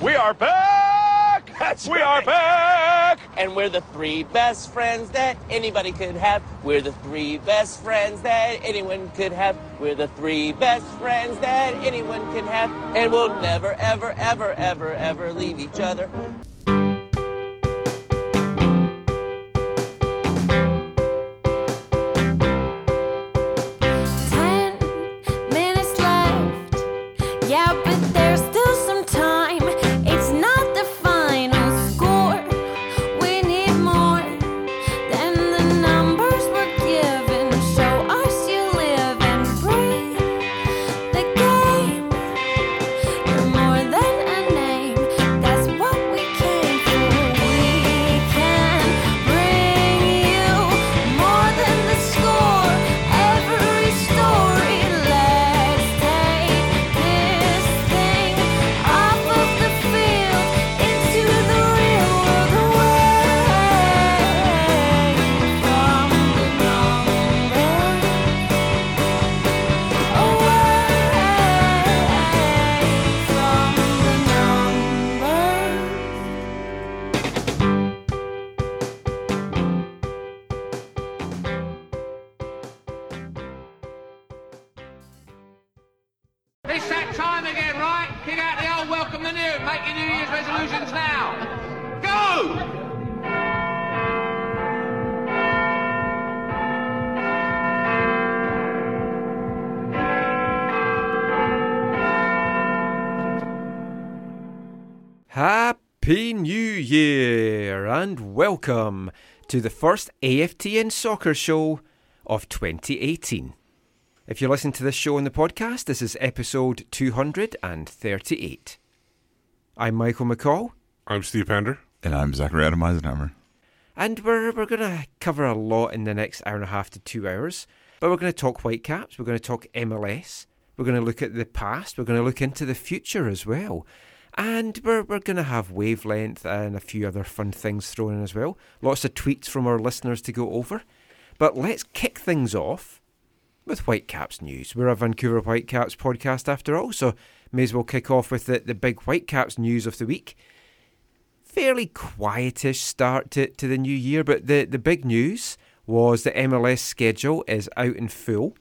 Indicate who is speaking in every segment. Speaker 1: We are back!
Speaker 2: That's
Speaker 1: we are
Speaker 2: right.
Speaker 1: back!
Speaker 2: And we're the three best friends that anybody could have. We're the three best friends that anyone could have. We're the three best friends that anyone can have. And we'll never, ever, ever, ever, ever leave each other.
Speaker 3: Ten minutes left. Yeah, but there's still some time. It's not the final score. We need more than the numbers were given. Show us you live and breathe the game. You're more than a name. That's what we came for. We can bring you more than the score. Every story. Let's take this thing off of the field into the real world away from the number. Away
Speaker 4: It's that time again, right? Kick out the old welcome the new. Make your New Year's resolutions now. Go!
Speaker 5: Happy New Year and welcome to the first AFTN soccer show of 2018. If you listen to this show on the podcast, this is episode 238. I'm Michael McCall,
Speaker 6: I'm Steve Pender.
Speaker 7: And I'm Zachary Adam Eisenheimer.
Speaker 5: and we're, we're going to cover a lot in the next hour and a half to two hours. But we're going to talk Whitecaps, we're going to talk MLS, we're going to look at the past, we're going to look into the future as well. And we're, we're going to have wavelength and a few other fun things thrown in as well. Lots of tweets from our listeners to go over. But let's kick things off with Whitecaps news. We're a Vancouver Whitecaps podcast after all, so may as well kick off with the, the big Whitecaps news of the week fairly quietish start to, to the new year, but the, the big news was the MLS schedule is out in full.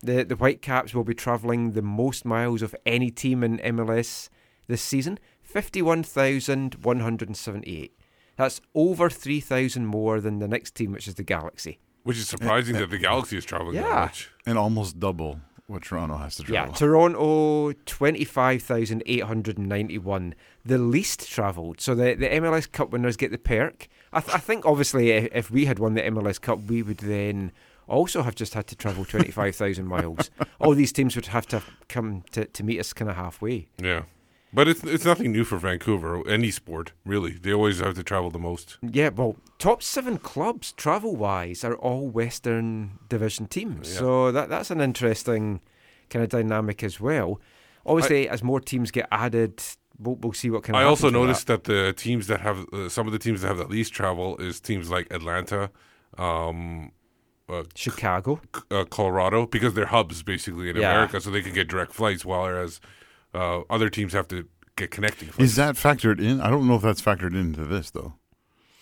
Speaker 5: The the Whitecaps will be travelling the most miles of any team in MLS this season, fifty one thousand one hundred and seventy eight. That's over three thousand more than the next team, which is the Galaxy.
Speaker 6: Which is surprising that the Galaxy is traveling that
Speaker 5: Yeah.
Speaker 6: much.
Speaker 7: And almost double what Toronto has to
Speaker 5: Yeah,
Speaker 7: travel.
Speaker 5: Toronto twenty five thousand eight hundred ninety one, the least travelled. So the the MLS Cup winners get the perk. I, th- I think obviously if, if we had won the MLS Cup, we would then also have just had to travel twenty five thousand miles. All these teams would have to come to, to meet us kind of halfway.
Speaker 6: Yeah. But it's it's nothing new for Vancouver, any sport, really. They always have to travel the most.
Speaker 5: Yeah, well, top seven clubs travel wise are all Western Division teams. So that that's an interesting kind of dynamic as well. Obviously, as more teams get added. We'll, we'll see what kind of.
Speaker 6: I also
Speaker 5: happens with that.
Speaker 6: noticed that. the teams that have uh, some of the teams that have the least travel is teams like Atlanta, um, uh,
Speaker 5: Chicago.
Speaker 6: C- uh, Colorado, because they're hubs basically in
Speaker 5: Yeah.
Speaker 6: America, so they can get direct flights, whereas uh, other teams have to get connecting flights.
Speaker 7: Is that factored in? I don't know if that's factored into this though.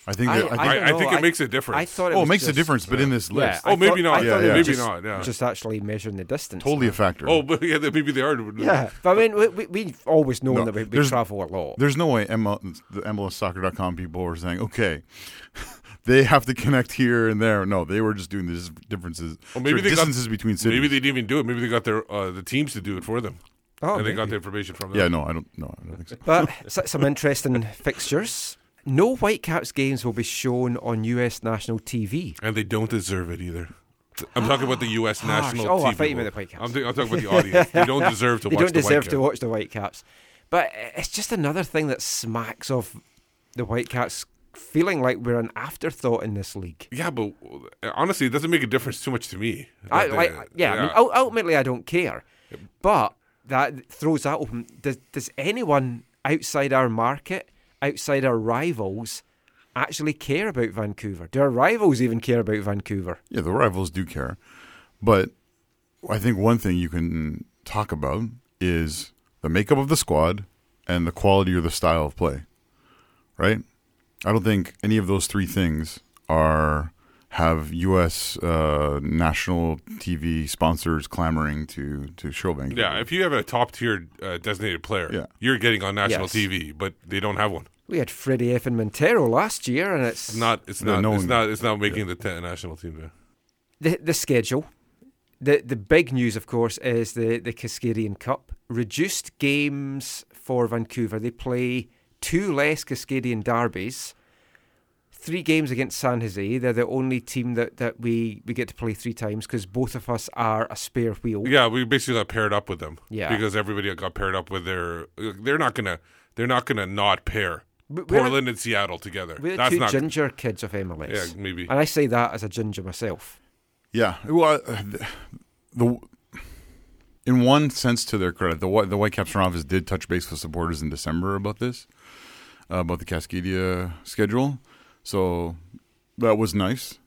Speaker 7: I think that, I, think
Speaker 6: I-
Speaker 5: don't
Speaker 6: I think
Speaker 5: know.
Speaker 6: it makes a difference.
Speaker 5: I thought it
Speaker 7: oh, it
Speaker 5: was
Speaker 7: makes
Speaker 5: just-
Speaker 7: a difference, but in this
Speaker 5: Yeah,
Speaker 7: list,
Speaker 5: I
Speaker 6: Oh, maybe
Speaker 5: thought-
Speaker 6: not.
Speaker 5: I
Speaker 7: Yeah,
Speaker 5: thought it
Speaker 7: yeah.
Speaker 5: was
Speaker 6: Maybe
Speaker 5: just,
Speaker 6: not, yeah.
Speaker 5: Just actually measuring the distance.
Speaker 7: totally a factor.
Speaker 6: oh, but yeah, maybe they are.
Speaker 5: Yeah, but I mean, we, we, we've always known
Speaker 7: No,
Speaker 5: that we, we
Speaker 7: there's-
Speaker 5: travel a lot.
Speaker 7: There's no way ML, the MLSsoccer.com people were saying, okay, they have to connect here and there. No, they were just doing the dis- differences,
Speaker 6: Well, maybe
Speaker 7: sorry,
Speaker 6: they got-
Speaker 7: distances between cities.
Speaker 6: Maybe they didn't even do it. Maybe they got their uh, the teams to do it for them,
Speaker 5: Oh,
Speaker 6: and they got
Speaker 5: maybe.
Speaker 6: the information from them.
Speaker 7: yeah, no, I don't. No, I don't think so.
Speaker 5: But s- some interesting fixtures. No Whitecaps games will be shown on US national TV.
Speaker 6: and they don't deserve it either. I'm talking about the U.S.
Speaker 5: Ah, Harsh.
Speaker 6: national.
Speaker 5: Oh, I
Speaker 6: TV
Speaker 5: thought you meant
Speaker 6: vote.
Speaker 5: the Whitecaps.
Speaker 6: I'm, th- I'm talking about the audience. They don't deserve to
Speaker 5: They
Speaker 6: watch.
Speaker 5: don't deserve
Speaker 6: the
Speaker 5: to
Speaker 6: Whitecaps.
Speaker 5: watch the Whitecaps. But it's just another thing that smacks of the Whitecaps feeling like we're an afterthought in this league.
Speaker 6: Yeah, but uh, honestly, it doesn't make a difference too much to me.
Speaker 5: I,
Speaker 6: That, uh,
Speaker 5: like, yeah, I mean, oh. ul- ultimately, I don't care. But that throws that open. Does, does anyone outside our market, outside our rivals, actually care about Vancouver? Do our rivals even care about Vancouver?
Speaker 7: Yeah, the rivals do care. But I think one thing you can talk about is the makeup of the squad and the quality or the style of play, right? I don't think any of those three things are have U.S. Uh, national TV sponsors clamoring to to show Vancouver.
Speaker 6: Yeah, if you have a top tier uh, designated player,
Speaker 7: Yeah.
Speaker 6: you're getting on national
Speaker 5: Yes.
Speaker 6: TV, but they don't have one.
Speaker 5: We had Freddie F. and Montero last year, and it's
Speaker 6: Not it's
Speaker 7: No,
Speaker 6: not
Speaker 7: no
Speaker 6: it's
Speaker 7: one-
Speaker 6: not it's not making the ten national team. There.
Speaker 5: the the schedule. The the big news, of course, is the the Cascadian Cup reduced games for Vancouver. They play two less Cascadian derbies, three games against San Jose. They're the only team that, that we, we get to play three times because both of us are a spare wheel.
Speaker 6: Yeah, we basically got paired up with them.
Speaker 5: Yeah.
Speaker 6: because everybody got paired up with their. They're not gonna they're not gonna not pair
Speaker 5: But we're-
Speaker 6: Portland and Seattle together.
Speaker 5: We're the
Speaker 6: That's
Speaker 5: two
Speaker 6: not
Speaker 5: ginger kids of MLS.
Speaker 6: Yeah, maybe.
Speaker 5: And I say that as a ginger myself.
Speaker 7: Yeah. Well, uh, th- the in one sense, to their credit, the Whi- the Whitecaps front office did touch base with supporters in December about this, uh, about the Cascadia schedule. So that was nice,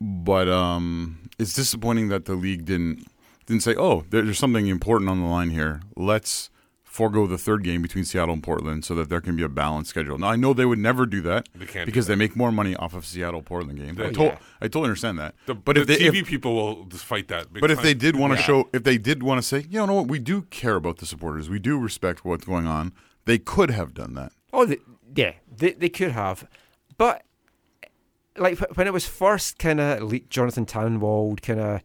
Speaker 7: but um, it's disappointing that the league didn't didn't say, "Oh, there, there's something important on the line here. Let's." Forego the third game between Seattle and Portland so that there can be a balanced schedule. Now I know they would never do that
Speaker 6: They can't do
Speaker 7: because they make more money off of Seattle Portland games. I, to-
Speaker 5: yeah.
Speaker 7: I totally understand that.
Speaker 6: The,
Speaker 7: but
Speaker 6: the
Speaker 7: if they,
Speaker 6: TV
Speaker 7: if,
Speaker 6: people will just fight that. big
Speaker 7: but if
Speaker 6: time.
Speaker 7: they did want to show, if they did want to say, you know what, we do care about the supporters, we do respect what's going on, they could have done that.
Speaker 5: Oh, the, yeah, they, they could have. But, like, wh- when it was first kind of leaked, Jonathan Tannenwald kind of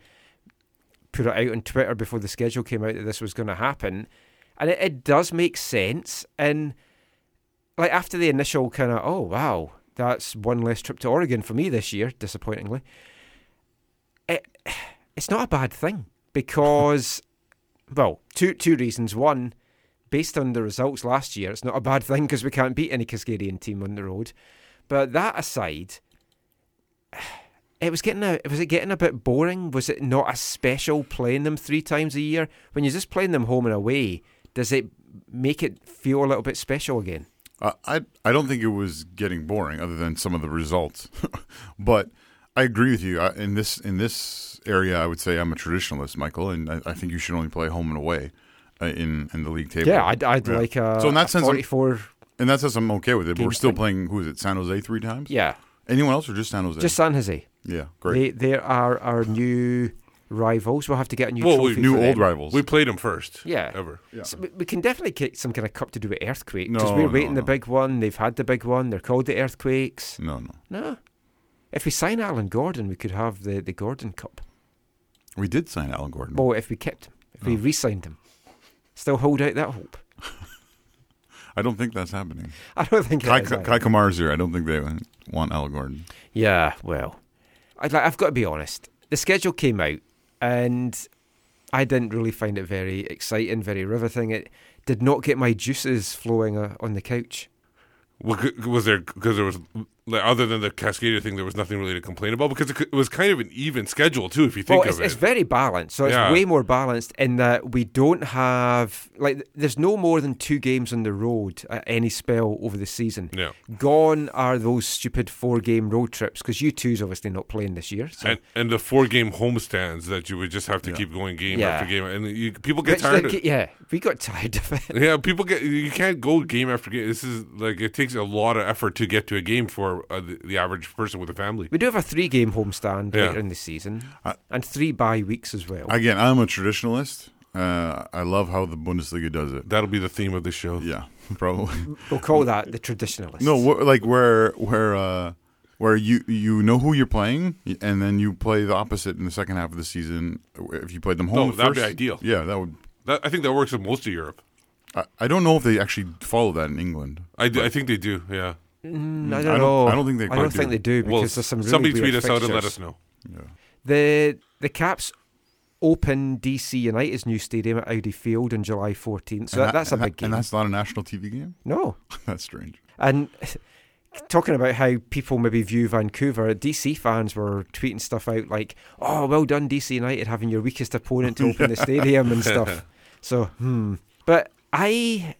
Speaker 5: put it out on Twitter before the schedule came out that this was going to happen. And it, it does make sense. And, like, after the initial kind of, oh, wow, that's one less trip to Oregon for me this year, disappointingly, it, it's not a bad thing because, well, two, two reasons. One, based on the results last year, it's not a bad thing because we can't beat any Cascadian team on the road. But that aside, it was getting a was it getting a bit boring? Was it not as special playing them three times a year when you're just playing them home and away? Does it make it feel a little bit special again?
Speaker 7: Uh, I I don't think it was getting boring, other than some of the results. but I agree with you I, in this in this area. I would say I'm a traditionalist, Michael, and I, I think you should only play home and away uh, in in the league table.
Speaker 5: Yeah, I'd, I'd
Speaker 7: Yeah.
Speaker 5: like a,
Speaker 7: So in that
Speaker 5: a
Speaker 7: sense, I'm-
Speaker 5: 44.
Speaker 7: and that says I'm okay with it. But we're
Speaker 5: Games
Speaker 7: still
Speaker 5: thing.
Speaker 7: playing. Who is it? San Jose three times.
Speaker 5: Yeah,
Speaker 7: Anyone else or just San Jose?
Speaker 5: just San Jose.
Speaker 7: yeah,
Speaker 5: They
Speaker 7: great.
Speaker 5: they are our new rivals. We'll have to get a new
Speaker 6: Well, we
Speaker 5: trophy
Speaker 6: knew
Speaker 7: New
Speaker 5: for
Speaker 7: old
Speaker 5: them.
Speaker 7: rivals.
Speaker 6: we played them first.
Speaker 5: Yeah.
Speaker 6: ever.
Speaker 5: So we- we can definitely get some kind of cup to do with earthquake because
Speaker 7: No,
Speaker 5: we're
Speaker 7: no,
Speaker 5: waiting the
Speaker 7: no.
Speaker 5: big one. They've had the big one. They're called the earthquakes.
Speaker 7: no, no,
Speaker 5: No, if we sign Alan Gordon, we could have the, the Gordon Cup.
Speaker 7: we did sign Alan Gordon.
Speaker 5: Well, if we kept him, if
Speaker 7: Oh.
Speaker 5: we re-signed him, still hold out that hope.
Speaker 7: I don't think that's happening.
Speaker 5: I don't think. it
Speaker 7: Kai,
Speaker 5: is,
Speaker 7: Kai
Speaker 5: either.
Speaker 7: Kamara's here. I don't think they want Al Gordon.
Speaker 5: Yeah, well, I'd like, I've got to be honest. The schedule came out, and I didn't really find it very exciting, very riveting. It did not get my juices flowing uh, on the couch.
Speaker 6: Well, c- was there because there was like, other than the Cascadia thing, there was nothing really to complain about because it, c- it was kind of an even schedule too. If you think
Speaker 5: well, it's,
Speaker 6: of it,
Speaker 5: it's very balanced. So it's
Speaker 6: Yeah.
Speaker 5: way more balanced in that we don't have like th- there's no more than two games on the road at any spell over the season.
Speaker 6: Yeah.
Speaker 5: Gone are those stupid four game road trips because you two's obviously not playing this year. So.
Speaker 6: and, and the four game homestands that you would just have to keep going game
Speaker 5: Yeah.
Speaker 6: after game, and you, people get
Speaker 5: Which,
Speaker 6: tired.
Speaker 5: like,
Speaker 6: of,
Speaker 5: yeah, we got tired of it.
Speaker 6: yeah, people get you can't go game after game. This is like it takes a lot of effort to get to a game for uh, the, the average person with a family.
Speaker 5: We do have a three game homestand
Speaker 6: Yeah.
Speaker 5: later in the season and three bye weeks as well.
Speaker 7: Again, I'm a traditionalist. Uh, I love how the Bundesliga does it.
Speaker 6: That'll be the theme of the show.
Speaker 7: Yeah, probably.
Speaker 5: we'll call that the traditionalists.
Speaker 7: no, wh- like where where uh, where you you know who you're playing, and then you play the opposite in the second half of the season. If you played them home,
Speaker 6: No, that'd be
Speaker 7: first.
Speaker 6: ideal.
Speaker 7: Yeah, that would.
Speaker 6: That, I think that works in most of Europe.
Speaker 7: I, I don't know if they actually follow that in England.
Speaker 6: I, do- I think they do. Yeah.
Speaker 5: Mm, I don't,
Speaker 7: don't-
Speaker 5: know.
Speaker 7: I don't think they
Speaker 5: I don't
Speaker 7: quite do.
Speaker 5: think they do because
Speaker 6: well,
Speaker 5: there's some really
Speaker 6: somebody
Speaker 5: weird
Speaker 6: tweet us out and let
Speaker 5: fixtures.
Speaker 6: us know.
Speaker 5: The the Caps open DC United's new stadium at Audi Field on July 14th. So
Speaker 7: And
Speaker 5: that, that's a
Speaker 7: and
Speaker 5: big
Speaker 7: and
Speaker 5: game.
Speaker 7: that's not a national TV game.
Speaker 5: no.
Speaker 7: that's strange.
Speaker 5: And talking about how people maybe view Vancouver, DC fans were tweeting stuff out like, oh, well done, DC United, having your weakest opponent to open the stadium and stuff. So, hmm. But I.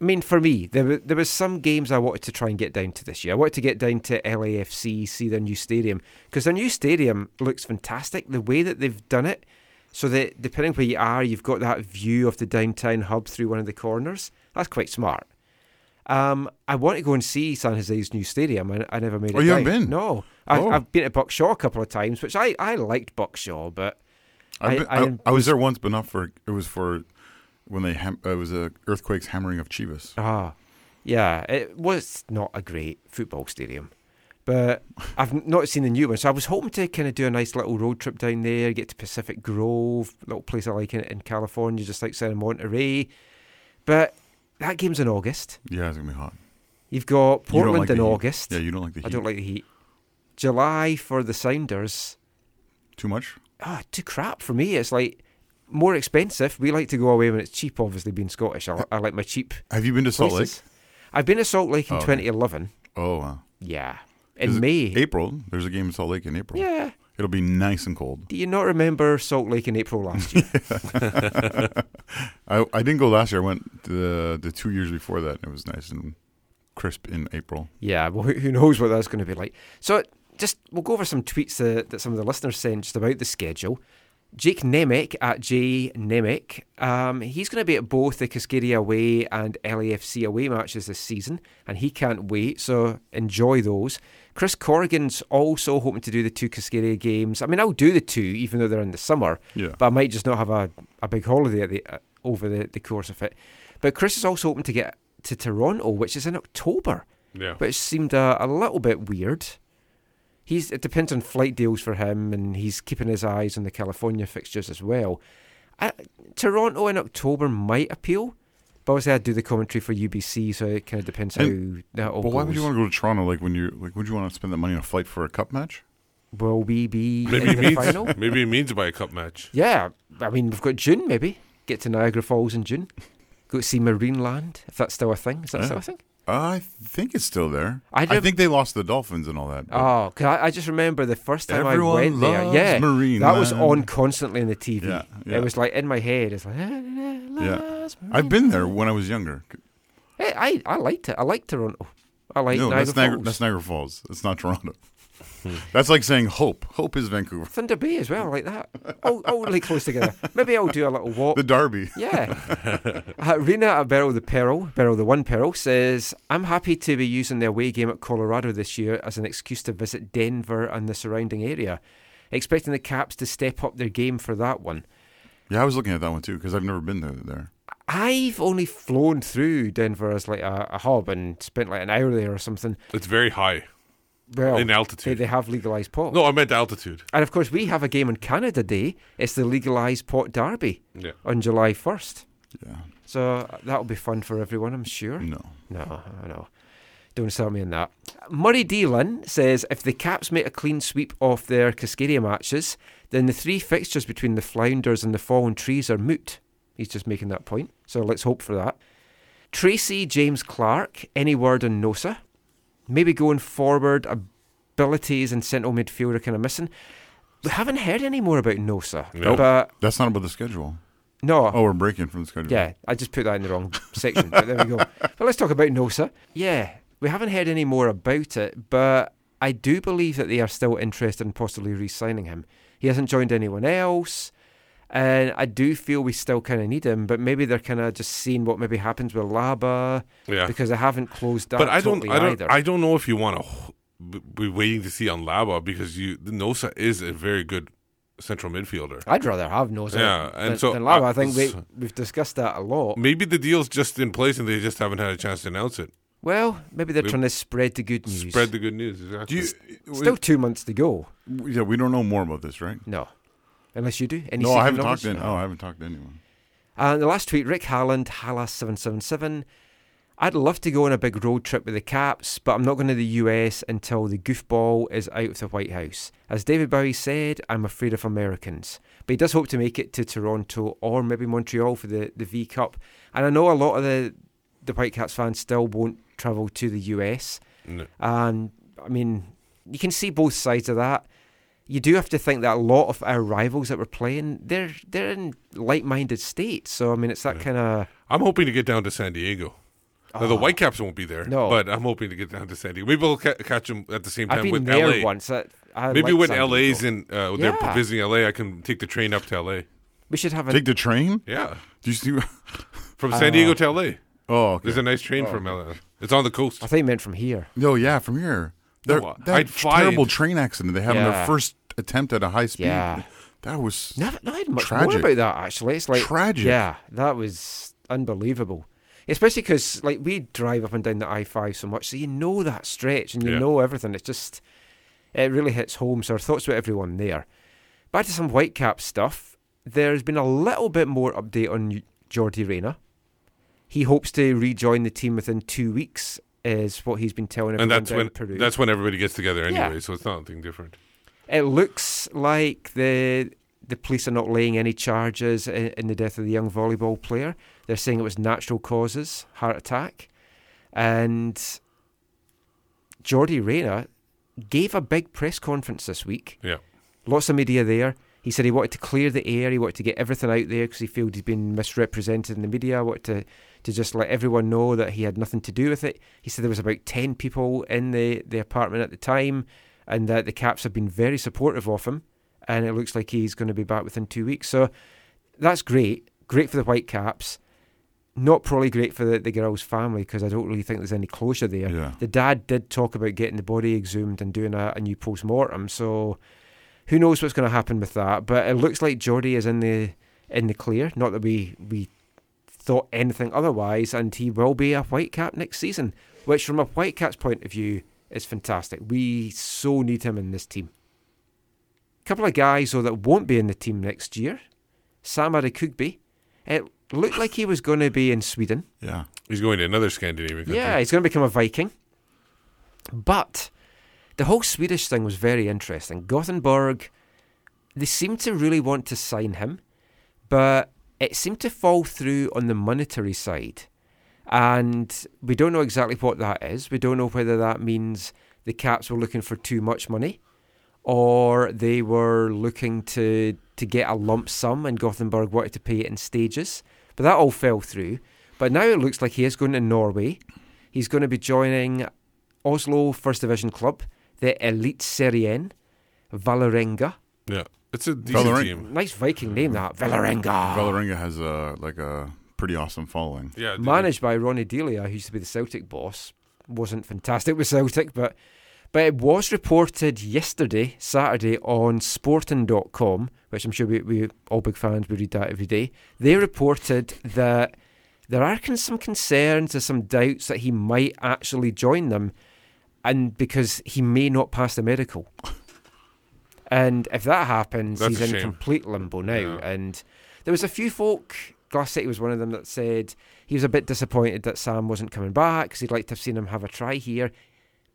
Speaker 5: I mean, for me, there were, there was some games I wanted to try and get down to this year. I wanted to get down to LAFC, see their new stadium because their new stadium looks fantastic. The way that they've done it, so that depending where you are, you've got that view of the downtown hub through one of the corners. That's quite smart. Um, I want to go and see San Jose's new stadium. I, I never made it.
Speaker 7: Oh, you haven't
Speaker 5: down.
Speaker 7: been?
Speaker 5: No, I,
Speaker 7: Oh.
Speaker 5: I've been to Buckshaw a couple of times, which I, I liked Buckshaw, but
Speaker 7: I've
Speaker 5: I-
Speaker 7: been-
Speaker 5: I-
Speaker 7: I, I was there once, but not for it was for when they ham- it was a earthquake's hammering of Chivas.
Speaker 5: ah, yeah, it was not a great football stadium. But I've not seen the new one, so I was hoping to kind of do a nice little road trip down there, get to Pacific Grove, little place I like in, in California, just outside of Monterey. But that game's in August.
Speaker 7: Yeah, it's gonna be hot.
Speaker 5: You've got
Speaker 7: You don't
Speaker 5: Portland
Speaker 7: like the
Speaker 5: in
Speaker 7: heat.
Speaker 5: August.
Speaker 7: Yeah, you don't like the heat.
Speaker 5: I don't like the heat. July for the Sounders.
Speaker 7: too much.
Speaker 5: Ah, too crap for me. It's like more expensive. We like to go away when it's cheap. Obviously, being Scottish, I, I like my cheap
Speaker 7: Have you been to Salt Lake?
Speaker 5: places. I've been to Salt Lake in
Speaker 7: Oh, okay.
Speaker 5: 2011.
Speaker 7: Oh wow.
Speaker 5: Yeah,
Speaker 7: Is
Speaker 5: in
Speaker 7: it
Speaker 5: May.
Speaker 7: April. There's a game in Salt Lake in April.
Speaker 5: Yeah.
Speaker 7: It'll be nice and cold.
Speaker 5: Do you not remember Salt Lake in April last year?
Speaker 7: I, I didn't go last year. I went the the two years before that. and It was nice and crisp in April.
Speaker 5: yeah. Well, who, who knows what that's going to be like? So, just we'll go over some tweets that, that some of the listeners sent just about the schedule. Jake Nemec at J Nemec, um, he's going to be at both the Cascadia away and LAFC away matches this season, and he can't wait. So enjoy those. Chris Corrigan's also hoping to do the two Cascadia games. I mean, I'll do the two, even though they're in the summer.
Speaker 7: Yeah.
Speaker 5: But I might just not have a, a big holiday at the, uh, over the, the course of it. But Chris is also hoping to get to Toronto, which is in October,
Speaker 6: Yeah.
Speaker 5: which seemed a, a little bit weird he's it depends on flight deals for him, and he's keeping his eyes on the California fixtures as well. I, Toronto in October might appeal, but obviously I do the commentary for UBC, so it kind of depends
Speaker 7: And-
Speaker 5: how that all
Speaker 7: But
Speaker 5: goes.
Speaker 7: why would you want to go to Toronto? Like when you like, would you want to spend that money on a flight for a cup match?
Speaker 5: Will we be
Speaker 6: Maybe
Speaker 5: in
Speaker 6: it
Speaker 5: the
Speaker 6: means
Speaker 5: final?
Speaker 6: maybe it means to buy a cup match.
Speaker 5: Yeah, I mean we've got June maybe. Get to Niagara Falls in June. Go see Marineland if that's still a thing. Is that still a thing?
Speaker 7: I think it's still there.
Speaker 5: I
Speaker 7: I,
Speaker 5: never-
Speaker 7: think they lost to the Dolphins and all that. but-
Speaker 5: Oh, 'cause I, I just remember the first time
Speaker 7: Everyone
Speaker 5: I went there.
Speaker 7: loves
Speaker 5: Yeah,
Speaker 7: Marineland.
Speaker 5: that was on constantly on the TV.
Speaker 7: Yeah, yeah.
Speaker 5: It was like in my head. It's like yeah.
Speaker 7: yeah, I've been there when I was younger.
Speaker 5: I, I I liked it. I liked Toronto. I like
Speaker 7: no,
Speaker 5: Niagara
Speaker 7: that's
Speaker 5: Falls.
Speaker 7: Niagara. That's Niagara Falls. That's not Toronto. that's like saying Hope. Hope is Vancouver.
Speaker 5: Thunder Bay as well, like that. All, all really close together. Maybe I'll do a little walk.
Speaker 7: The Derby.
Speaker 5: Yeah. uh, Rena at Beryl the Peril, Beryl the One Peril, says, I'm happy to be using the away game at Colorado this year as an excuse to visit Denver and the surrounding area. Expecting the Caps to step up their game for that one.
Speaker 7: Yeah, I was looking at that one too because I've never been there. There.
Speaker 5: I've only flown through Denver as like a, a hub and spent like an hour there or something.
Speaker 6: It's very high.
Speaker 5: Well,
Speaker 6: In altitude.
Speaker 5: They, they have legalized pot.
Speaker 6: No, I meant altitude.
Speaker 5: And of course, we have a game on Canada Day. It's the legalised pot derby
Speaker 6: Yeah.
Speaker 5: on July 1st.
Speaker 7: Yeah.
Speaker 5: So that'll be fun for everyone, I'm sure.
Speaker 7: No.
Speaker 5: No, I know. Don't sell me on that. Murray Dillon says if the Caps make a clean sweep of their Cascadia matches, then the three fixtures between the Flounders and the Fallen Trees are moot. He's just making that point. So let's hope for that. Tracy James Clark, any word on Nosa? Maybe going forward, abilities and central midfielder kind of missing. We haven't heard any more about Nosa.
Speaker 6: Nope.
Speaker 5: But
Speaker 7: That's not about the schedule.
Speaker 5: no.
Speaker 7: Oh, we're breaking from the schedule.
Speaker 5: Yeah, I just put that in the wrong section, but there we go. But let's talk about NOSA. Yeah, we haven't heard any more about it, but I do believe that they are still interested in possibly re signing him. He hasn't joined anyone else, and I do feel we still kind of need him, but maybe they're kind of just seeing what maybe happens with Laba
Speaker 6: Yeah.
Speaker 5: because they haven't closed that
Speaker 6: but I don't,
Speaker 5: totally
Speaker 6: I don't,
Speaker 5: either.
Speaker 6: I don't know if you want to be waiting to see on Laba because you the Nosa is a very good central midfielder.
Speaker 5: I'd rather have Nosa
Speaker 6: Yeah, and
Speaker 5: than,
Speaker 6: so
Speaker 5: than Laba.
Speaker 6: I-
Speaker 5: I think we, we've discussed that a lot.
Speaker 6: Maybe the deal's just in place and they just haven't had a chance to announce it.
Speaker 5: Well, maybe they're
Speaker 6: We-
Speaker 5: trying to spread the good news.
Speaker 6: Spread the good news. Exactly.
Speaker 7: Do you?
Speaker 5: Still two months to go.
Speaker 7: we- yeah, we don't know more about this, right?
Speaker 5: No. Unless you do. Any
Speaker 7: no,
Speaker 5: secret
Speaker 7: I haven't
Speaker 5: knowledge?
Speaker 7: talked to. No, I haven't talked to anyone.
Speaker 5: And the last tweet, Rick Harland, Hala777. I'd love to go on a big road trip with the Caps, but I'm not going to the US until the goofball is out of the White House. As David Bowie said, I'm afraid of Americans. But he does hope to make it to Toronto or maybe Montreal for the, the V Cup. And I know a lot of the, the White Cats fans still won't travel to the US.
Speaker 6: No.
Speaker 5: And I mean, you can see both sides of that. You do have to think that a lot of our rivals that we're playing, they're they're in like-minded states. So I mean, it's that kind of
Speaker 6: I'm hoping to get down to San Diego. Now, the Whitecaps won't be there,
Speaker 5: Ah. No.
Speaker 6: but I'm hoping to get down to San Diego. Maybe we'll ca- catch them at the same
Speaker 5: I've
Speaker 6: time
Speaker 5: been
Speaker 6: with
Speaker 5: there
Speaker 6: LA.
Speaker 5: once. I, I
Speaker 6: Maybe when
Speaker 5: like San
Speaker 6: LA's
Speaker 5: Diego.
Speaker 6: in, uh, they're
Speaker 5: Yeah.
Speaker 6: visiting LA, I can take the train up to LA.
Speaker 5: we should have a
Speaker 7: Take the train.
Speaker 6: Yeah,
Speaker 7: Do you see?
Speaker 5: Uh,
Speaker 6: from San Diego to LA.
Speaker 7: Oh, okay.
Speaker 6: There's a nice train from LA. It's on the coast.
Speaker 5: I thought you meant from here.
Speaker 7: No, yeah, from here. They're-
Speaker 6: No,
Speaker 7: that
Speaker 6: I'd fly
Speaker 7: terrible
Speaker 6: it.
Speaker 7: train accident they had in
Speaker 5: Yeah.
Speaker 7: their first attempt at a high speed.
Speaker 5: Yeah.
Speaker 7: That was
Speaker 5: Never, not had much
Speaker 7: Tragic.
Speaker 5: more about that actually. It's like
Speaker 7: Tragic.
Speaker 5: Yeah, that was unbelievable. Especially because like we drive up and down the I five so much, so you know that stretch and you
Speaker 6: Yeah.
Speaker 5: know everything. It's just it really hits home. So our thoughts with everyone there. Back to some Whitecap stuff. There's been a little bit more update on Jordi Reyna. He hopes to rejoin the team within two weeks, is what he's been telling everyone
Speaker 6: and that's
Speaker 5: down
Speaker 6: when
Speaker 5: in Peru.
Speaker 6: that's when everybody gets together
Speaker 5: Yeah.
Speaker 6: anyway, so it's not anything different.
Speaker 5: It looks like the the police are not laying any charges in, in the death of the young volleyball player. They're saying it was natural causes, heart attack, and Jordi Reyna gave a big press conference this week.
Speaker 6: Yeah.
Speaker 5: Lots of media there. He said he wanted to clear the air. He wanted to get everything out there because he felt he'd been misrepresented in the media. Wanted to to just let everyone know that he had nothing to do with it. He said there was about ten people in the the apartment at the time, and that the Caps have been very supportive of him. And it looks like he's going to be back within two weeks. So that's great. Great for the White Caps. Not probably great for the, the girl's family because I don't really think there's any closure there.
Speaker 7: Yeah.
Speaker 5: The dad did talk about getting the body exhumed and doing a, a new post mortem. So who knows what's going to happen with that? But it looks like Jordy is in the in the clear. Not that we we thought anything otherwise, and he will be a Whitecap next season, which from a Whitecap's point of view is fantastic. We so need him in this team. Couple of guys though that won't be in the team next year. Sam Adekugbe. It looked like he was going to be in Sweden.
Speaker 7: yeah.
Speaker 6: He's going to another Scandinavian country.
Speaker 5: Yeah, he's going to become a Viking. But the whole Swedish thing was very interesting. Gothenburg, they seemed to really want to sign him, but it seemed to fall through on the monetary side. And we don't know exactly what that is. We don't know whether that means the Caps were looking for too much money or they were looking to to get a lump sum and Gothenburg wanted to pay it in stages. But that all fell through. But now it looks like he is going to Norway. He's going to be joining Oslo First Division Club, the Elite Serien, Valerenga.
Speaker 6: Yeah. It's a decent
Speaker 7: Bellerin-
Speaker 6: team.
Speaker 5: Nice Viking name that, Valerenga.
Speaker 7: Valerenga has a like a pretty awesome following.
Speaker 6: Yeah. they-
Speaker 5: managed by Ronnie Delia, who used to be the Celtic boss. Wasn't fantastic with Celtic, but but it was reported yesterday, Saturday, on sporting.com, which I'm sure we, we all big fans, we read that every day. They reported that there are con- some concerns, there's some doubts that he might actually join them, and because he may not pass the medical. And if that happens,
Speaker 6: That's
Speaker 5: he's
Speaker 6: a
Speaker 5: in
Speaker 6: shame.
Speaker 5: complete limbo now.
Speaker 6: Yeah.
Speaker 5: And there was a few folk, Glass City was one of them, that said he was a bit disappointed that Sam wasn't coming back because he'd like to have seen him have a try here.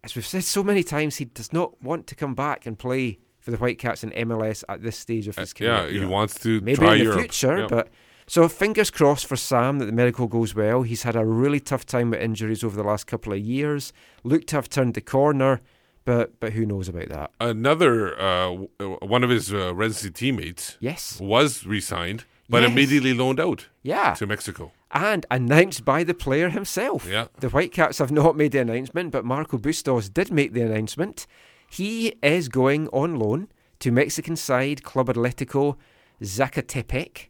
Speaker 5: As we've said so many times, he does not want to come back and play for the Whitecaps in MLS at this stage of
Speaker 6: Uh,
Speaker 5: his career.
Speaker 6: yeah, he wants to
Speaker 5: Maybe
Speaker 6: try
Speaker 5: in the
Speaker 6: Europe.
Speaker 5: future,
Speaker 6: Yeah.
Speaker 5: but so fingers crossed for Sam that the medical goes well. He's had a really tough time with injuries over the last couple of years. Looked to have turned the corner, but but who knows about that?
Speaker 6: another uh, w- uh, one of his uh, residency teammates
Speaker 5: Yes.
Speaker 6: was re-signed, but
Speaker 5: Yes.
Speaker 6: immediately loaned out
Speaker 5: Yeah.
Speaker 6: to Mexico.
Speaker 5: and announced by the player himself.
Speaker 6: Yeah.
Speaker 5: The Whitecaps have not made the announcement, but Marco Bustos did make the announcement. He is going on loan to Mexican side Club Atlético Zacatepec.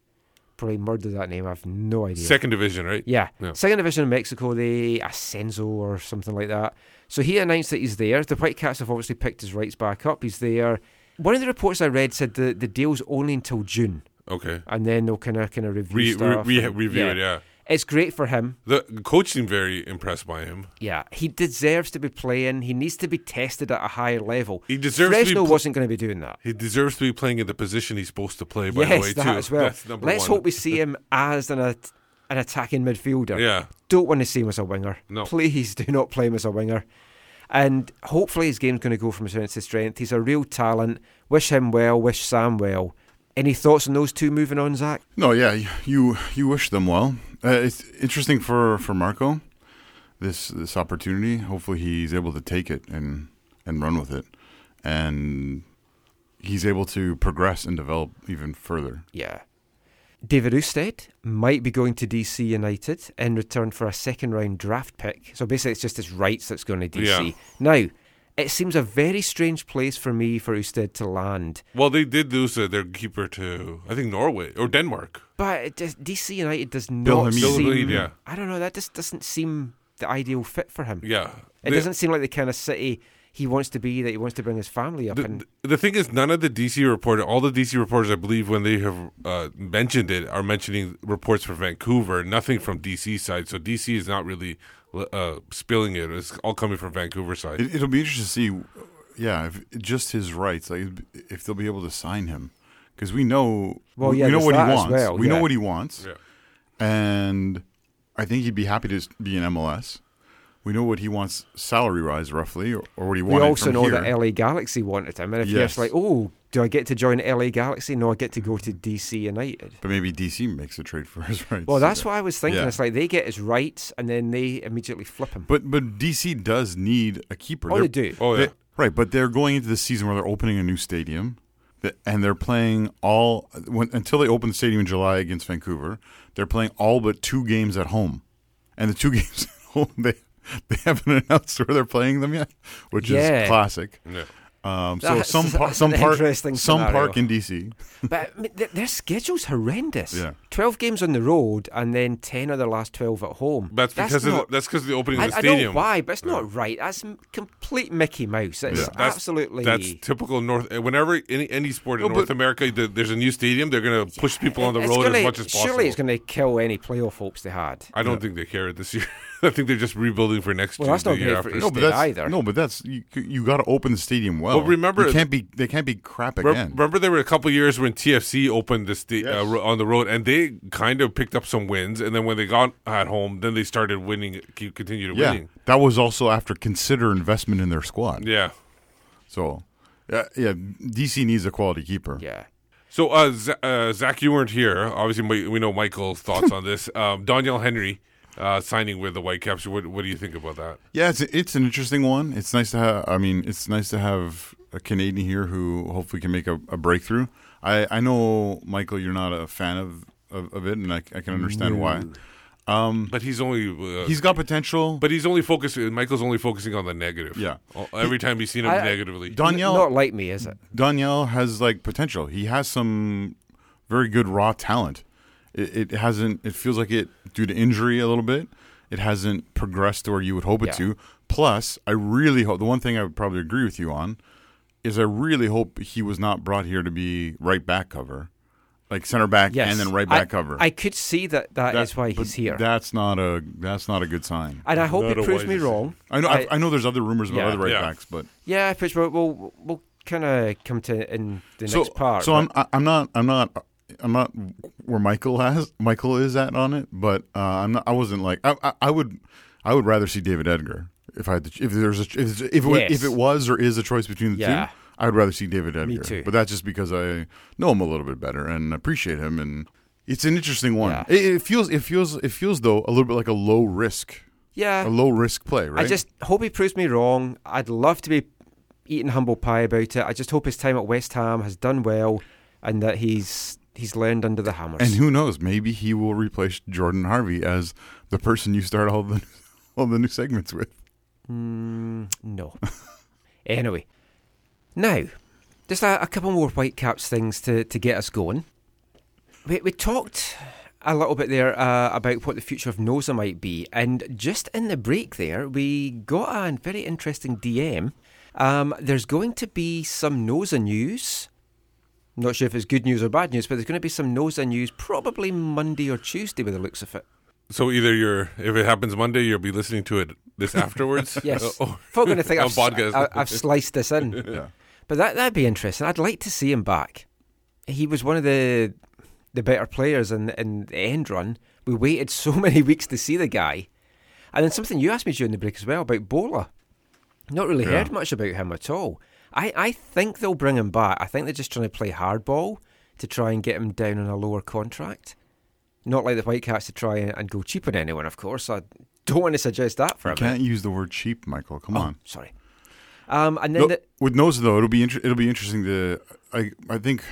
Speaker 5: Probably murdered that name. I've no idea.
Speaker 6: Second division, right?
Speaker 5: Yeah.
Speaker 6: Yeah.
Speaker 5: Second division in Mexico, the Ascenso or something like that. So he announced that he's there. The Whitecaps have obviously picked his rights back up. He's there. One of the reports I read said the, the deal's only until June,
Speaker 6: Okay.
Speaker 5: and then they'll kind of kind of review
Speaker 6: Re- re-
Speaker 5: stuff.
Speaker 6: re-
Speaker 5: and-
Speaker 6: review it. Yeah.
Speaker 5: It's great for him.
Speaker 6: The coach seemed very impressed by him.
Speaker 5: Yeah, he deserves to be playing. He needs to be tested at a higher level.
Speaker 6: He deserves to be
Speaker 5: Fresno
Speaker 6: pl-
Speaker 5: wasn't going to be doing that.
Speaker 6: He deserves to be playing in the position he's supposed to play. By the
Speaker 5: yes,
Speaker 6: way,
Speaker 5: that
Speaker 6: too.
Speaker 5: as well.
Speaker 6: That's number
Speaker 5: Let's
Speaker 6: one.
Speaker 5: hope we see him as an at- an attacking midfielder.
Speaker 6: Yeah.
Speaker 5: Don't want to see him as a winger.
Speaker 6: No.
Speaker 5: Please do not play him as a winger. And hopefully his game's going to go from strength to strength. He's a real talent. Wish him well. Wish Sam well. Any thoughts on those two moving on, Zach?
Speaker 7: No, yeah, y- you you wish them well. Uh, it's interesting for for Marco this this opportunity. Hopefully, he's able to take it and and run with it, and he's able to progress and develop even further.
Speaker 5: Yeah. David Ousted might be going to DC United in return for a second round draft pick. So basically, it's just his rights that's going to DC.
Speaker 6: Yeah.
Speaker 5: Now, It seems a very strange place for me for Usted to land.
Speaker 6: Well, they did lose uh, their keeper to I think Norway or Denmark.
Speaker 5: But it just, DC United does
Speaker 7: Bill
Speaker 5: not
Speaker 7: Hamid.
Speaker 6: Bill
Speaker 5: seem.
Speaker 6: Hamid, yeah.
Speaker 5: I don't know. That just doesn't seem the ideal fit for him.
Speaker 6: Yeah,
Speaker 5: It
Speaker 6: They-
Speaker 5: doesn't seem like the kind of city he wants to be. That he wants to bring his family up in.
Speaker 6: The, the thing is, none of the DC reporter, all the DC reporters, I believe, when they have uh, mentioned it, are mentioning reports for Vancouver. Nothing from DC side. So DC is not really uh, spilling it. It's all coming from Vancouver side.
Speaker 7: It, it'll be interesting to see, yeah, if, just his rights, like if they'll be able to sign him, because we know,
Speaker 5: Well,
Speaker 7: we-
Speaker 5: yeah,
Speaker 7: we know
Speaker 5: there's
Speaker 7: what he
Speaker 5: that as
Speaker 7: wants.
Speaker 5: well,
Speaker 7: we
Speaker 5: yeah.
Speaker 7: know what he wants,
Speaker 6: Yeah.
Speaker 7: and I think he'd be happy to s- be in MLS. We know what he wants salary wise, roughly, or, or what he
Speaker 5: We
Speaker 7: wanted
Speaker 5: also
Speaker 7: from
Speaker 5: know
Speaker 7: here.
Speaker 5: that LA Galaxy wanted him, and if yes.
Speaker 7: Yes.
Speaker 5: like, oh, do I get to join LA Galaxy? No, I get to go to DC United.
Speaker 7: but maybe DC makes a trade for his rights.
Speaker 5: Well, that's
Speaker 7: Yeah.
Speaker 5: what I was thinking.
Speaker 7: Yeah.
Speaker 5: It's like they get his rights, and then they immediately flip him.
Speaker 7: But but DC does need a keeper.
Speaker 5: Oh,
Speaker 7: They're-
Speaker 5: they do.
Speaker 6: Oh yeah.
Speaker 7: They- right, but they're going into the season where they're opening a new stadium, th- and they're playing all when, until they open the stadium in July against Vancouver. They're playing all but two games at home, and the two games at home they they haven't announced where they're playing them yet, which
Speaker 5: Yeah.
Speaker 7: is classic.
Speaker 6: Yeah.
Speaker 7: Um, so
Speaker 5: That's-
Speaker 7: some par-
Speaker 5: that's
Speaker 7: some
Speaker 5: an
Speaker 7: park
Speaker 5: interesting
Speaker 7: some
Speaker 5: scenario.
Speaker 7: park in DC.
Speaker 5: But I mean, th- their schedule's horrendous.
Speaker 7: Yeah.
Speaker 5: Twelve games on the road, and then ten of the last twelve at home.
Speaker 6: That's because of
Speaker 5: not-
Speaker 6: the, that's because of the opening
Speaker 5: I,
Speaker 6: of the
Speaker 5: I
Speaker 6: stadium.
Speaker 5: know why, but it's not right. That's m- complete Mickey Mouse. It's
Speaker 7: Yeah.
Speaker 6: That's,
Speaker 5: absolutely.
Speaker 6: That's typical North. uh, Whenever any any sport in
Speaker 7: No, but-
Speaker 6: North America, the, there's a new stadium. They're going to push people on the
Speaker 5: It's
Speaker 6: road
Speaker 5: gonna-
Speaker 6: as much as possible.
Speaker 5: Surely it's going to kill any playoff hopes they had.
Speaker 6: I don't think they care this year. I think they're just rebuilding for next
Speaker 5: Well,
Speaker 6: year.
Speaker 5: that's not
Speaker 6: the year
Speaker 5: good for
Speaker 6: after.
Speaker 5: East
Speaker 7: No, but
Speaker 5: Did
Speaker 7: that's
Speaker 5: either.
Speaker 7: no, but that's you, you got to open the stadium well.
Speaker 6: Well, remember-
Speaker 7: you can't be they can't be crap
Speaker 6: Re-
Speaker 7: again.
Speaker 6: Remember, there were a couple years when TFC opened the sta- uh,
Speaker 7: Yes.
Speaker 6: ro- on the road, and they kind of picked up some wins. And then when they got at home, then they started winning, c- continued
Speaker 7: yeah,
Speaker 6: winning.
Speaker 7: that was also after consider investment in their squad.
Speaker 6: Yeah.
Speaker 7: So, yeah, yeah, DC needs a quality keeper.
Speaker 5: Yeah.
Speaker 6: So, uh, Z- uh, Zach, you weren't here. Obviously, my- we know Michael's thoughts on this. Um, Daniel Henry uh, signing with the Whitecaps. What, what do you think about that?
Speaker 7: Yeah, it's it's an interesting one. It's nice to have. I mean, it's nice to have a Canadian here who hopefully can make a, a breakthrough. I I know Michael, you're not a fan of of, of it, and I, I can understand why.
Speaker 6: But he's only uh,
Speaker 7: He's got potential, but
Speaker 6: but he's only focusing. Michael's only focusing on the negative.
Speaker 7: Yeah.
Speaker 6: Uh, Every time he's seen him
Speaker 5: I- I-
Speaker 6: negatively.
Speaker 7: Danielle
Speaker 5: Not like me, is it?
Speaker 7: Danielle has like potential. He has some very good raw talent. It, it hasn't. It feels like it due to injury a little bit. It hasn't progressed to where you would hope it
Speaker 5: Yeah.
Speaker 7: to. Plus, I really hope the one thing I would probably agree with you on is I really hope he was not brought here to be right back cover, like center back
Speaker 5: Yes.
Speaker 7: and then right
Speaker 5: I-
Speaker 7: back cover.
Speaker 5: I could see that that
Speaker 7: That-
Speaker 5: is why
Speaker 7: but
Speaker 5: he's here.
Speaker 7: That's not a that's not a good sign.
Speaker 5: and I hope
Speaker 6: Not
Speaker 5: it
Speaker 6: a
Speaker 5: proves
Speaker 6: wise
Speaker 5: me
Speaker 6: decision.
Speaker 5: wrong.
Speaker 7: I know. I, I know. There's other rumors about
Speaker 5: Yeah.
Speaker 7: other right
Speaker 6: Yeah.
Speaker 7: backs, but
Speaker 5: Yeah, which we'll, we'll, we'll kind of come to in the next part.
Speaker 7: So
Speaker 5: but-
Speaker 7: I'm I- I'm not I'm not I'm not where Michael has Michael is at on it, but uh, I'm not. I wasn't like I, I I would I would rather see David Edgar if I had to, ch- if there's a ch- if if it, was-
Speaker 5: Yes.
Speaker 7: if it was or is a choice between the
Speaker 5: Yeah.
Speaker 7: two. I would rather see David Edgar,
Speaker 5: too.
Speaker 7: but that's just because I know him a little bit better and appreciate him, and it's an interesting one.
Speaker 5: Yeah.
Speaker 7: It, it feels it feels it feels though a little bit like a low risk
Speaker 5: yeah.
Speaker 7: a low risk play, right?
Speaker 5: I just hope he proves me wrong. I'd love to be eating humble pie about it. I just hope his time at West Ham has done well and that he's he's learned under the hammers.
Speaker 7: And who knows? Maybe he will replace Jordan Harvey as the person you start all the all the new segments with.
Speaker 5: No. anyway, now, just a, a couple more Whitecaps things to, to get us going. We, we talked a little bit there uh, about what the future of Noza might be, and just in the break there, we got a very interesting DM. Um, there's going to be some Noza news. Not sure if it's good news or bad news, but there's going to be some Noza news probably Monday or Tuesday by the looks of it.
Speaker 6: So either you're, if it happens Monday, you'll be listening to it this afterwards.
Speaker 5: Yes.
Speaker 6: Or-
Speaker 5: Folk going to think
Speaker 6: Oh. on
Speaker 5: I've,
Speaker 6: podcast.
Speaker 5: I, have sliced this in. But that, that'd be interesting. I'd like to see him back. He was one of the the better players in, in the end run. We waited so many weeks to see the guy. And then something you asked me during the break as well about Bola. Not really heard much about him at all. I, I think they'll bring him back. I think they're just trying to play hardball to try and get him down on a lower contract. Not like the Whitecaps to try and, and go cheap on anyone, of course. I don't want to suggest that for
Speaker 7: You
Speaker 5: a minute.
Speaker 7: can't use the word cheap, Michael. Come on.
Speaker 5: Sorry. Um, and Oh. then
Speaker 7: No,
Speaker 5: the,
Speaker 7: with Noza though, it'll be inter- it'll be interesting to. I I think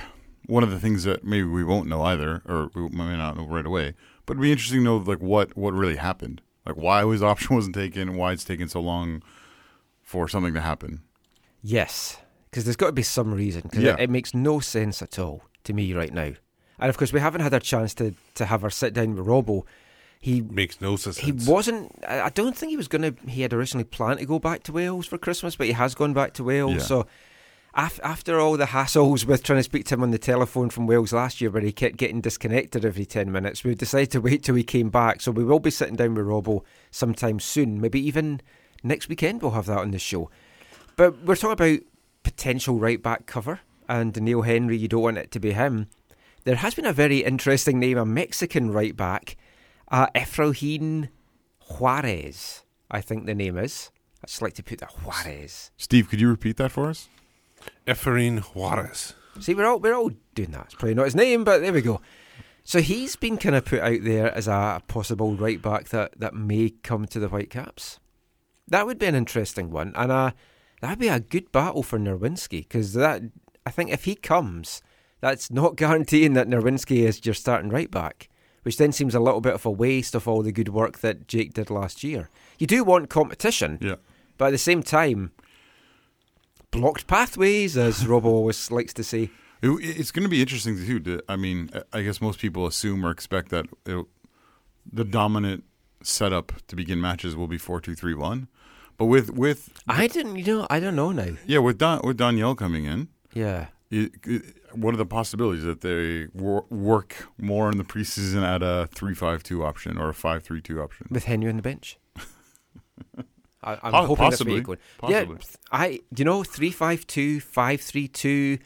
Speaker 7: one of the things that maybe we won't know either, or we may not know right away, but it'd be interesting to know like what what really happened, like why his option wasn't taken, and why it's taken so long for something to happen.
Speaker 5: Yes, because there's got to be some reason. 'cause
Speaker 7: Yeah.
Speaker 5: it, it makes no sense at all to me right now. And of course, we haven't had our chance to, to have our sit down with Robbo. He
Speaker 6: Makes no sense.
Speaker 5: he wasn't. I I don't think he was going to. He had originally planned to go back to Wales for Christmas, but he has gone back to Wales.
Speaker 7: Yeah.
Speaker 5: So af- after all the hassles with trying to speak to him on the telephone from Wales last year, where he kept getting disconnected every ten minutes, we decided to wait till he came back. So we will be sitting down with Robbo sometime soon. Maybe even next weekend we'll have that on the show. But we're talking about potential right back cover and Neil Henry. You don't want it to be him. There has been a very interesting name, a Mexican right back, uh, Efrain Juarez. I think the name is. I just like to put that Juarez.
Speaker 7: Steve, could you repeat that for us?
Speaker 6: Efrain Juarez.
Speaker 5: See, we're all we're all doing that. It's probably not his name, but there we go. So he's been kind of put out there as a possible right back that that may come to the Whitecaps. That would be an interesting one, and uh, that'd be a good battle for Nerwinski because that I think if he comes, that's not guaranteeing that Nerwinski is your starting right back, which then seems a little bit of a waste of all the good work that Jake did last year. You do want competition,
Speaker 7: Yeah.
Speaker 5: but at the same time, blocked pathways, as Rob always likes to say.
Speaker 7: It, it's going to be interesting too. To, I mean, I- I guess most people assume or expect that it, the dominant setup to begin matches will be four two three one, but with with
Speaker 5: I didn't, you know, I don't know now.
Speaker 7: yeah with Don, with Danielle coming in,
Speaker 5: Yeah.
Speaker 7: it, it- what are the possibilities that they wor- work more in the preseason at a three five two option or a five three two option?
Speaker 5: With Henry on the bench. I, I'm
Speaker 7: Po-
Speaker 5: hoping
Speaker 7: possibly.
Speaker 5: that's where you're going.
Speaker 7: Possibly.
Speaker 5: Yeah, I, you know, 352, 532.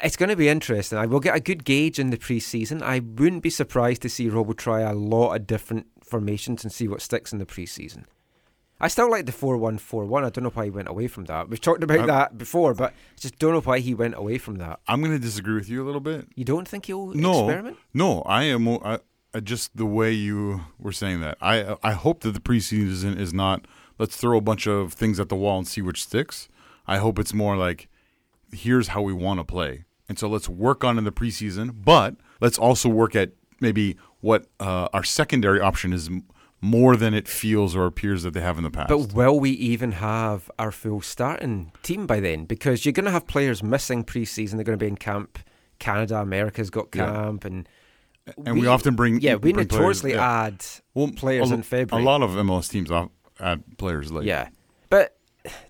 Speaker 5: It's going to be interesting. I will get a good gauge in the preseason. I wouldn't be surprised to see Robo try a lot of different formations and see what sticks in the preseason. I still like the 4 1 4 1. I don't know why he went away from that. We've talked about
Speaker 7: I'm-
Speaker 5: that before, but I just don't know why he went away from that.
Speaker 7: I'm going to disagree with you a little bit.
Speaker 5: You don't think he'll
Speaker 7: no,
Speaker 5: experiment?
Speaker 7: No, I am. I, I just the way you were saying that. I I hope that the preseason is not let's throw a bunch of things at the wall and see which sticks. I hope it's more like here's how we want to play, and so let's work on in the preseason, but let's also work at maybe what uh, our secondary option is m- more than it feels or appears that they have in the past.
Speaker 5: But will we even have our full starting team by then? Because you're going to have players missing preseason. They're going to be in camp. Canada, America's got
Speaker 7: Yeah.
Speaker 5: camp, and
Speaker 7: And we often bring-
Speaker 5: yeah we
Speaker 7: bring players-
Speaker 5: notoriously
Speaker 7: yeah.
Speaker 5: add players
Speaker 7: a,
Speaker 5: in February.
Speaker 7: A lot of MLS teams off- add players late.
Speaker 5: yeah, but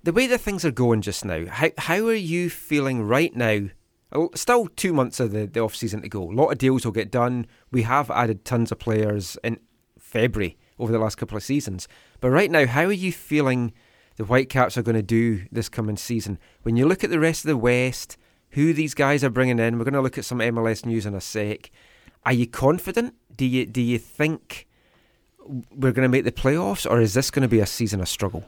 Speaker 5: the way that things are going just now, how how are you feeling right now? Oh, Still two months of the, the off season to go. A lot of deals will get done. We have added tons of players in February over the last couple of seasons. But right now, how are you feeling the Whitecaps are going to do this coming season? When you look at the rest of the West, who these guys are bringing in, we're going to look at some MLS news in a sec. Are you confident? Do you do you think we're going to make the playoffs, or is this going to be a season of struggle?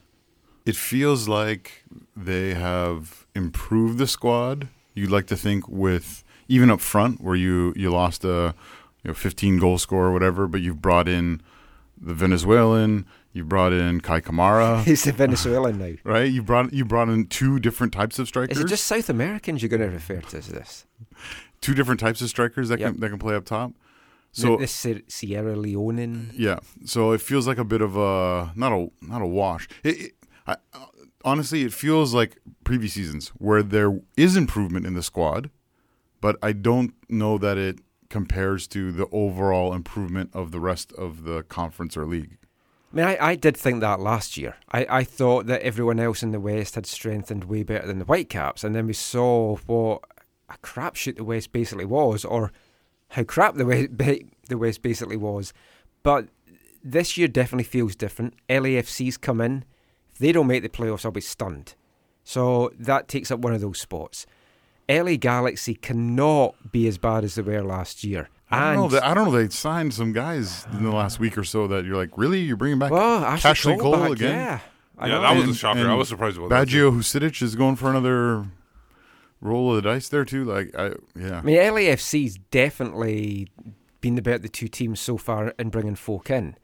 Speaker 7: it feels like they have improved the squad. You'd like to think with even up front where you you lost a you know 15 goal scorer or whatever, but you've brought in the Venezuelan, you brought in Kai Kamara,
Speaker 5: He's a Venezuelan now.
Speaker 7: right? You brought you brought in two different types of strikers.
Speaker 5: Is it just South Americans you're going to refer to as this?
Speaker 7: two different types of strikers that
Speaker 5: Yep.
Speaker 7: can that can play up top?
Speaker 5: So
Speaker 7: So
Speaker 5: the, Sierra Sierra Leonean.
Speaker 7: Yeah, so it feels like a bit of a not a not a wash. It, it, I, honestly, it feels like previous seasons where there is improvement in the squad, but I don't know that it compares to the overall improvement of the rest of the conference or league.
Speaker 5: I mean, I, I did think that last year. I, I thought that everyone else in the West had strengthened way better than the Whitecaps, and then we saw what a crapshoot the West basically was, or how crap the West ba- the West basically was. But this year definitely feels different. LAFC's come in. If they don't make the playoffs, I'll be stunned. So that takes up one of those spots. LA Galaxy cannot be as bad as they were last year.
Speaker 7: I don't
Speaker 5: And-
Speaker 7: know. That, I don't know. They signed some guys in the last week or so that you're like, really, you're bringing back
Speaker 5: Well, Ashley,
Speaker 7: Ashley
Speaker 5: Cole,
Speaker 7: Cole,
Speaker 5: back,
Speaker 7: again?
Speaker 5: Yeah, I
Speaker 6: Yeah,
Speaker 5: know.
Speaker 6: that was a
Speaker 7: And-
Speaker 6: shocker.
Speaker 7: and
Speaker 6: I was surprised about that.
Speaker 7: Baggio Husidic is going for another roll of the dice there too. Like, I yeah.
Speaker 5: I mean, LAFC's definitely been the better of the two teams so far in bringing folk in.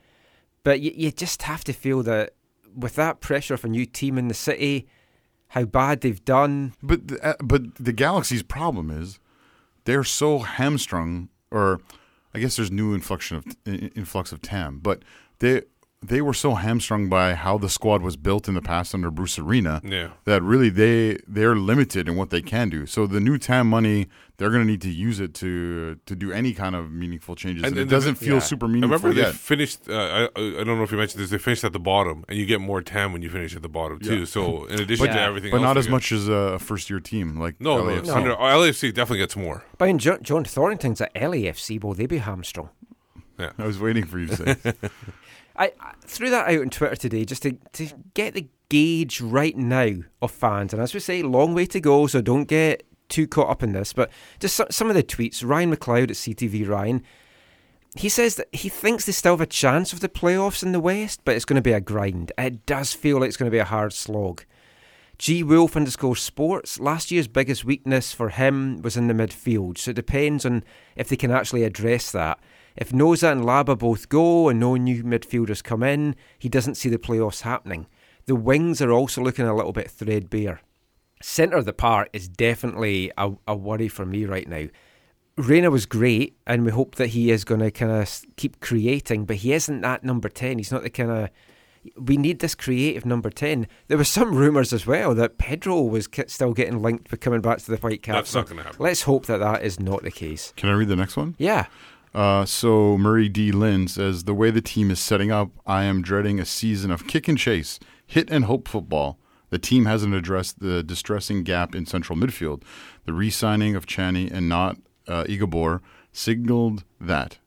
Speaker 5: But you, you just have to feel that with that pressure of a new team in the city, how bad they've done.
Speaker 7: But the, uh, but the galaxy's problem is they're so hamstrung, or I guess there's new inflection of in- influx of TAM, but they they were so hamstrung by how the squad was built in the past under Bruce Arena
Speaker 6: Yeah.
Speaker 7: that really they they're limited in what they can do. So the new TAM money, they're going to need to use it to to do any kind of meaningful changes. And,
Speaker 6: And-
Speaker 7: it
Speaker 6: and the-
Speaker 7: doesn't feel
Speaker 5: yeah.
Speaker 7: super
Speaker 6: I
Speaker 7: meaningful
Speaker 6: remember they
Speaker 7: yet.
Speaker 6: finished. Uh, I I don't know if you mentioned this. They finished at the bottom, and you get more TAM when you finish at the bottom too.
Speaker 7: Yeah.
Speaker 6: So in addition
Speaker 5: But-
Speaker 6: to everything,
Speaker 7: but
Speaker 6: else
Speaker 7: not
Speaker 6: they
Speaker 7: as
Speaker 6: get-
Speaker 7: much as a first year team like
Speaker 6: No,
Speaker 7: LAFC.
Speaker 6: no. Under, LAFC definitely gets more.
Speaker 5: But in John, John Thornton's at LAFC, will they be hamstrung?
Speaker 7: I was waiting for you to say. it.
Speaker 5: I, I threw that out on Twitter today just to, to get the gauge right now of fans. And as we say, long way to go, so don't get too caught up in this. But just some, some of the tweets. Ryan McLeod at CTV Ryan, he says that he thinks they still have a chance of the playoffs in the West, but it's going to be a grind. It does feel like it's going to be a hard slog. G Wolf underscore sports. Last year's biggest weakness for him was in the midfield, so it depends on if they can actually address that. If Noza and Laba both go and no new midfielders come in, he doesn't see the playoffs happening. The wings are also looking a little bit threadbare. Centre of the park is definitely a, a worry for me right now. Reina was great, and we hope that he is going to kind of keep creating, but he isn't that number 10. He's not the kind of. We need this creative number 10. There were some rumours as well that Pedro was ki- still getting linked with coming back to the White Caps.
Speaker 6: That's not gonna happen.
Speaker 5: Let's hope that that is not the case.
Speaker 7: Can I read the next one?
Speaker 5: Yeah.
Speaker 7: Uh, so Murray D. Lynn says the way the team is setting up, I am dreading a season of kick and chase, hit and hope football. The team hasn't addressed the distressing gap in central midfield. The re-signing of Chani and not uh, Igabor signaled that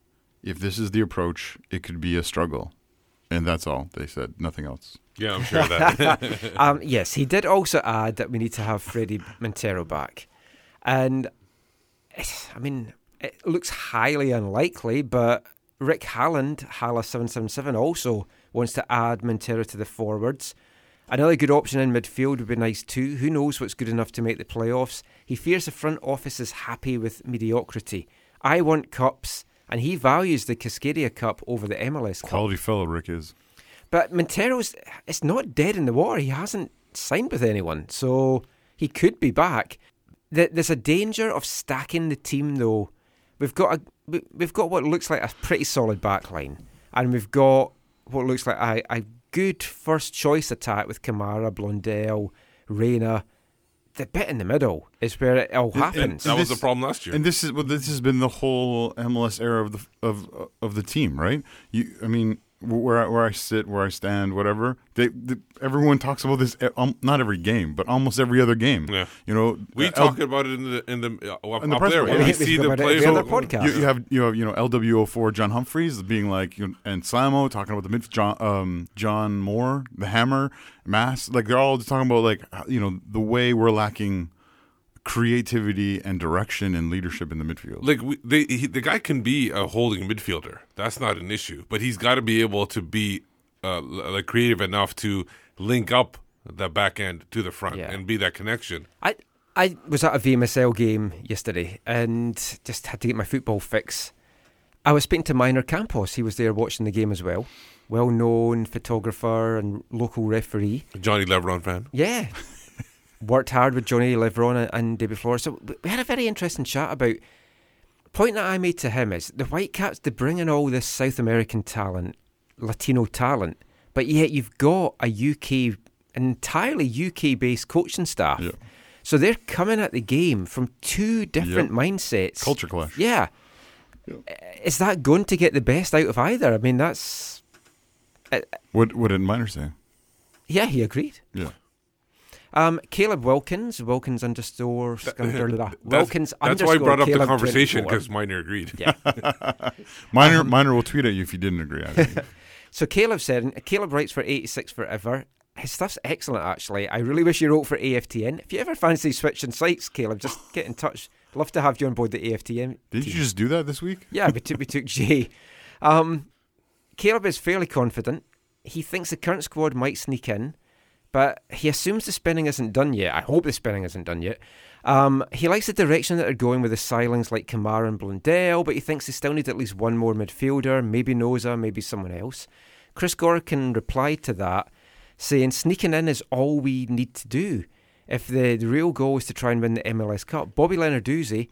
Speaker 7: if this is the approach, it could be a struggle. And that's all they said. Nothing else.
Speaker 6: Yeah, I'm sure of that.
Speaker 5: Um, yes, he did also add that we need to have Freddie Montero back. And, it's- I mean, it looks highly unlikely, but Rick Halland, Hala777, also wants to add Montero to the forwards. Another good option in midfield would be nice too. Who knows what's good enough to make the playoffs? He fears the front office is happy with mediocrity. I want cups, and he values the Cascadia Cup over the MLS Cup.
Speaker 7: Quality fellow Rick is.
Speaker 5: But Montero's it's not dead in the water. He hasn't signed with anyone, so he could be back. Th- There's a danger of stacking the team, though. We've got a we- we've got what looks like a pretty solid back line, and we've got what looks like a, a good first choice attack with Kamara, Blondell, Reina. The bit in the middle is where it all happens.
Speaker 6: that was
Speaker 7: this-
Speaker 6: the problem last year.
Speaker 7: And this is well, this has been the whole MLS era of the of of the team, right? You, I mean, where I, where I sit, where I stand, whatever. They, they everyone talks about this. e- Um, not every game, but almost every other game.
Speaker 6: Yeah.
Speaker 7: you know,
Speaker 6: we
Speaker 7: uh,
Speaker 6: talk about it in the in the uh, up,
Speaker 7: In the
Speaker 6: up
Speaker 7: press
Speaker 6: there
Speaker 7: box.
Speaker 6: when we
Speaker 7: Yeah,
Speaker 5: we
Speaker 6: see
Speaker 5: talk
Speaker 6: the
Speaker 5: about it
Speaker 6: players.
Speaker 5: every
Speaker 6: So-
Speaker 5: other podcast.
Speaker 7: You, you have you have you know LWO4 John Humphreys being like you know, and Slamo talking about the mid John um, John Moore the Hammer Mass like they're all just talking about like you know the way we're lacking creativity and direction and leadership in the midfield.
Speaker 6: Like we, they, he, the guy can be a holding midfielder. That's not an issue, but he's got to be able to be uh, l- like creative enough to link up the back end to the front
Speaker 5: Yeah.
Speaker 6: and be that connection.
Speaker 5: I I was at a VMSL game yesterday and just had to get my football fix. I was speaking to Minor Campos. He was there watching the game as well. Well known photographer and local referee.
Speaker 6: Johnny Leveron fan.
Speaker 5: Yeah. Worked hard with Johnny Leveron and- and David Flores. So we- we had a very interesting chat about. Point that I made to him is the Whitecaps, they bring in all this South American talent, Latino talent, but yet you've got a UK, an entirely UK based coaching staff.
Speaker 7: Yeah.
Speaker 5: So they're coming at the game from two different
Speaker 7: Yep.
Speaker 5: mindsets.
Speaker 7: Culture clash.
Speaker 5: Yeah. Is that going to get the best out of either? I mean, that's.
Speaker 7: What what did Miner say?
Speaker 5: Yeah, he agreed.
Speaker 7: Yeah.
Speaker 5: Um, Caleb Wilkins, Wilkins underscore Wilkins
Speaker 6: That's
Speaker 5: underscore.
Speaker 6: why I brought up the
Speaker 5: Caleb
Speaker 6: conversation
Speaker 5: 24.
Speaker 6: because Miner agreed.
Speaker 5: Yeah.
Speaker 7: Miner
Speaker 5: Um,
Speaker 7: Miner will tweet at you if you didn't agree. I think.
Speaker 5: So Caleb said, and Caleb writes for 86 forever. His stuff's excellent, actually. I really wish you wrote for AFTN. If you ever fancy switching sites, Caleb, just get in touch. Love to have you on board the AFTN.
Speaker 7: Did you
Speaker 5: team.
Speaker 7: just do that this week?
Speaker 5: Yeah, we took we took Jay. Um, Caleb is fairly confident. He thinks the current squad might sneak in, but he assumes the spinning isn't done yet. I hope the spinning isn't done yet. Um, he likes the direction that they're going with the silings like Kamara and Blundell, but he thinks they still need at least one more midfielder, maybe Noza, maybe someone else. Chris Gorkin replied to that, saying sneaking in is all we need to do. If the, the real goal is to try and win the MLS Cup, Bobby Leonarduzzi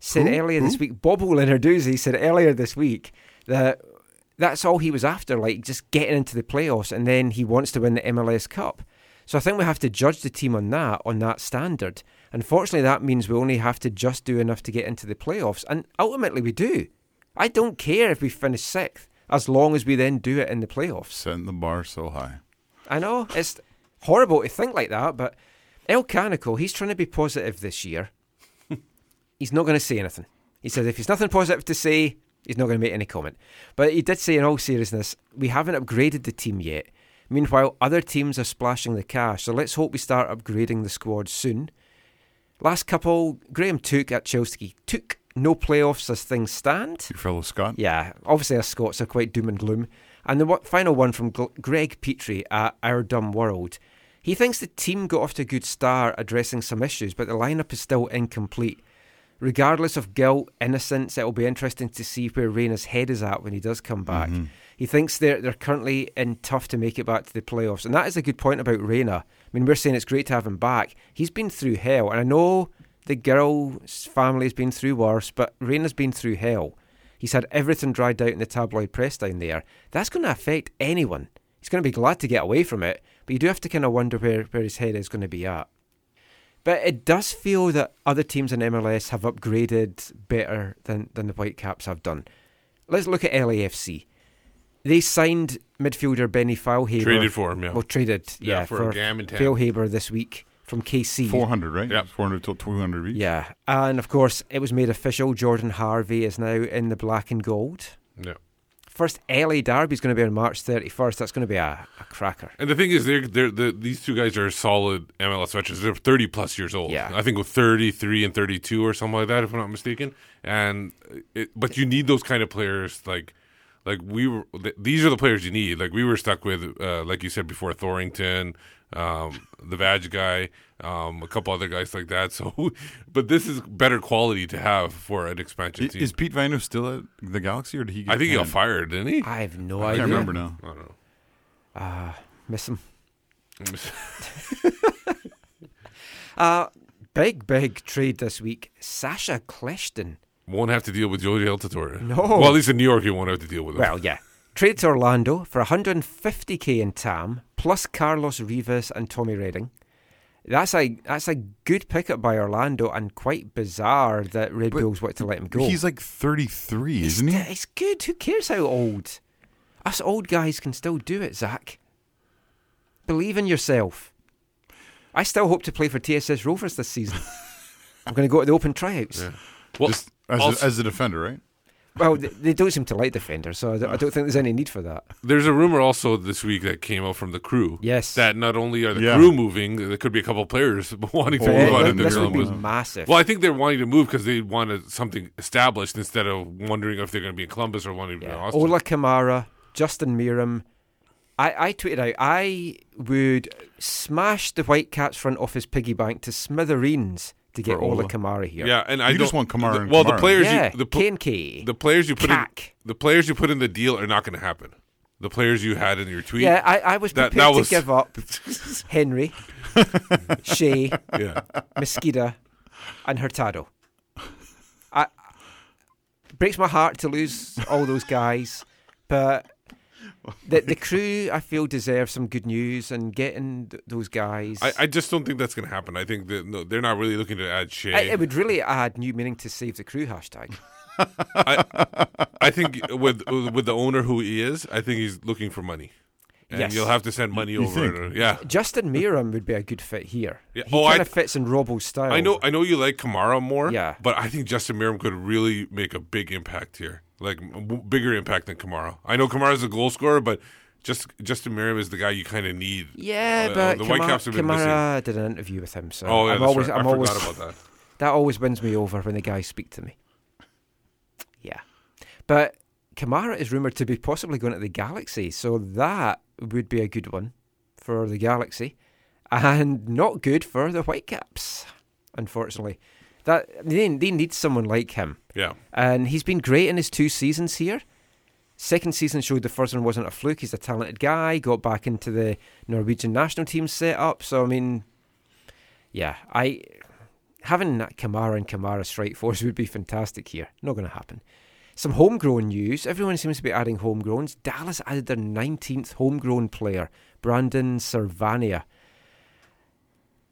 Speaker 5: said
Speaker 7: Who?
Speaker 5: earlier
Speaker 7: Who?
Speaker 5: this week, Bobo Leonarduzzi said earlier this week that that's all he was after, like just getting into the playoffs, and then he wants to win the MLS Cup. So I think we have to judge the team on that, on that standard. Unfortunately, that means we only have to just do enough to get into the playoffs, and ultimately we do. I don't care if we finish sixth, as long as we then do it in the playoffs.
Speaker 7: Setting the bar so high.
Speaker 5: I know it's horrible to think like that, but El Canico, he's trying to be positive this year. he's not going to say anything. He said if he's nothing positive to say, he's not going to make any comment. But he did say, in all seriousness, we haven't upgraded the team yet. Meanwhile, other teams are splashing the cash, so let's hope we start upgrading the squad soon. Last couple, Graham Took at Chelsea took no playoffs as things stand.
Speaker 7: Your fellow Scott.
Speaker 5: Yeah, obviously us Scots are quite doom and gloom. And the one, final one from Gl- Greg Petrie at Our Dumb World. He thinks the team got off to a good start addressing some issues, but the lineup is still incomplete. Regardless of guilt, innocence, it'll be interesting to see where Reina's head is at when he does come back. He thinks they're they're currently in tough to make it back to the playoffs, and that is a good point about Reina. I mean, we're saying it's great to have him back. He's been through hell, and I know the girl's family has been through worse, but Reina's been through hell. He's had everything dried out in the tabloid press down there. That's going to affect anyone. He's going to be glad to get away from it, but you do have to kind of wonder where, where his head is going to be at. But it does feel that other teams in MLS have upgraded better than, than the Whitecaps have done. Let's look at LAFC. They signed midfielder Benny Failhaber.
Speaker 6: Traded for him, yeah.
Speaker 5: Well, traded, yeah,
Speaker 6: Yeah, for Gam and Tam.
Speaker 5: Failhaber this week from KC.
Speaker 7: 400, right?
Speaker 6: Yeah.
Speaker 7: 400 till 200 each.
Speaker 5: Yeah, and of course it was made official. Jordan Harvey is now in the black and gold.
Speaker 6: Yeah.
Speaker 5: First LA derby is going to be on March 31st. That's going to be a, a cracker.
Speaker 6: And the thing is, they're, they're, the these two guys are solid MLS veterans. They're 30 plus years old.
Speaker 5: Yeah.
Speaker 6: I think with 33 and 32 or something like that, if I'm not mistaken. And it, but you need those kind of players. Like, like we were, th- these are the players you need. Like we were stuck with, uh, like you said before, Thorington, um, the Vag guy, um, a couple other guys like that. So, but this is better quality to have for an expansion
Speaker 7: I-
Speaker 6: team.
Speaker 7: Is Pete Vino still at the Galaxy, or did he? Get
Speaker 6: I think he got
Speaker 7: canned?
Speaker 6: fired, didn't he?
Speaker 5: I have no
Speaker 7: I
Speaker 5: idea.
Speaker 7: can't remember now.
Speaker 6: I don't know.
Speaker 5: Miss him. Big big trade this week. Sasha Clishton.
Speaker 6: Won't have to deal with Jody El Torre.
Speaker 5: No.
Speaker 6: Well, at least in New York, you won't have to deal with him.
Speaker 5: Well, yeah. Trade to Orlando for 150k in Tam plus Carlos Rivas and Tommy Redding. That's a that's a good pickup by Orlando and quite bizarre that Red Bulls wanted to let him go.
Speaker 7: He's like 33, isn't
Speaker 5: Yeah,
Speaker 7: he?
Speaker 5: It's good. Who cares how old? Us old guys can still do it, Zach. Believe in yourself. I still hope to play for TSS Rovers this season. I'm going to go to the open tryouts.
Speaker 6: Well,
Speaker 7: Just as,
Speaker 6: also-
Speaker 7: a, as a defender, right?
Speaker 5: Well, th- they don't seem to like defenders, so I don't, I don't think there's any need for that.
Speaker 6: there's a rumor also this week that came out from the crew.
Speaker 5: Yes.
Speaker 6: That not only are the
Speaker 7: Yeah.
Speaker 6: crew moving, there could be a couple players wanting to
Speaker 7: Oh,
Speaker 6: move
Speaker 7: yeah,
Speaker 6: out
Speaker 5: Th-
Speaker 6: of the
Speaker 5: this would be
Speaker 6: Columbus.
Speaker 5: massive.
Speaker 6: Well, I think they're wanting to move because they wanted something established instead of wondering if they're going to be in Columbus or wanting to be in
Speaker 5: Yeah.
Speaker 7: Oh,
Speaker 6: Austin.
Speaker 5: Ola Kamara, Justin Miram. I, I tweeted out, I would smash the Whitecaps front office piggy bank to smithereens to get
Speaker 7: For
Speaker 5: Ola
Speaker 7: Ola.
Speaker 5: Kamara here.
Speaker 6: yeah, and I
Speaker 7: You just
Speaker 6: don't-
Speaker 7: want Kamara
Speaker 6: the-
Speaker 7: and
Speaker 6: well, the
Speaker 7: Kamara.
Speaker 6: players,
Speaker 5: Yeah,
Speaker 6: you, the, pl-
Speaker 5: K&K.
Speaker 6: the players you put
Speaker 5: Cack.
Speaker 6: in, the players you put in the deal are not going to happen. The players you had in your tweet,
Speaker 5: Yeah, I, I was
Speaker 6: That-
Speaker 5: prepared
Speaker 6: that was-
Speaker 5: to give up Henry, Shea,
Speaker 6: yeah,
Speaker 5: Mosqueda, and Hurtado. I breaks my heart to lose all those guys, but the the crew I feel deserve some good news and getting th- those guys.
Speaker 6: I, I just don't think that's going to happen. I think that no, they're not really looking to add Shea.
Speaker 5: I- it would really add new meaning to save the crew hashtag.
Speaker 6: I think with with the owner who he is, I think he's looking for money, and
Speaker 5: Yes.
Speaker 6: you'll have to send money
Speaker 7: You
Speaker 6: over. Yeah,
Speaker 5: Justin Miram would be a good fit here.
Speaker 6: Yeah,
Speaker 5: He
Speaker 6: oh, I-
Speaker 5: kind of fits in Robbo's style.
Speaker 6: I know. I know you like Kamara more.
Speaker 5: Yeah.
Speaker 6: but I think Justin Miram could really make a big impact here, like a w- bigger impact than Kamara. I know Kamara's a goal scorer, but just Justin Miram is the guy you kind of need.
Speaker 5: Yeah,
Speaker 6: Uh,
Speaker 5: but
Speaker 6: the
Speaker 5: Kama-
Speaker 6: Whitecaps have been missing.
Speaker 5: Kamara did an interview with him, so
Speaker 6: Oh, yeah,
Speaker 5: I'm
Speaker 6: that's
Speaker 5: always
Speaker 6: right.
Speaker 5: I'm
Speaker 6: I
Speaker 5: always
Speaker 6: forgot about that.
Speaker 5: That always wins me over when the guys speak to me. Yeah. But Kamara is rumoured to be possibly going to the Galaxy, so that would be a good one for the Galaxy. And not good for the Whitecaps, unfortunately. That they, they need someone like him.
Speaker 6: Yeah,
Speaker 5: And he's been great in his two seasons here. Second season showed the first one wasn't a fluke. He's a talented guy, got back into the Norwegian national team setup. So, I mean, yeah, I having that Kamara and Kamara strike force would be fantastic here. Not going to happen. Some homegrown news. Everyone seems to be adding homegrowns. Dallas added their 19th homegrown player, Brandon Servania.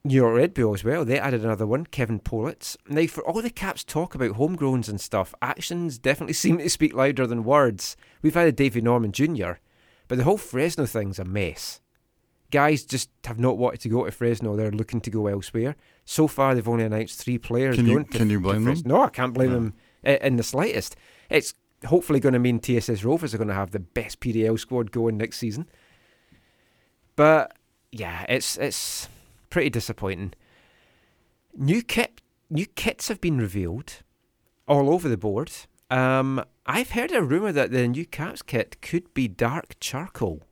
Speaker 5: New York Red Bull as well. They added another one, Kevin Politz. Now, for all the Caps talk about homegrowns and stuff, actions definitely seem to speak louder than words. We've had a Davy Norman Jr., but the whole Fresno thing's a mess. Guys just have not wanted to go to Fresno. They're looking to go elsewhere. So far, they've only announced three players
Speaker 7: Can you-
Speaker 5: going to-
Speaker 7: can you
Speaker 5: to
Speaker 7: blame them?
Speaker 5: Fresno. No, I can't blame them i- in the slightest. It's hopefully going to mean TSS Rovers are going to have the best PDL squad going next season. But yeah, it's it's pretty disappointing. New kit new kits have been revealed all over the board. Um, I've heard a rumor that the new Caps kit could be dark charcoal.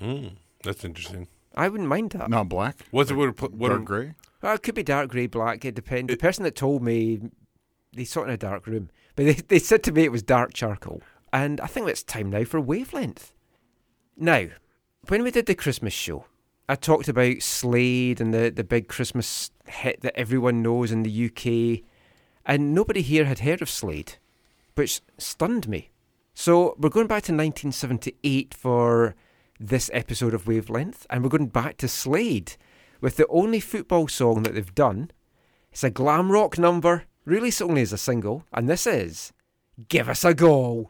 Speaker 6: Mm, that's interesting.
Speaker 5: I wouldn't mind that.
Speaker 7: Not black.
Speaker 6: What's it? What? are pl- What?
Speaker 7: Dark
Speaker 6: are-
Speaker 7: gray.
Speaker 5: Well, it could be dark grey, black. It depends. The person that told me, they saw it in a dark room, but they, they said to me it was dark charcoal. And I think it's time now for wavelength. Now, when we did the Christmas show, I talked about Slade and the, the big Christmas hit that everyone knows in the UK, and nobody here had heard of Slade, which stunned me. So we're going back to 1978 for this episode of Wavelength, and we're going back to Slade with the only football song that they've done. It's a glam rock number, released only as a single, and this is Give Us a Goal.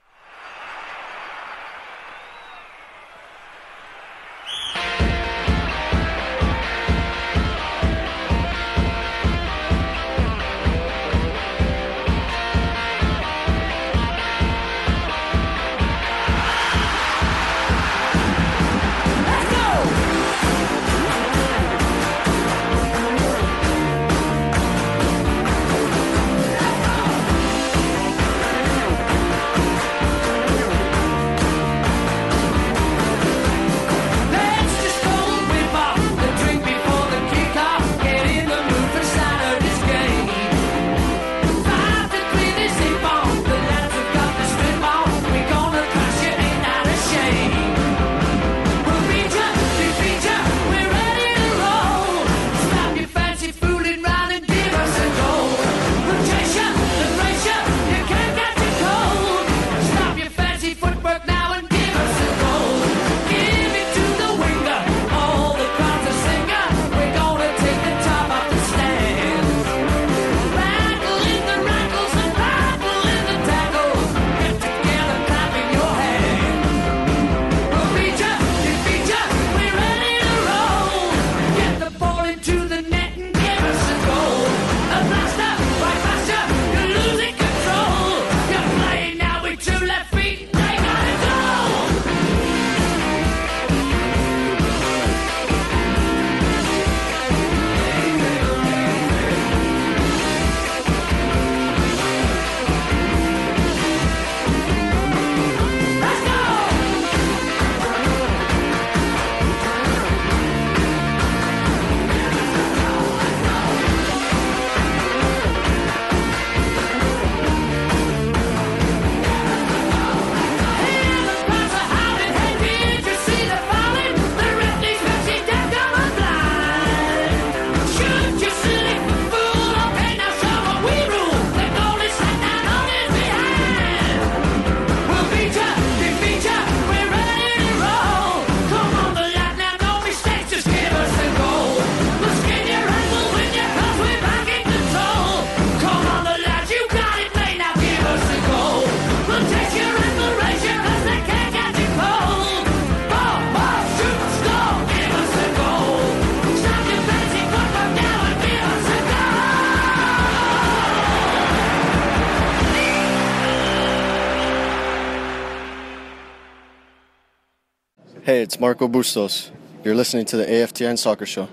Speaker 8: Let's just go and whip up the drink before the kickoff. Get in the mood for Saturday's game. Five to three, they zip on. The lads have got the strip on. We gonna crush you, ain't that a shame? We'll beat ya, defeat ya. We're ready to roll. Stop your fancy fooling 'round and give us a goal. We'll chase ya, then race ya. You can't catch a cold. Stop your fancy footwork now and give us a goal. Give it to the winger. All the crowd's a singer. We're gonna take the top off the stand. Rattle in the rattles and rattle in the tackles. Get together, clapping your hands. We'll beat ya, defeat ya, we're ready to roll. Get the ball into the net and give us a goal. A blaster, right past ya, you're losing control. You're playing now with two left feet, they gotta go. Let's go! You got it, mate, now give us a goal. We'll take your admiration as they can't get you cold. Ball, ball, shoot, score, give us a goal. Stop your fancy football now and give us a goal.
Speaker 9: Hey, it's Marco Bustos. You're listening to the AFTN Soccer Show.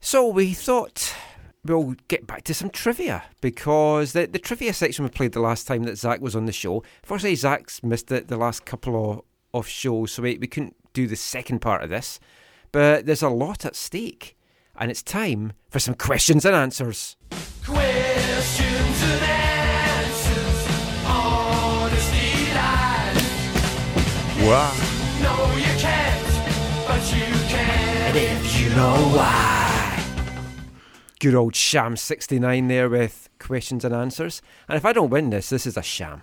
Speaker 5: So we thought we'll get back to some trivia because the, the trivia section we played the last time that Zach was on the show. Fortunately, Zach's missed it the last couple of, of shows, so we, we couldn't do the second part of this. But there's a lot at stake, and it's time for some questions and answers.
Speaker 8: Questions and answers, honesty lies.
Speaker 7: Wow.
Speaker 8: No, you can't, but you can if you know why.
Speaker 5: Good old Sham 69 there with questions and answers. And if I don't win this, this is a sham.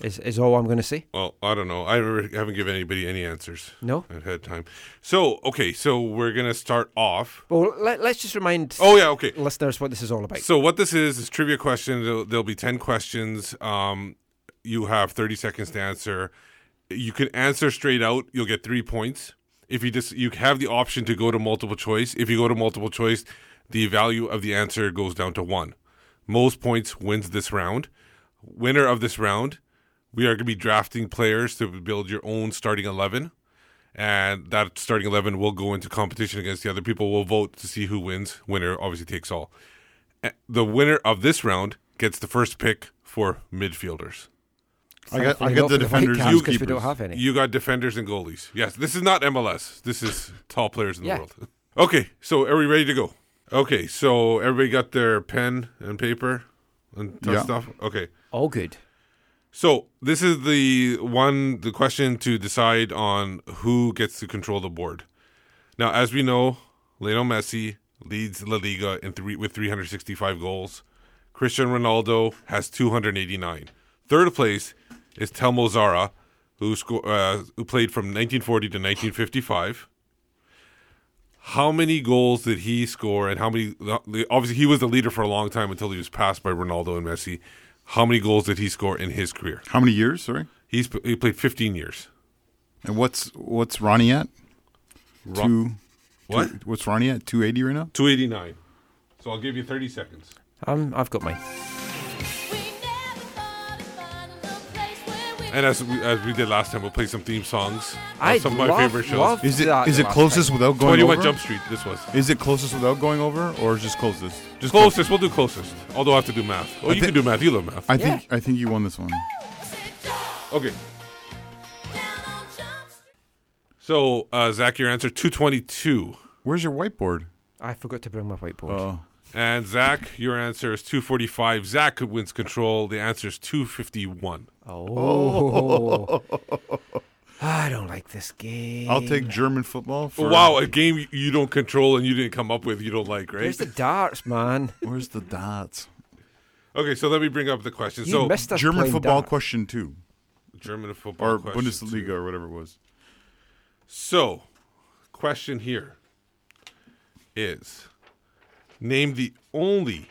Speaker 5: Is is all I'm going to say.
Speaker 6: Well, I don't know. I re- haven't given anybody any answers.
Speaker 5: No?
Speaker 6: I've had time. So, okay, so we're going to start off.
Speaker 5: Well, let, let's just remind
Speaker 6: Oh, yeah, okay.
Speaker 5: listeners what this is all about.
Speaker 6: So, what this is is trivia questions. There'll, there'll be 10 questions. Um, you have 30 seconds to answer. You can answer straight out, you'll get three points. If you just you have the option to go to multiple choice. If you go to multiple choice, the value of the answer goes down to one. Most points wins this round. Winner of this round, we are going to be drafting players to build your own starting 11 and that starting 11 will go into competition against the other people we'll vote to see who wins winner obviously takes all A- the winner of this round gets the first pick for midfielders
Speaker 7: I got, I
Speaker 5: Thankfully
Speaker 7: got
Speaker 5: not
Speaker 7: the
Speaker 5: for
Speaker 7: defenders
Speaker 5: Whitecaps,
Speaker 7: and
Speaker 5: 'cause we don't
Speaker 7: keepers.
Speaker 5: have any.
Speaker 6: you got defenders and goalies yes this is not mls this is tall players in the
Speaker 5: Yeah.
Speaker 6: world okay so are we ready to go okay so everybody got their pen and paper and
Speaker 7: Yeah.
Speaker 6: stuff okay
Speaker 5: all good.
Speaker 6: so this is the one, the question to decide on who gets to control the board. Now, as we know, Lionel Messi leads La Liga in three with 365 goals. Christian Ronaldo has 289. Third place is Telmo Zara, who sco- uh, who played from 1940 to 1955. How many goals did he score, and how many? Obviously, he was the leader for a long time until he was passed by Ronaldo and Messi. How many goals did he score in his career?
Speaker 7: How many years? Sorry.
Speaker 6: He's he played 15 years.
Speaker 7: And what's what's Ronnie at?
Speaker 6: Ro-
Speaker 7: Two.
Speaker 6: what?
Speaker 7: What's Ronnie at? Two eighty right now.
Speaker 6: 289. So I'll give you 30 seconds.
Speaker 5: Um, I've got mine.
Speaker 6: And as we, as we did last time, we'll play some theme songs. of
Speaker 5: I
Speaker 6: some of
Speaker 5: love-
Speaker 6: my favorite shows.
Speaker 5: love
Speaker 7: Is it
Speaker 5: that
Speaker 7: is it
Speaker 5: uh, last
Speaker 7: closest without going
Speaker 6: 21
Speaker 7: over?
Speaker 6: Jump Street. This was
Speaker 7: Is it closest without going over, or just closest? Just
Speaker 6: closest. We'll do closest. Although I have to do math. Oh, you
Speaker 7: thi-
Speaker 6: can do math. You love math.
Speaker 7: I think I think you won this one.
Speaker 6: okay. So uh, Zach, your answer 222,
Speaker 7: Where's your whiteboard?
Speaker 5: I forgot to bring my whiteboard.
Speaker 7: Oh,
Speaker 6: and Zach, your answer is 245. Zach wins control. The answer is 251.
Speaker 5: oh. I don't like this game.
Speaker 7: I'll take German football. For,
Speaker 6: wow, a game you don't control and you didn't come up with, you don't like, right?
Speaker 5: Where's the darts, man?
Speaker 7: Where's the dots?
Speaker 6: okay, so let me bring up the question.
Speaker 5: You
Speaker 6: so
Speaker 5: missed us
Speaker 7: German
Speaker 5: playing
Speaker 7: football
Speaker 5: darts.
Speaker 7: question two,
Speaker 6: German football
Speaker 7: or
Speaker 6: question.
Speaker 7: Bundesliga, or whatever it was.
Speaker 6: So, question here is name the only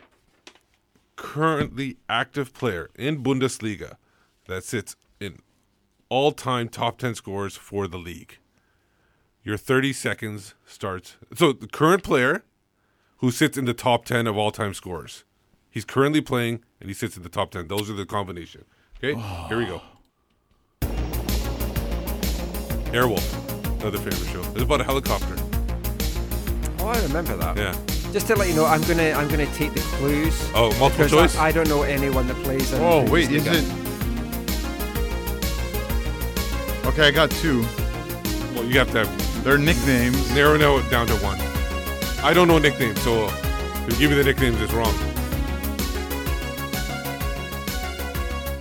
Speaker 6: currently active player in Bundesliga that sits in all time top 10 scores for the league. Your 30 seconds starts. So, the current player who sits in the top 10 of all time scores. He's currently playing and he sits in the top 10. Those are the combination. Okay, here we go. Airwolf, another favorite show. It's about a helicopter.
Speaker 5: Oh, I remember that.
Speaker 6: Yeah.
Speaker 5: Just to let you know, I'm gonna I'm gonna take the clues.
Speaker 6: Oh, multiple
Speaker 5: because I-
Speaker 6: choice?
Speaker 5: I, don't know anyone that plays. In
Speaker 7: Oh wait, is
Speaker 5: Bundesliga.
Speaker 7: it? Okay, I got two.
Speaker 6: Well, you have to have,
Speaker 7: Their nicknames.
Speaker 6: narrow it down to one. I don't know nicknames, so uh, if you give me the nicknames, it's wrong.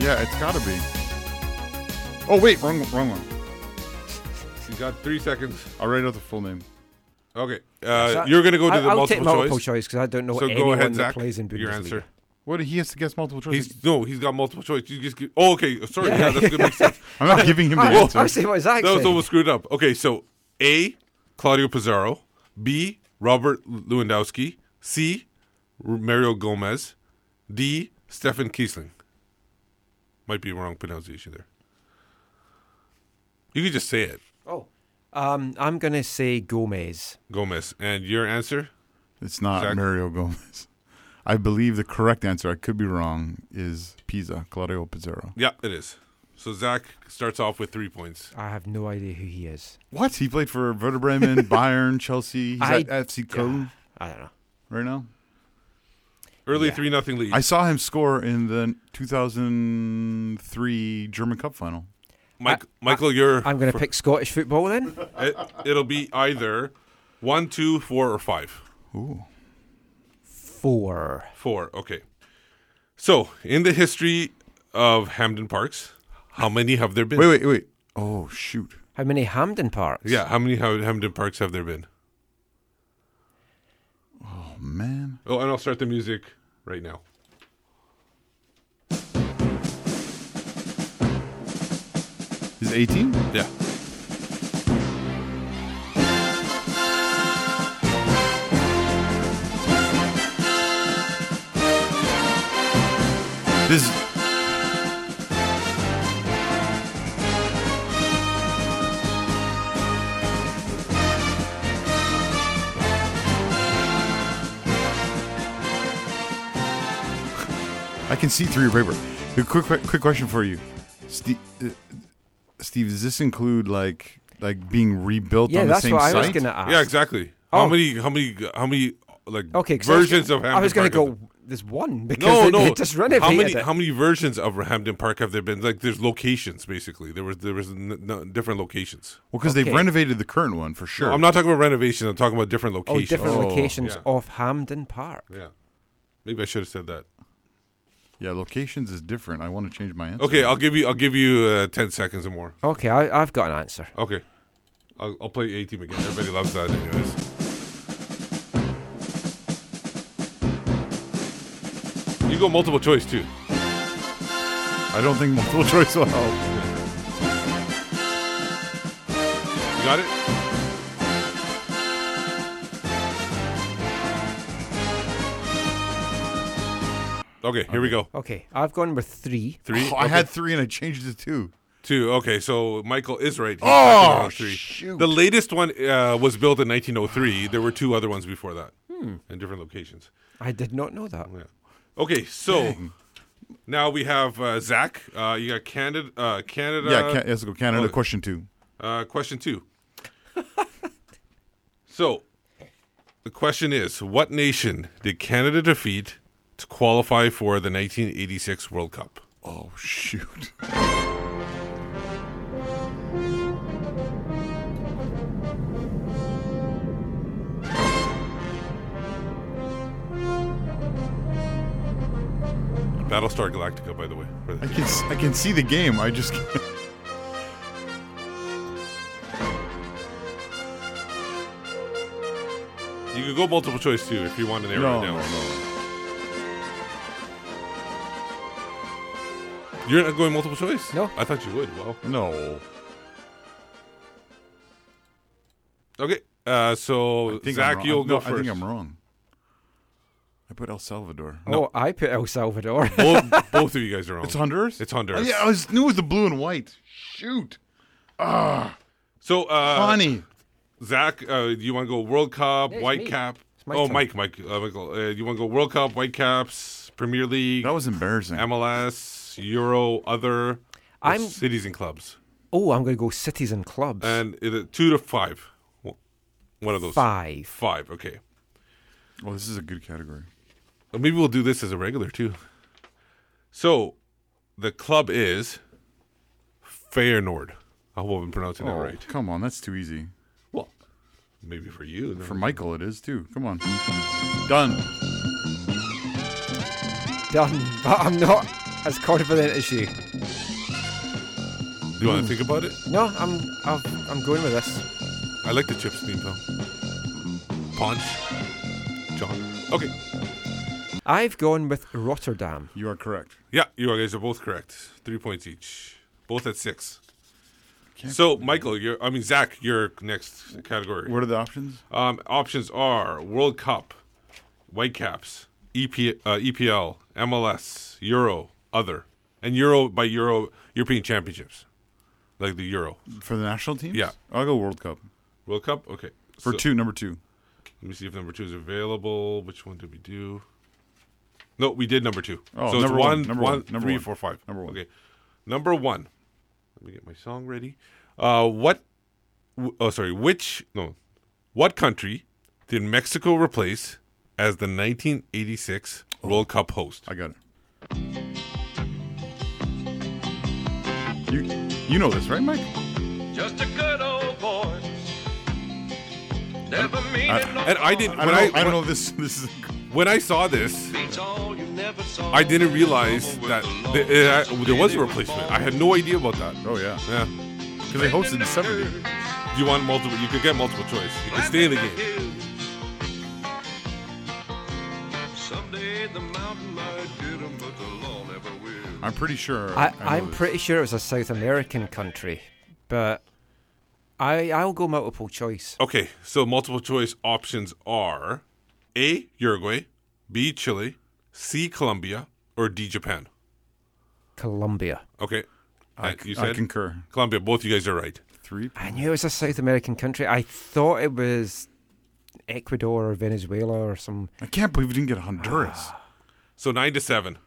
Speaker 7: Yeah, it's gotta be. Oh wait, wrong wrong one.
Speaker 6: You got three seconds.
Speaker 7: I'll write out the full name.
Speaker 6: Okay.
Speaker 5: So
Speaker 6: Uh,
Speaker 5: I-
Speaker 6: you're going to go to
Speaker 5: I-
Speaker 6: the
Speaker 5: I'll
Speaker 6: multiple
Speaker 5: take multiple
Speaker 6: choice.
Speaker 5: choice because I don't know
Speaker 6: so
Speaker 5: anyone
Speaker 6: go ahead,
Speaker 5: that
Speaker 6: Zach.
Speaker 5: plays in Bundesliga.
Speaker 6: your answer.
Speaker 7: What he has to guess multiple choice.
Speaker 6: He's no, he's got multiple choice. You just give, oh, okay. Sorry, yeah, that's gonna make sense.
Speaker 7: I'm not giving him the
Speaker 5: Oh,
Speaker 7: answer.
Speaker 5: I see what Zach
Speaker 6: That was
Speaker 5: said.
Speaker 6: almost screwed up. Okay, so A, Claudio Pizarro, B, Robert Lewandowski, C, R- Mario Gomez, D, Stefan Kiesling. Might be wrong pronunciation there. You could just say it,
Speaker 5: Oh, um, I'm gonna say Gomez.
Speaker 6: Gomez. And your answer?
Speaker 7: It's not
Speaker 6: Zach?
Speaker 7: Mario Gomez. I believe the correct answer, I could be wrong, is Pisa, Claudio Pizarro.
Speaker 6: Yeah, it is. So Zach starts off with three points.
Speaker 5: I have no idea who he is.
Speaker 7: What? He played for Werder Bremen, Bayern, Chelsea. He's
Speaker 5: I-
Speaker 7: at FC Köln
Speaker 5: I don't know.
Speaker 7: right now.
Speaker 6: Early three nothing lead.
Speaker 7: I saw him score in the 2003 German Cup final.
Speaker 6: Mike, Michael, you're.
Speaker 5: I'm gonna pick Scottish football then.
Speaker 6: It, it'll be either one, two, four, or five.
Speaker 7: Ooh.
Speaker 5: Four.
Speaker 6: Four. Okay. So, in the history of Hamden Parks, how many have there been?
Speaker 7: Wait, wait, wait. Oh, shoot.
Speaker 5: How many Hamden Parks?
Speaker 6: Yeah, how many ha- Hamden Parks have there been?
Speaker 7: Oh, man.
Speaker 6: Oh, and I'll start the music right now.
Speaker 7: Is 18?
Speaker 6: Yeah.
Speaker 7: This is. I can see through your paper. A quick, quick, quick question for you, Steve. Uh, Steve, does this include like like being rebuilt
Speaker 5: Yeah,
Speaker 7: on the
Speaker 5: that's
Speaker 7: same
Speaker 5: what I was
Speaker 7: site?
Speaker 5: going to ask.
Speaker 6: Yeah, exactly. How
Speaker 5: Oh.
Speaker 6: many? How many? How many? Like
Speaker 5: Okay, 'cause I was
Speaker 6: versions
Speaker 5: gonna-
Speaker 6: of
Speaker 5: I
Speaker 6: Hampton
Speaker 5: was going
Speaker 6: Park
Speaker 5: to
Speaker 6: have
Speaker 5: go.
Speaker 6: there-
Speaker 5: There's one because
Speaker 6: No,
Speaker 5: they,
Speaker 6: no.
Speaker 5: they just renovated
Speaker 6: how many?
Speaker 5: it.
Speaker 6: How many versions of Hampden Park have there been? Like, there's locations basically. There was there was n- n- different locations.
Speaker 7: Well, because
Speaker 5: Okay.
Speaker 7: they've renovated the current one for sure.
Speaker 6: I'm not talking about renovation. I'm talking about different
Speaker 5: oh,
Speaker 6: locations.
Speaker 5: different
Speaker 7: Oh,
Speaker 5: locations
Speaker 6: yeah.
Speaker 5: of Hampden Park.
Speaker 6: Yeah. Maybe I should have said that.
Speaker 7: Yeah, locations is different. I want to change my answer.
Speaker 6: Okay, I'll give you. I'll give you uh, ten seconds or more.
Speaker 5: Okay, I, I've got an answer.
Speaker 6: Okay. I'll, I'll play A Team again. Everybody loves that, anyways. You go multiple choice too.
Speaker 7: I don't think multiple choice will help.
Speaker 6: You got it? Okay, here we go.
Speaker 5: Okay, I've gone with three.
Speaker 6: Three.
Speaker 7: Oh, I
Speaker 6: Okay,
Speaker 7: had three and I changed it to two.
Speaker 6: two. Okay, so Michael is right. He's back in round
Speaker 7: Oh, shoot.
Speaker 6: The latest one uh, was built in 1903. There were two other ones before that,
Speaker 7: Hmm.
Speaker 6: in different locations.
Speaker 5: I did not know that.
Speaker 6: Yeah. Okay, so now we have uh, Zach. Uh, you got Canada. Uh, Canada.
Speaker 7: yeah, can, let's go Canada.
Speaker 6: oh.
Speaker 7: Question two.
Speaker 6: Uh, question two. so, the question is: What nation did Canada defeat to qualify for the 1986 World Cup?
Speaker 7: Oh shoot.
Speaker 6: Battlestar Galactica, by the way. for
Speaker 7: I
Speaker 6: the-
Speaker 7: can s- I can see the game. I just can't.
Speaker 6: You could go multiple choice too if you want to narrow
Speaker 7: no,
Speaker 6: it
Speaker 7: no,
Speaker 6: down.
Speaker 7: no.
Speaker 6: You're not going multiple choice?
Speaker 5: No.
Speaker 6: I thought you would. Well,
Speaker 7: No.
Speaker 6: okay. Uh, so
Speaker 7: I think I'm
Speaker 6: Zach,
Speaker 7: wrong.
Speaker 6: you'll
Speaker 7: No,
Speaker 6: go first.
Speaker 7: I think I'm wrong. I put El Salvador.
Speaker 5: Oh, I put El Salvador.
Speaker 6: both, both of you guys are wrong.
Speaker 7: It's Honduras.
Speaker 6: It's Honduras.
Speaker 7: Oh, yeah, I was, knew it was the blue and white. Shoot,
Speaker 6: So, uh,
Speaker 7: Bonnie.
Speaker 6: Zach, uh, do you want to go World Cup,
Speaker 5: it's
Speaker 6: White
Speaker 5: me.
Speaker 6: Cap?
Speaker 5: my
Speaker 6: oh,
Speaker 5: turn.
Speaker 6: Mike, Mike, uh, Michael, uh, you want to go World Cup, White Caps, Premier League,
Speaker 7: that was embarrassing.
Speaker 6: MLS, Euro, other or
Speaker 5: I'm-
Speaker 6: cities and clubs,
Speaker 5: oh, I'm going to go cities and clubs.
Speaker 6: and it, uh, two to five, Wh- one of those
Speaker 5: Five.
Speaker 6: Five, okay.
Speaker 7: well, this is a good category.
Speaker 6: Well, maybe we'll do this as a regular too. So, the club is Feyenoord. I hope I'm pronouncing that
Speaker 7: oh,
Speaker 6: right.
Speaker 7: come on, that's too easy.
Speaker 6: Well, maybe for you.
Speaker 7: For Michael, it is too. Come on, done.
Speaker 5: Done. But I'm not as confident as
Speaker 6: do
Speaker 5: you.
Speaker 6: you want to think about it?
Speaker 5: No, I'm I've, I'm going with this.
Speaker 6: I like the chips theme though. Punch. John. Okay.
Speaker 5: I've gone with Rotterdam.
Speaker 7: You are correct.
Speaker 6: Yeah, you guys are both correct. Three points each. Both at 6 so, Michael, you're, I mean, Zach, your next category.
Speaker 7: What are the options?
Speaker 6: Um, options are World Cup, Whitecaps, EP, uh, EPL, MLS, Euro, other. And Euro by Euro, European Championships. Like the Euro.
Speaker 7: For the national teams?
Speaker 6: Yeah.
Speaker 7: I'll go World Cup.
Speaker 6: World Cup? Okay.
Speaker 7: For
Speaker 6: So-
Speaker 7: two, number two.
Speaker 6: Let me see if number two is available. Which one did we do? No, we did number two.
Speaker 7: Oh,
Speaker 6: so
Speaker 7: number
Speaker 6: it's
Speaker 7: one,
Speaker 6: one,
Speaker 7: number
Speaker 6: one,
Speaker 7: one, number
Speaker 6: three,
Speaker 7: one.
Speaker 6: four, five.
Speaker 7: Number one.
Speaker 6: Okay, number one. Let me get my song ready. Uh, what? w- oh, sorry. Which? No. What country did Mexico replace as the 1986
Speaker 7: Oh.
Speaker 6: World Cup host?
Speaker 7: I got it. You you know this, right, Mike?
Speaker 1: Just a good old boy. Never
Speaker 7: I-
Speaker 1: meaning no
Speaker 6: Uh, And I didn't.
Speaker 7: I
Speaker 6: when
Speaker 7: don't,
Speaker 6: I,
Speaker 7: know, I don't know this. This is
Speaker 6: When I saw this,
Speaker 1: beats all you never saw.
Speaker 6: I didn't realize that the, uh, there was a replacement. I had no idea about that.
Speaker 7: oh yeah,
Speaker 6: Yeah.
Speaker 7: because they hosted in the seventy.
Speaker 6: You want multiple? You could get multiple choice. You could stay in the game.
Speaker 1: Someday the mountain might get 'em, but the law never will.
Speaker 7: I'm pretty sure.
Speaker 5: I,
Speaker 7: know
Speaker 5: I'm
Speaker 7: this.
Speaker 5: pretty sure it was a South American country. But I I'll go multiple choice.
Speaker 6: Okay, so multiple choice options are A, Uruguay, B, Chile, C, Colombia, or D, Japan.
Speaker 5: Colombia.
Speaker 6: Okay. I, you
Speaker 7: I concur.
Speaker 6: Colombia, both you guys are right.
Speaker 7: Three.
Speaker 5: I knew it was a South American country. I thought it was Ecuador or Venezuela or some.
Speaker 7: I can't believe we didn't get Honduras.
Speaker 6: So nine to seven.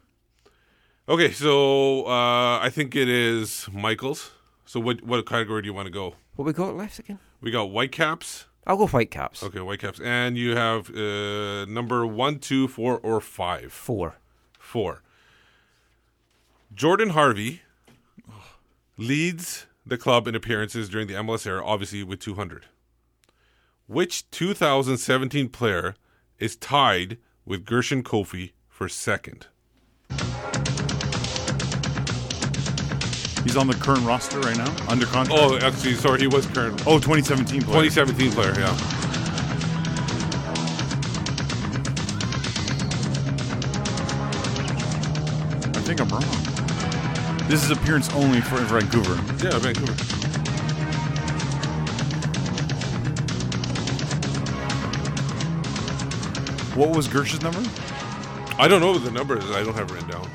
Speaker 6: Okay, so uh, I think it is Michael's. So what what category do you want to go?
Speaker 5: What we got left again?
Speaker 6: We got Whitecaps.
Speaker 5: I'll go Whitecaps.
Speaker 6: Okay, Whitecaps, and you have uh, number one, two, four, or five.
Speaker 5: Four.
Speaker 6: Four. Jordan Harvey leads the club in appearances during the MLS era, obviously with 200. Which 2017 player is tied with Gershon Kofi for second?
Speaker 7: He's on the current roster right now, under contract.
Speaker 6: Oh, actually, sorry, he was current.
Speaker 7: Oh, 2017 player.
Speaker 6: 2017 player, yeah.
Speaker 7: I think I'm wrong. This is appearance only for Vancouver.
Speaker 6: Yeah, Vancouver.
Speaker 7: What was Gersh's number?
Speaker 6: I don't know the numbers. I don't have it written down.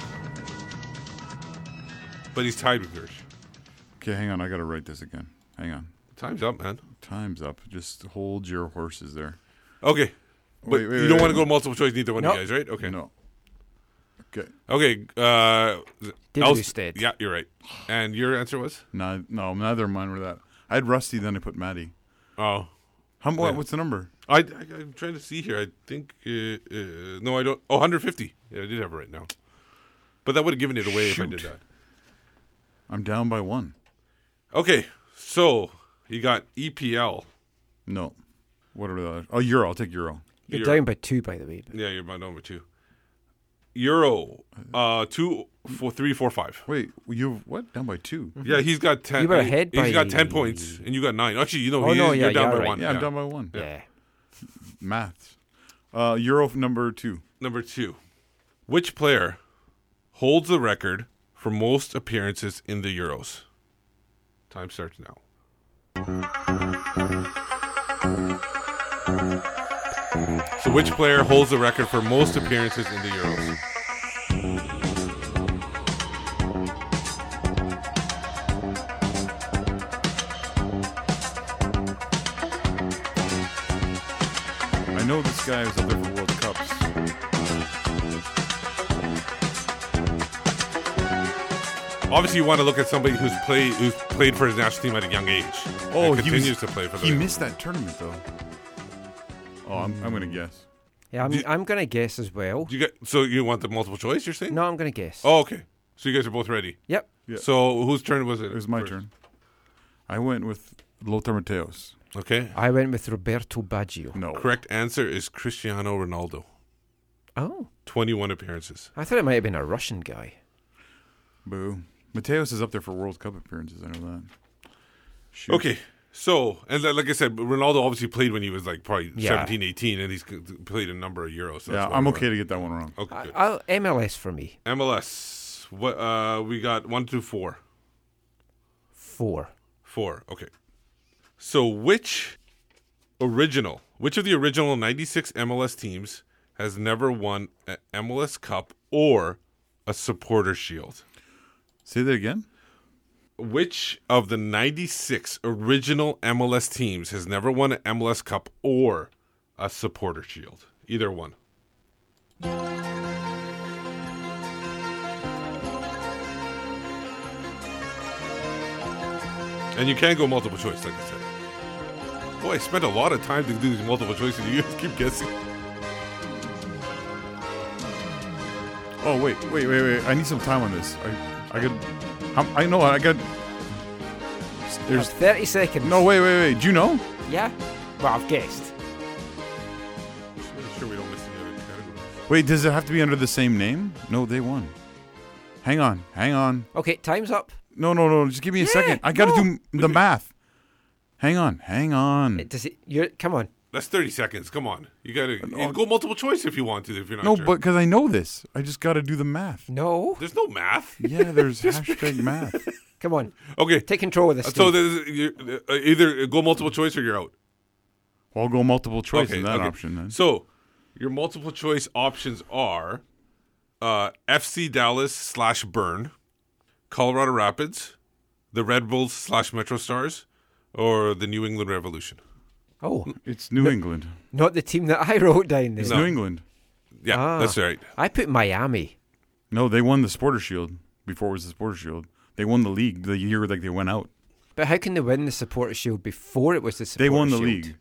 Speaker 6: But he's tied with Gersh.
Speaker 7: Okay, hang on. I got to write this again. Hang on.
Speaker 6: Time's up, man.
Speaker 7: Time's up. Just hold your horses there.
Speaker 6: Okay. But
Speaker 7: Wait, wait,
Speaker 6: you don't
Speaker 7: wait,
Speaker 6: want to
Speaker 7: wait.
Speaker 6: go multiple choice, neither one
Speaker 5: No.
Speaker 6: of you guys, right? Okay.
Speaker 7: No. Okay.
Speaker 6: Okay. Uh,
Speaker 5: Didderstedt.
Speaker 6: Yeah, you're right. And your answer was?
Speaker 7: No, no, neither of mine were that. I had Rusty, then I put Maddie.
Speaker 6: Oh.
Speaker 7: How, what,
Speaker 6: Yeah.
Speaker 7: What's the number?
Speaker 6: I, I, I'm trying to see here. I think. Uh, uh, no, I don't. Oh, 150. Yeah, I did have it right now. But that would have given it away if I did
Speaker 7: Shoot.
Speaker 6: that.
Speaker 7: I'm down by one.
Speaker 6: Okay. So you got E EPL.
Speaker 7: No. What are the other? Oh, Euro. I'll take Euro.
Speaker 5: You're
Speaker 6: Euro.
Speaker 5: down by two, by the way. but-
Speaker 6: Yeah, you're my number two. Euro, uh, two, four, three, four, five.
Speaker 7: Wait, you what? Down by 2
Speaker 6: Yeah, he's got ten.
Speaker 5: You were
Speaker 6: he-
Speaker 5: ahead
Speaker 6: He's got ten
Speaker 5: by-
Speaker 6: points, and you got nine. Actually, you know,
Speaker 5: Oh,
Speaker 6: he
Speaker 5: no,
Speaker 6: is,
Speaker 5: yeah,
Speaker 6: you're down
Speaker 5: yeah,
Speaker 6: by
Speaker 5: right.
Speaker 6: one.
Speaker 7: Yeah, I'm down by one.
Speaker 5: Yeah.
Speaker 7: Maths. Uh, Euro number two.
Speaker 6: Number two, which player holds the record for most appearances in the Euros? Time starts now. So, which player holds the record for most appearances in the Euros?
Speaker 7: I know this guy was up there for World Cups.
Speaker 6: Obviously, you want to look at somebody who's played who's played for his national team at a young age.
Speaker 7: Oh,
Speaker 6: and
Speaker 7: he
Speaker 6: continues
Speaker 7: was,
Speaker 6: to play for the.
Speaker 7: He missed that tournament though. Oh, I'm, I'm gonna guess.
Speaker 5: Yeah, I'm, I'm going to guess as well.
Speaker 6: you get so you want the multiple choice? You're saying?
Speaker 5: No, I'm going to guess.
Speaker 6: Oh, okay. So you guys are both ready.
Speaker 5: Yep.
Speaker 7: Yeah.
Speaker 6: So whose turn was it?
Speaker 7: It was my
Speaker 6: first?
Speaker 7: turn. I went with Lothar Mateos.
Speaker 6: Okay.
Speaker 5: I went with Roberto Baggio.
Speaker 7: No,
Speaker 6: Correct answer is Cristiano Ronaldo.
Speaker 5: Oh,
Speaker 6: 21 appearances.
Speaker 5: I thought it might have been a Russian guy.
Speaker 7: Boo. Mateos is up there for World Cup appearances. I know that. Shoot.
Speaker 6: Okay. So, and li- like I said, Ronaldo obviously played when he was like probably
Speaker 5: Yeah.
Speaker 6: seventeen, eighteen, 17, 18, and he's c- played a number of Euros. So
Speaker 7: Yeah,
Speaker 6: that's why
Speaker 7: I'm
Speaker 6: we
Speaker 7: okay
Speaker 6: went-
Speaker 7: to get that one wrong.
Speaker 6: Okay.
Speaker 5: I,
Speaker 6: good.
Speaker 5: I'll, MLS for me.
Speaker 6: MLS. What uh we got 1 through 4.
Speaker 5: Four.
Speaker 6: 4. Okay. So, which original, which of the original 96 MLS teams has never won an MLS Cup or a supporter shield?
Speaker 7: Say that again.
Speaker 6: Which of the 96 original MLS teams has never won an MLS Cup or a supporter shield? Either one. And you can go multiple choice, like I said. Boy, I spent a lot of time to do these multiple choices. You guys keep guessing.
Speaker 7: Oh wait, wait, wait, wait. I need some time on this. I, I could. How, I know. I got. There's.
Speaker 5: 30 seconds.
Speaker 7: No, wait, wait, wait. Do you know?
Speaker 5: Yeah? Well, I've guessed.
Speaker 6: Just making sure we don't miss any other categories.
Speaker 7: Wait, does it have to be under the same name? No, they won. Hang on, hang on.
Speaker 5: Okay, time's up.
Speaker 7: No, no, no. Just give me a second. I got to do m- the math. Hang on, hang on.
Speaker 5: It- Does it? You're, come on.
Speaker 6: That's 30 seconds. Come on. You got to you go multiple choice if you want to, if you're not
Speaker 7: No,
Speaker 6: sure.
Speaker 7: but because I know this, I just got to do the math.
Speaker 5: No.
Speaker 6: There's no math.
Speaker 7: Yeah, there's hashtag math.
Speaker 5: Come on.
Speaker 6: Okay.
Speaker 5: Take control of this.
Speaker 6: so
Speaker 5: Steve.
Speaker 6: there's, you uh, either go multiple choice or you're out.
Speaker 7: Well, I'll go multiple choice in that option then.
Speaker 6: So your multiple choice options are uh, FC Dallas slash Burn, Colorado Rapids, the Red Bulls slash Metro Stars, or the New England Revolution.
Speaker 5: oh,
Speaker 7: It's New England.
Speaker 5: not the team that I wrote down there.
Speaker 7: It's New England.
Speaker 6: Yeah,
Speaker 5: Ah.
Speaker 6: that's right.
Speaker 5: I put Miami.
Speaker 7: No, they won the Sporter Shield before it was the Sporter Shield. They won the league the year like they went out.
Speaker 5: But how can they win the supporter shield before it was the supporter
Speaker 7: They won the
Speaker 5: shield?
Speaker 7: league.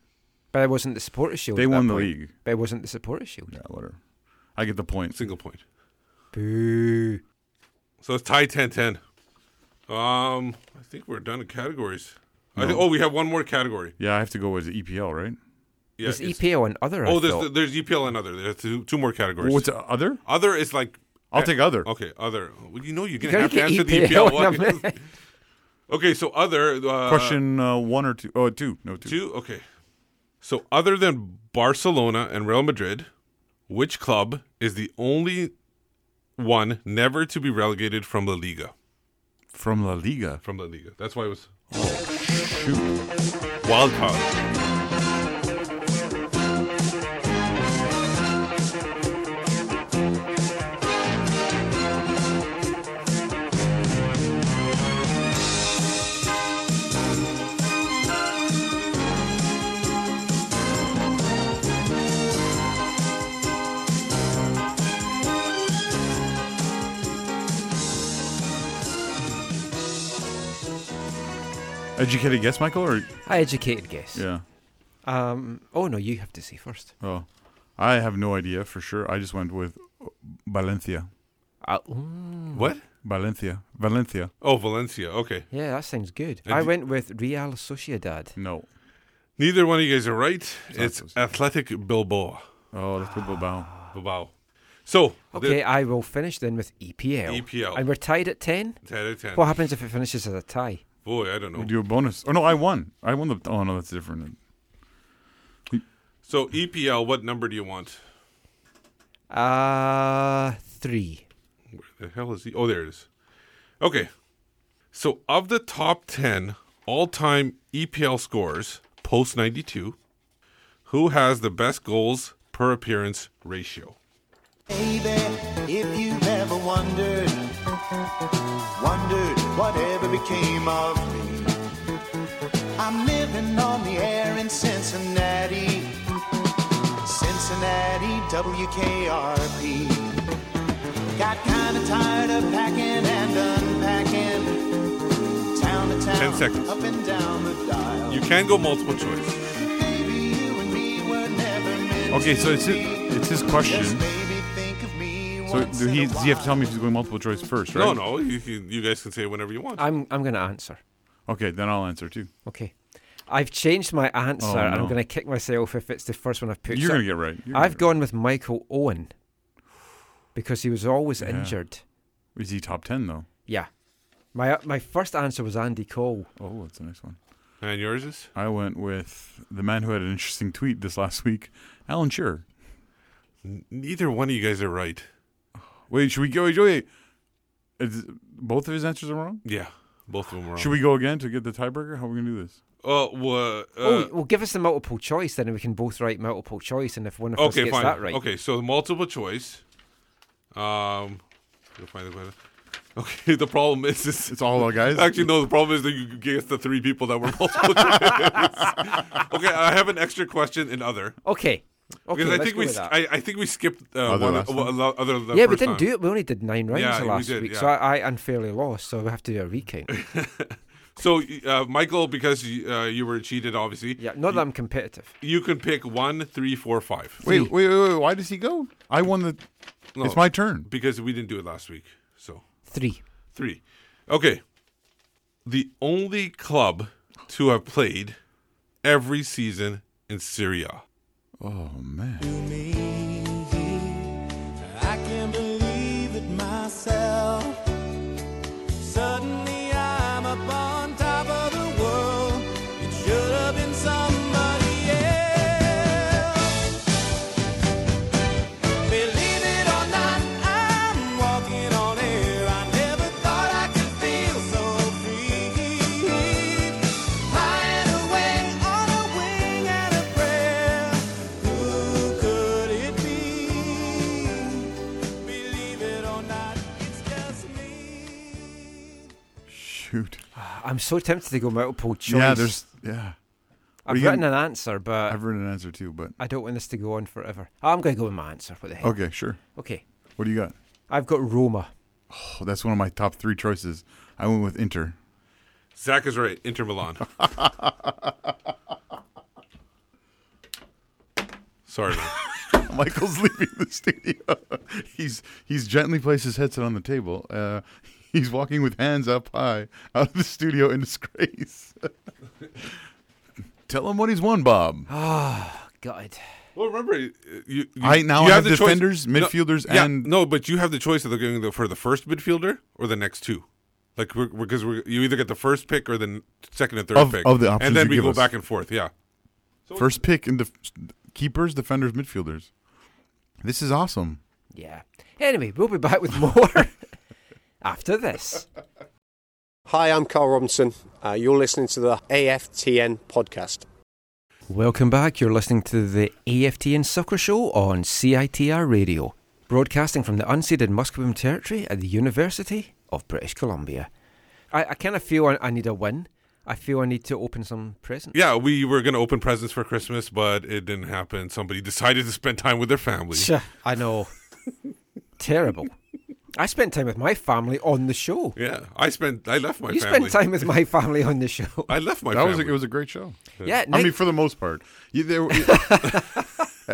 Speaker 5: But it wasn't the supporter shield.
Speaker 7: They
Speaker 5: at that
Speaker 7: won the
Speaker 5: point.
Speaker 7: league.
Speaker 5: But it wasn't the supporter shield.
Speaker 7: Yeah, whatever. I get the point.
Speaker 6: Single point.
Speaker 5: Boo.
Speaker 6: So it's tie 10 10. Um, I think we're done in categories. I think, oh, we have one more category.
Speaker 7: Yeah, I have to go with EPL, right?
Speaker 6: Yeah,
Speaker 5: There's
Speaker 6: it's-
Speaker 5: EPL and other. I
Speaker 6: oh, there's
Speaker 5: thought.
Speaker 6: there's EPL and other. There's two, two more categories.
Speaker 7: What's the other?
Speaker 6: other is like
Speaker 7: I'll take other.
Speaker 6: okay, other. Well, you know you're
Speaker 5: You
Speaker 6: gonna
Speaker 5: gotta
Speaker 6: have to
Speaker 5: get E
Speaker 6: answer the
Speaker 7: E
Speaker 5: EPL
Speaker 6: EPL
Speaker 5: in a
Speaker 6: one.
Speaker 5: minute.
Speaker 6: okay, so other uh,
Speaker 7: Question uh, one or two? Oh, two. No, two.
Speaker 6: two. Okay, so other than Barcelona and Real Madrid, which club is the only one never to be relegated from La Liga?
Speaker 7: From La Liga.
Speaker 6: From La Liga. That's why it was
Speaker 7: Shoot.
Speaker 6: wild card.
Speaker 7: Educated guess, Michael? Or
Speaker 5: I educated guess.
Speaker 7: Yeah.
Speaker 5: Um. Oh no, you have to say first.
Speaker 7: Oh, I have no idea for sure. I just went with Valencia.
Speaker 5: Uh, mm,
Speaker 6: What?
Speaker 7: Valencia. Valencia.
Speaker 6: Oh, Valencia. Okay.
Speaker 5: yeah, that sounds good.
Speaker 6: I
Speaker 5: I
Speaker 6: d-
Speaker 5: went with Real Sociedad.
Speaker 7: No.
Speaker 6: Neither one of you guys are right. It's
Speaker 7: Santos.
Speaker 6: Athletic Bilbao.
Speaker 7: Oh, that's with Bilbao.
Speaker 6: Bilbao. So
Speaker 5: Okay, I will finish then with EPL.
Speaker 6: EPL.
Speaker 5: And we're tied at ten.
Speaker 6: the- ten out of ten.
Speaker 5: What happens if it finishes as a tie?
Speaker 6: Boy, I don't know.
Speaker 7: We do a bonus. Oh no, I won. I won the. Oh no, that's different.
Speaker 6: So EPL, what number do you want?
Speaker 5: Uh three.
Speaker 6: Where the hell is he? Oh, there it is. Okay. So of the top 10 all-time EPL scores post 92, who has the best goals per appearance ratio?
Speaker 10: Baby, if you've ever wondered, wondered whatever became of me. I'm living on the air in Cincinnati, Cincinnati, WKRP. Got kinda tired of packing and unpacking, town to town,
Speaker 6: Ten
Speaker 5: Ah.
Speaker 6: seconds.
Speaker 10: up and down the dial.
Speaker 6: You can go multiple choice.
Speaker 10: Maybe you and me were never meant
Speaker 7: Okay, so
Speaker 10: to
Speaker 7: it's his,
Speaker 10: be.
Speaker 7: it's his
Speaker 10: Just
Speaker 7: question.
Speaker 10: maybe think of me
Speaker 7: So
Speaker 10: once
Speaker 7: do
Speaker 10: in
Speaker 7: he
Speaker 10: a
Speaker 7: does he have to tell
Speaker 10: while.
Speaker 7: me if he's going multiple choice first, right?
Speaker 6: No, no, you, can, you guys can say whenever you want.
Speaker 5: I'm I'm gonna answer.
Speaker 7: Okay, then I'll answer too.
Speaker 5: Okay. I've changed my answer.
Speaker 7: Oh,
Speaker 5: and I'm
Speaker 7: no.
Speaker 5: gonna kick myself if it's the first one I've put.
Speaker 7: You're
Speaker 5: So
Speaker 7: gonna get right. You're gonna
Speaker 5: I've
Speaker 7: get right.
Speaker 5: gone with Michael Owen because he was always injured.
Speaker 7: Is he top ten though?
Speaker 5: Yeah. My my first answer was Andy Cole.
Speaker 7: Oh, that's the next one.
Speaker 6: And yours is?
Speaker 7: I went with the man who had an interesting tweet this last week, Alan Shearer.
Speaker 6: Neither one of you guys are right.
Speaker 7: Wait, should we go? Wait, wait. Is, both of his answers are wrong.
Speaker 6: Yeah, both of them are
Speaker 7: Should we go again to get the tiebreaker? How are we gonna do this?
Speaker 6: Uh, wha-
Speaker 5: oh,
Speaker 6: uh,
Speaker 5: well, give us the multiple choice then, and we can both write multiple choice. And if one of us
Speaker 6: okay,
Speaker 5: gets
Speaker 6: fine.
Speaker 5: that right,
Speaker 6: Okay, so multiple choice. Um, you'll find the Okay, the problem is this.
Speaker 7: It's all our guys.
Speaker 6: Actually, no. The problem is that you guessed the three people that were multiple choice. okay, I have an extra question in other
Speaker 5: okay, okay.
Speaker 6: because
Speaker 5: Let's
Speaker 6: I think
Speaker 5: go
Speaker 6: we
Speaker 5: with
Speaker 6: s-
Speaker 5: that.
Speaker 6: I, I think we skipped uh,
Speaker 7: Other
Speaker 6: one
Speaker 7: last
Speaker 6: well,
Speaker 7: time?
Speaker 6: lo- other than the
Speaker 5: yeah, we
Speaker 6: first
Speaker 5: didn't
Speaker 6: time.
Speaker 5: do it. We only did nine rounds
Speaker 6: Yeah, we
Speaker 5: last
Speaker 6: did,
Speaker 5: week,
Speaker 6: yeah.
Speaker 5: so I, I unfairly lost. So we have to do a recount.
Speaker 6: So, uh, Michael, because you, uh, you were cheated, obviously.
Speaker 5: yeah, not that I'm competitive.
Speaker 6: You can pick one, three, four, five.
Speaker 7: Wait, wait, wait, wait. Why does he go? I won the.
Speaker 6: No,
Speaker 7: It's my turn.
Speaker 6: because we didn't do it last week. So
Speaker 5: Three.
Speaker 6: Three. Okay. The only club to have played every season in Syria.
Speaker 7: Oh man.
Speaker 10: I can't believe it myself. Suddenly I'm up on top of the world. It should have been somebody else.
Speaker 7: Shoot.
Speaker 5: I'm so tempted to go multiple choice.
Speaker 7: Yeah, there's yeah.
Speaker 5: I've
Speaker 7: we can-
Speaker 5: written an answer, but
Speaker 7: I've written an answer too, but
Speaker 5: I don't want this to go on forever. I'm going to go with my answer. What the heck?
Speaker 7: okay, sure.
Speaker 5: Okay.
Speaker 7: What do you got?
Speaker 5: I've got Roma.
Speaker 7: Oh, that's one of my top three choices. I went with Inter.
Speaker 6: Zach is right. Inter Milan. Sorry, man.
Speaker 7: Michael's leaving the studio. he's he's gently placed his headset on the table. Uh, he's walking with hands up high out of the studio in disgrace. Tell him what he's won, Bob.
Speaker 5: Gutted.
Speaker 6: Well, remember, you, you
Speaker 7: I now
Speaker 6: you
Speaker 7: have
Speaker 6: the choice-
Speaker 7: defenders, midfielders,
Speaker 6: yeah,
Speaker 7: and-
Speaker 6: no, but you have the choice of the, going the- for the first midfielder or the next two. Like because we're, 'cause we're, you either get the first pick or the n- second and third
Speaker 7: Of-
Speaker 6: pick
Speaker 7: of the options
Speaker 6: and then
Speaker 7: you
Speaker 6: we
Speaker 7: give
Speaker 6: go
Speaker 7: us.
Speaker 6: back and forth. Yeah,
Speaker 7: First pick in the keepers, defenders, midfielders. This is awesome.
Speaker 5: Yeah. Anyway, we'll be back with more after this.
Speaker 11: Hi, I'm Carl Robinson. Uh, you're listening to the AFTN podcast.
Speaker 5: Welcome back. You're listening to the AFTN Soccer Show on CITR Radio, broadcasting from the unceded Musqueam territory at the University of British Columbia. I, I kind of feel I, I need a win. I feel I need to open some presents.
Speaker 6: yeah. We were going to open presents for Christmas, but it didn't happen. Somebody decided to spend time with their family.
Speaker 5: Tch, I know. Terrible. I spent time with my family on the show.
Speaker 6: Yeah, I spent. I left my
Speaker 5: you
Speaker 6: family.
Speaker 5: spent time with my family on the show.
Speaker 6: I left my
Speaker 7: that was
Speaker 6: family.
Speaker 7: a, it. Was a great show.
Speaker 5: Yeah,
Speaker 7: I mean,
Speaker 5: Nick-
Speaker 7: for the most part, you, there,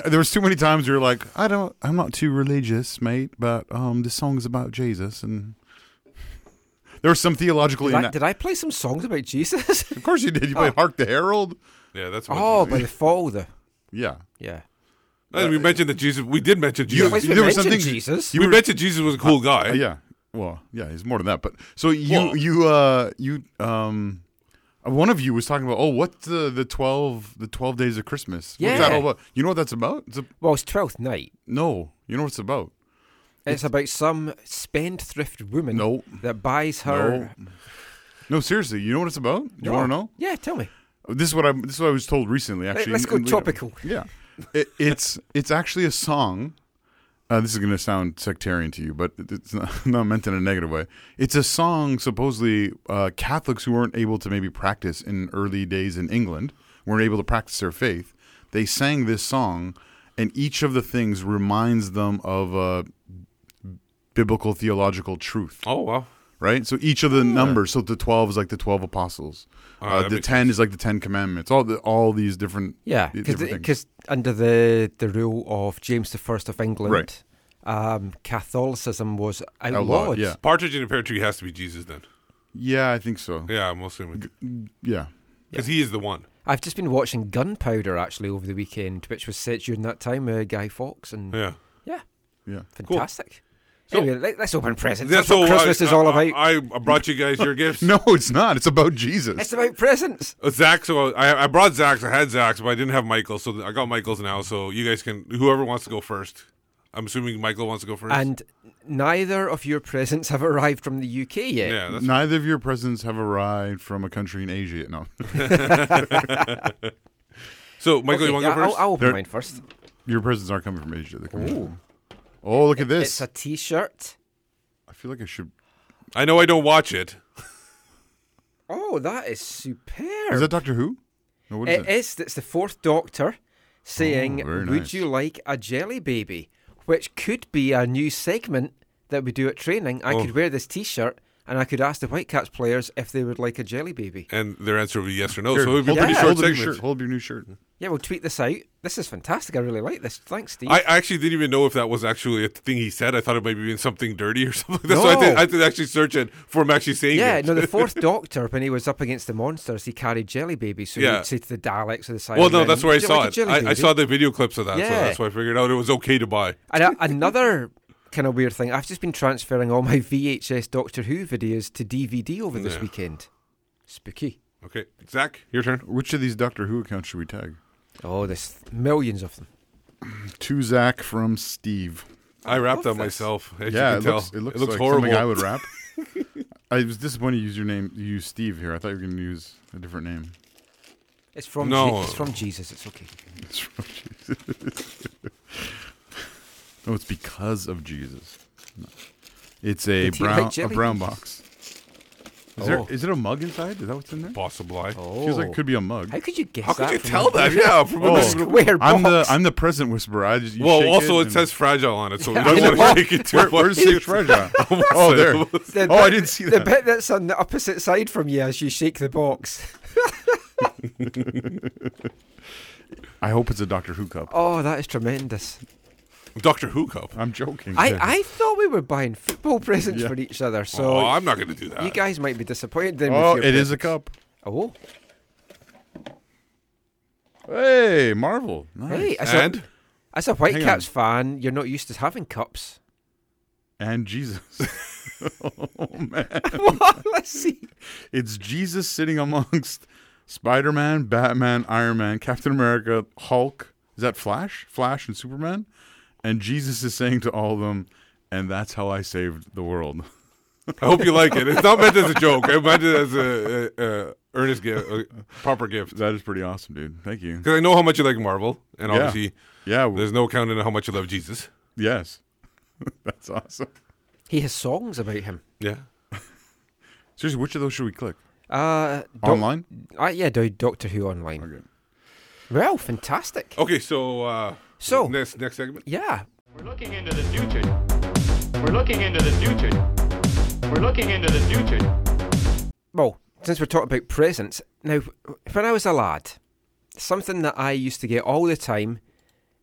Speaker 7: there was too many times you were like, I don't, I'm not too religious, mate, but um, this song's about Jesus, and there was some theological.
Speaker 5: did,
Speaker 7: in
Speaker 5: I, did I play some songs about Jesus?
Speaker 7: Of course you did. You played Hark the Herald.
Speaker 6: yeah, that's. What
Speaker 5: oh, by the Father.
Speaker 7: Yeah,
Speaker 5: Yeah.
Speaker 6: and we mentioned that Jesus. We did mention Jesus.
Speaker 5: Wait,
Speaker 7: Uh, you-
Speaker 5: we
Speaker 7: there was
Speaker 5: mentioned
Speaker 7: something-
Speaker 5: Jesus.
Speaker 6: we mentioned Jesus was a cool guy.
Speaker 7: Uh, yeah. Well, yeah, he's more than that. But so you,
Speaker 6: Well-
Speaker 7: you, uh, you, um. One of you was talking about, oh, what's the the twelve the twelve days of Christmas? What's that
Speaker 5: Yeah.
Speaker 7: all about? You know what that's about? It's a,
Speaker 5: Well, it's Twelfth Night.
Speaker 7: no, you know what it's about.
Speaker 5: It's about some spendthrift woman
Speaker 7: No.
Speaker 5: that buys her.
Speaker 7: No. No, seriously, you know what it's about? You
Speaker 5: No.
Speaker 7: want to know?
Speaker 5: Yeah, tell me.
Speaker 7: This is what I'm. This is what I was told recently. Actually,
Speaker 5: let's
Speaker 7: in-
Speaker 5: go
Speaker 7: in-
Speaker 5: topical.
Speaker 7: Yeah, it, it's it's actually a song. Uh, this is going to sound sectarian to you, but it- it's not, not meant in a negative way. It's a song supposedly uh, Catholics who weren't able to maybe practice in early days in England weren't able to practice their faith. They sang this song, and each of the things reminds them of a biblical theological truth
Speaker 6: Oh wow.
Speaker 7: right? So each of the numbers, so the twelve is like the twelve apostles. Uh,
Speaker 6: Ah, that
Speaker 7: the
Speaker 6: makes
Speaker 7: ten is like the ten commandments. All the all these different
Speaker 5: Yeah,
Speaker 7: these different things.
Speaker 5: because under the, the rule of James the First of England,
Speaker 7: Right.
Speaker 5: um, Catholicism was outlawed.
Speaker 7: outlawed. Yeah,
Speaker 6: Partridge in a pear tree has to be Jesus then.
Speaker 7: yeah, I think so.
Speaker 6: Yeah, I'm mostly with
Speaker 7: Yeah,
Speaker 6: because he is the one.
Speaker 5: I've just been watching Gunpowder actually over the weekend, which was set during that time with Guy Fawkes and
Speaker 6: Yeah.
Speaker 5: yeah,
Speaker 7: yeah.
Speaker 5: fantastic.
Speaker 6: So-
Speaker 5: anyway, let, us open presents. That's, what Christmas
Speaker 6: I,
Speaker 5: is all
Speaker 6: I-
Speaker 5: about.
Speaker 6: I, I brought you guys your gifts.
Speaker 7: No, it's not. It's about Jesus.
Speaker 5: it's about presents.
Speaker 6: Uh, Zach, so I, I brought Zach's. I had Zach's, but I didn't have Michael, so I got Michael's now. So you guys can, whoever wants to go first. I'm assuming Michael wants to go first.
Speaker 5: And neither of your presents have arrived from the UK yet.
Speaker 6: yeah, that's,
Speaker 7: Neither of your presidents have arrived from a country in Asia. No,
Speaker 6: so Michael, you
Speaker 5: Okay,
Speaker 6: want to go
Speaker 5: I'll-
Speaker 6: 1st
Speaker 5: I'll, open
Speaker 7: There-
Speaker 5: mine first.
Speaker 7: your presidents aren't coming from Asia. They're coming from- Oh, look at
Speaker 5: It's
Speaker 7: this!
Speaker 5: a T-shirt.
Speaker 7: I feel like I should.
Speaker 6: I know I don't watch it.
Speaker 5: Oh, that is superb.
Speaker 7: Is that Doctor Who? No, what is
Speaker 5: It
Speaker 7: it?
Speaker 5: is. It's the fourth Doctor saying,
Speaker 7: Oh, very
Speaker 5: "Would
Speaker 7: nice.
Speaker 5: you like a jelly baby?" Which could be a new segment that we do at training.
Speaker 6: Oh.
Speaker 5: I could wear this T-shirt and I could ask the White Cats players if they would like a jelly baby.
Speaker 6: And their answer would be yes or no.
Speaker 7: Here,
Speaker 6: Oh, so it would be
Speaker 7: hold,
Speaker 6: pretty
Speaker 7: up-
Speaker 6: short
Speaker 7: hold up your
Speaker 6: segments.
Speaker 7: shirt. Hold up your new shirt.
Speaker 5: Yeah, we'll tweet this out. This is fantastic. I really like this. Thanks, Steve.
Speaker 6: I I actually didn't even know if that was actually a thing he said. I thought it might be something dirty or something. That's why I
Speaker 5: No.
Speaker 6: did, I did actually search it for him actually saying
Speaker 5: yeah,
Speaker 6: it.
Speaker 5: no, the fourth Doctor, when he was up against the monsters, he carried jelly babies. So
Speaker 6: Yeah.
Speaker 5: he'd say to the Daleks or the Cybermen,
Speaker 6: well, no, that's where I
Speaker 5: "Would you like
Speaker 6: saw
Speaker 5: a
Speaker 6: it.
Speaker 5: jelly
Speaker 6: I, I
Speaker 5: baby?"
Speaker 6: saw the video clips of that, so
Speaker 5: Yeah.
Speaker 6: that's why I figured out it was okay to buy.
Speaker 5: And a- another kind of weird thing, I've just been transferring all my VHS Doctor Who videos to DVD over this
Speaker 6: Yeah.
Speaker 5: weekend. Spooky.
Speaker 6: Okay, Zach, your turn.
Speaker 7: Which of these Doctor Who accounts should we tag?
Speaker 5: Oh, there's millions of them.
Speaker 7: To Zach from Steve.
Speaker 6: I wrapped that
Speaker 5: love this.
Speaker 6: myself. As
Speaker 7: yeah,
Speaker 6: you
Speaker 7: it
Speaker 6: can
Speaker 7: looks,
Speaker 6: tell.
Speaker 7: it looks, like
Speaker 6: horrible.
Speaker 7: something I would rap. I was disappointed you used your name, you used Steve here. I thought you were going to use a different name.
Speaker 5: It's from
Speaker 6: No.
Speaker 5: Je- it's from Jesus. It's okay.
Speaker 7: It's from Jesus. no, it's because of Jesus. No. It's a
Speaker 5: Did he
Speaker 7: brown
Speaker 5: like Oh.
Speaker 7: a
Speaker 5: jelly
Speaker 7: brown
Speaker 5: beans?
Speaker 7: box. Is there is it a mug inside? Is that what's in there?
Speaker 6: Possible. Oh.
Speaker 7: Feels like it could be a mug.
Speaker 5: How could you guess
Speaker 6: How could
Speaker 5: that
Speaker 6: you
Speaker 5: from
Speaker 6: tell
Speaker 5: a-
Speaker 6: that? Yeah, from
Speaker 7: Oh,
Speaker 6: a square
Speaker 7: I'm the
Speaker 6: box.
Speaker 7: I'm the present whisperer. I just, you
Speaker 6: well,
Speaker 7: shake
Speaker 6: also it,
Speaker 7: and-
Speaker 6: says fragile on it, so we
Speaker 7: I
Speaker 6: don't
Speaker 7: know.
Speaker 6: want to shake it too
Speaker 7: Where-
Speaker 6: much.
Speaker 7: where's the fragile?
Speaker 6: Almost
Speaker 7: Oh, there.
Speaker 6: said it.
Speaker 7: Oh, I didn't see
Speaker 5: The
Speaker 7: that.
Speaker 5: bit that's on the opposite side from you as you shake the box.
Speaker 7: I hope it's a Doctor Who cup.
Speaker 5: Oh, that is tremendous.
Speaker 6: Doctor Who cup.
Speaker 7: I'm joking.
Speaker 5: I, I thought we were buying football presents
Speaker 7: Yeah.
Speaker 5: for each other, so
Speaker 6: Oh, I'm not going to do that.
Speaker 5: you guys might be disappointed. Then
Speaker 7: oh,
Speaker 5: with
Speaker 7: it
Speaker 5: your
Speaker 7: is a
Speaker 5: presents.
Speaker 7: cup.
Speaker 5: Oh,
Speaker 7: Hey, Marvel. Nice.
Speaker 5: hey, as a,
Speaker 6: and
Speaker 5: as a
Speaker 7: Hang
Speaker 5: Whitecaps fan, you're not used to having cups.
Speaker 7: And Jesus. oh man.
Speaker 5: What? Let's see.
Speaker 7: It's Jesus sitting amongst Spider Man, Batman, Iron Man, Captain America, Hulk. Is that Flash? Flash and Superman? And Jesus is saying to all of them, and that's how I saved the world.
Speaker 6: I hope you like it. It's not meant as a joke. I meant it as a, a, a earnest gift, a proper gift.
Speaker 7: That is pretty awesome, dude. Thank you.
Speaker 6: Because I know how much you like Marvel, and
Speaker 7: Yeah.
Speaker 6: obviously,
Speaker 7: Yeah. w-
Speaker 6: there's no counting how much you love Jesus.
Speaker 7: Yes. that's awesome.
Speaker 5: He has songs about him.
Speaker 6: Yeah.
Speaker 7: Seriously, which of those should we click?
Speaker 5: Uh, doc-
Speaker 7: Online?
Speaker 5: Uh, yeah, do Doctor Who online.
Speaker 7: Okay.
Speaker 5: Well, fantastic.
Speaker 6: Okay, so uh,
Speaker 5: So-
Speaker 6: next next segment.
Speaker 5: Yeah.
Speaker 12: We're looking into the future. We're looking into the future. We're looking into the future.
Speaker 5: Well, since we're talking about presents, now, when I was a lad, something that I used to get all the time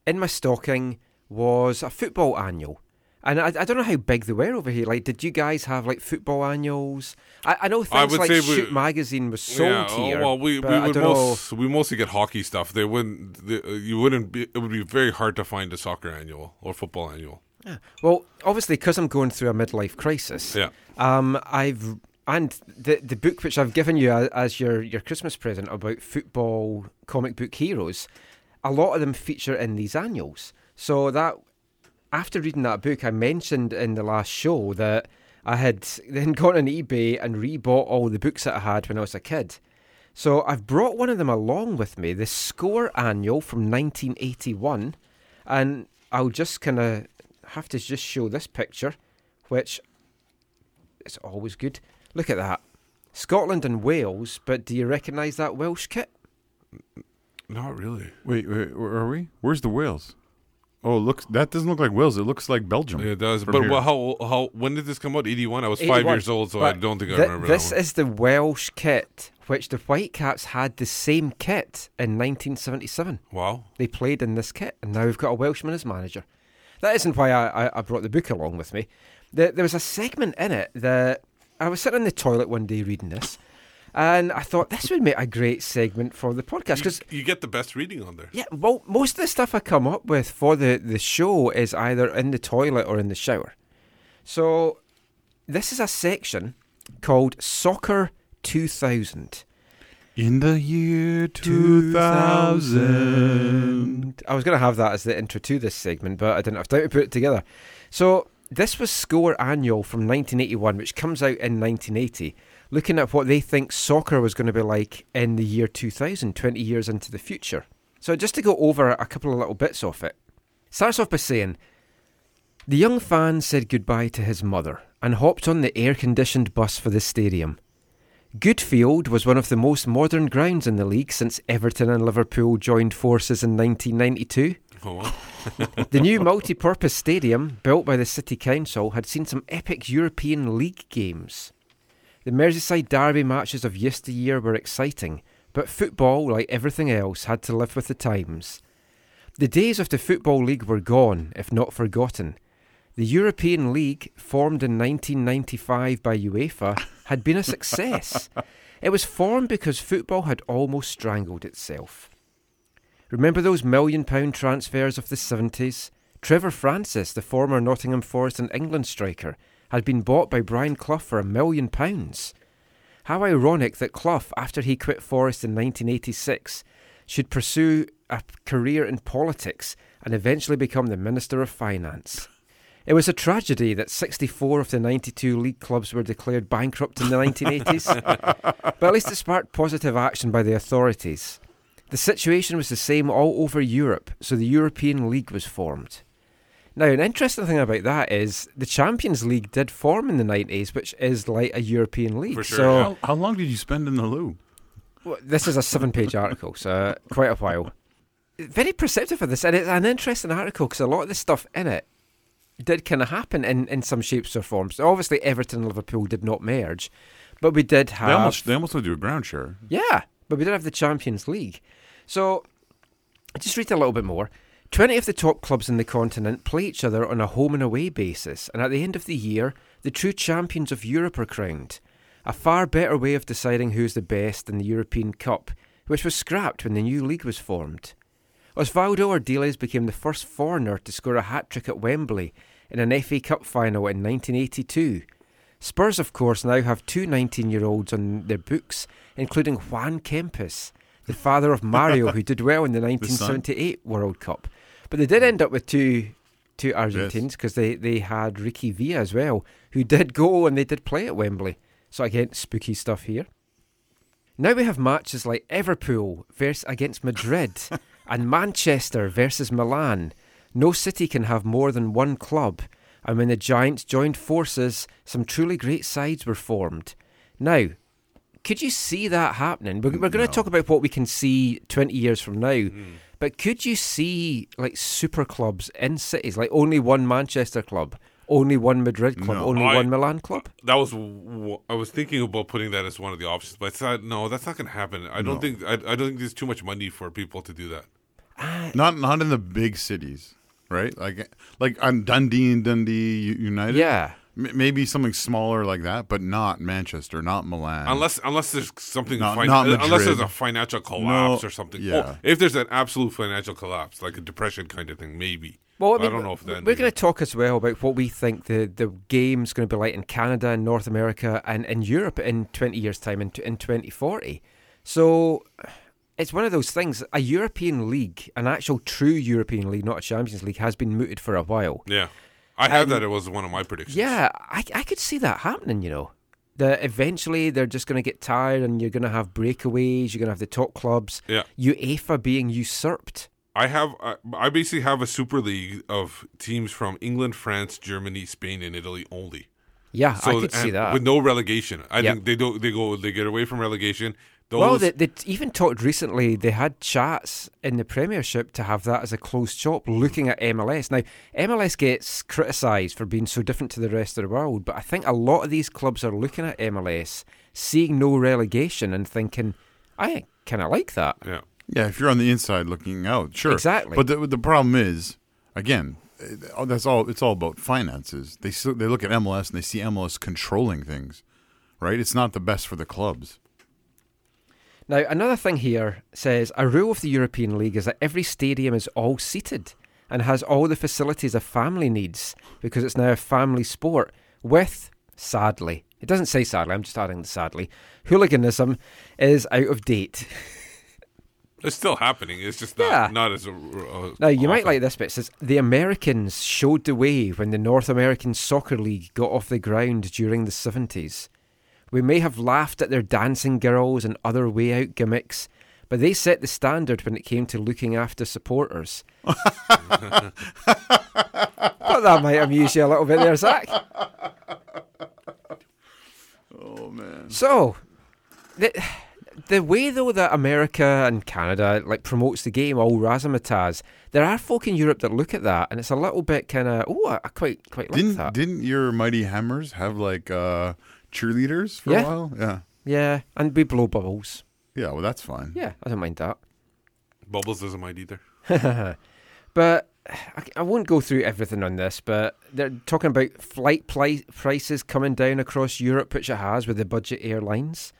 Speaker 5: in my stocking was a football annual. And I, I don't know how big they were over here. Like, did you guys have like football annuals? I, I know things
Speaker 6: I would
Speaker 5: like
Speaker 6: say we-
Speaker 5: Shoot magazine was sold
Speaker 6: yeah, oh,
Speaker 5: here.
Speaker 6: well, we,
Speaker 5: but
Speaker 6: we
Speaker 5: I
Speaker 6: would
Speaker 5: don't know-
Speaker 6: most, we mostly get hockey stuff. They wouldn't. They, uh, you wouldn't. Be, it would be very hard to find a soccer annual or football annual.
Speaker 5: Well, obviously, because I'm going through a midlife crisis.
Speaker 6: Yeah.
Speaker 5: Um, I've and the the book which I've given you a- as your your Christmas present about football comic book heroes, a lot of them feature in these annuals. So that after reading that book, I mentioned in the last show that I had then gone on eBay and rebought all the books that I had when I was a kid. So I've brought one of them along with me, the Score Annual from 1981, and I'll just kind of have to just show this picture, which is always good. Look at that. Scotland and Wales, but do you recognise that Welsh kit?
Speaker 6: Not really.
Speaker 7: Wait, wait, where are we? Where's the Wales? Oh, looks that doesn't look like Wales. It looks like Belgium.
Speaker 6: It does.
Speaker 7: from
Speaker 6: But
Speaker 7: here.
Speaker 6: well, how how when did this come out? Eighty one. I was five
Speaker 5: 81.
Speaker 6: years old, so I
Speaker 5: But
Speaker 6: don't think I
Speaker 5: thi-
Speaker 6: remember
Speaker 5: This
Speaker 6: that one.
Speaker 5: is the Welsh kit, which the Whitecaps had the same kit in 1977.
Speaker 6: wow.
Speaker 5: They played in this kit, and now we've got a Welshman as manager. That isn't why I, I, I brought the book along with me. There, there was a segment in it that I was sitting in the toilet one day reading this, and I thought this would make a great segment for the podcast
Speaker 6: You,
Speaker 5: because
Speaker 6: you get the best reading on there.
Speaker 5: yeah, well, most of the stuff I come up with for the, the show is either in the toilet or in the shower. So this is a section called Soccer 2000.
Speaker 7: In the year 2000.
Speaker 5: I was going to have that as the intro to this segment, but I didn't have time to put it together. So this was Score Annual from 1981, which comes out in 1980, looking at what they think soccer was going to be like in the year 2000, 20 years into the future. So just to go over a couple of little bits of it, starts off by saying the young fan said goodbye to his mother and hopped on the air-conditioned bus for the stadium. Goodfield was one of the most modern grounds in the league since Everton and Liverpool joined forces in 1992.
Speaker 6: Oh, wow.
Speaker 5: The new multi purpose stadium, built by the City Council, had seen some epic European League games. The Merseyside Derby matches of yesteryear were exciting, but football, like everything else, had to live with the times. The days of the Football League were gone, if not forgotten. The European League, formed in 1995 by UEFA, had been a success. it was formed because football had almost strangled itself. Remember those million pound transfers of the 70s? Trevor Francis, the former Nottingham Forest and England striker, had been bought by Brian Clough for a million pounds. How ironic that Clough, after he quit Forest in 1986, should pursue a career in politics and eventually become the Minister of Finance. It was a tragedy that 64 of the 92 league clubs were declared bankrupt in the 1980s, but at least it sparked positive action by the authorities. The situation was the same all over Europe, so the European League was formed. Now, an interesting thing about that is the Champions League did form in the 90s, which is like a European league. So
Speaker 7: how, how long did you spend in the loo?
Speaker 5: Well, this is a seven page article, so uh, quite a while. Very perceptive of this, and it's an interesting article because a lot of the stuff in it did kind of happen in, in some shapes or forms. Obviously, Everton and Liverpool did not merge, but we did have.
Speaker 7: They almost they almost went to a ground share.
Speaker 5: Yeah, but we did have the Champions League. So just read a little bit more. 20 of the top clubs in the continent play each other on a home and away basis, and at the end of the year, the true champions of Europe are crowned. A far better way of deciding who's the best than the European Cup, which was scrapped when the new league was formed. Osvaldo Ardiles became the first foreigner to score a hat trick at Wembley in an FA Cup final in 1982. Spurs, of course, now have two 19 year olds on their books, including Juan Kempis, the father of Mario, who did well in the 1978 World Cup. But they did end up with two two Argentines because they, they had Ricky Villa as well, who did go and they did play at Wembley. So, again, spooky stuff here. Now we have matches like Everpool versus against Madrid and Manchester versus Milan. No city can have more than one club, and when the Giants joined forces, some truly great sides were formed. Now, could you see that happening? We're, we're going to talk about what we can see 20 years from now, but could you see like super clubs in cities, like only one Manchester club, only one Madrid club, only
Speaker 6: I-
Speaker 5: one Milan club?
Speaker 6: That was wh- I was thinking about putting that as one of the options, but it's not, no, that's not going to happen. I
Speaker 7: No.
Speaker 6: don't think I, I don't think there's too much money for people to do that.
Speaker 7: Not not in the big cities, right? Like like on Dundee and Dundee U- United.
Speaker 5: Yeah.
Speaker 7: M- maybe something smaller like that, but not Manchester, not Milan.
Speaker 6: unless unless there's something
Speaker 7: Not-
Speaker 6: fin-
Speaker 7: not
Speaker 6: unless
Speaker 7: Madrid.
Speaker 6: there's a financial collapse
Speaker 7: No,
Speaker 6: or something.
Speaker 7: yeah.
Speaker 6: Oh, if there's an absolute financial collapse, like a depression kind of thing, maybe.
Speaker 5: Well, I,
Speaker 6: But
Speaker 5: mean,
Speaker 6: don't know if then
Speaker 5: we're going to talk as well about what we think the, the game's going to be like in Canada and North America and in Europe in 20 years' time, in, t- in 2040. So it's one of those things. A European league, an actual true European league, not a Champions League, has been mooted for a while.
Speaker 6: Yeah, I had
Speaker 7: Um,
Speaker 6: that. It was one of my predictions.
Speaker 5: Yeah, I, I could see that happening, you know. That eventually they're just going to get tired and you're going to have breakaways, you're going to have the top clubs,
Speaker 6: Yeah.
Speaker 5: UEFA being usurped.
Speaker 6: I have I, I basically have a super league of teams from England, France, Germany, Spain, and Italy only.
Speaker 5: Yeah, I could see
Speaker 6: and
Speaker 5: that.
Speaker 6: with no relegation. I
Speaker 5: Yeah.
Speaker 6: think they do. They go. They get away from relegation. Those,
Speaker 5: Well, they, they even talked recently. They had chats in the Premiership to have that as a closed shop, looking at MLS. Now, MLS gets criticised for being so different to the rest of the world, but I think a lot of these clubs are looking at MLS, seeing no relegation, and thinking, "I kind of like that."
Speaker 6: Yeah.
Speaker 7: Yeah, if you're on the inside looking out, sure,
Speaker 5: Exactly.
Speaker 7: But the, the problem is, again, eh, that's all. It's all about finances. They still, they look at MLS and they see MLS controlling things, right? It's not the best for the clubs.
Speaker 5: Now, another thing here says a rule of the European League is that every stadium is all seated and has all the facilities a family needs because it's now a family sport with, sadly, it doesn't say sadly, I'm just adding the sadly, hooliganism is out of date.
Speaker 6: It's still happening. It's just not
Speaker 5: Yeah.
Speaker 6: not as a, a,
Speaker 5: Now, you might like this bit. It says, The Americans showed the way when the North American Soccer League got off the ground during the 70s. We may have laughed at their dancing girls and other way out gimmicks, but they set the standard when it came to looking after supporters. but that might amuse you a little bit there, Zach.
Speaker 7: Oh man.
Speaker 5: So, the, the way though that America and Canada like promotes the game all razzmatazz, there are folk in Europe that look at that and it's a little bit kind of oh, I I quite quite like
Speaker 7: Didn't
Speaker 5: that.
Speaker 7: didn't your Mighty Hammers have like uh, cheerleaders for
Speaker 5: Yeah.
Speaker 7: a while? Yeah,
Speaker 5: Yeah, and we blow bubbles.
Speaker 7: yeah. Well, that's fine.
Speaker 5: Yeah, I don't mind that.
Speaker 6: bubbles doesn't mind either.
Speaker 5: But I, I won't go through everything on this, but they're talking about flight pli- prices coming down across Europe, which it has with the budget airlines.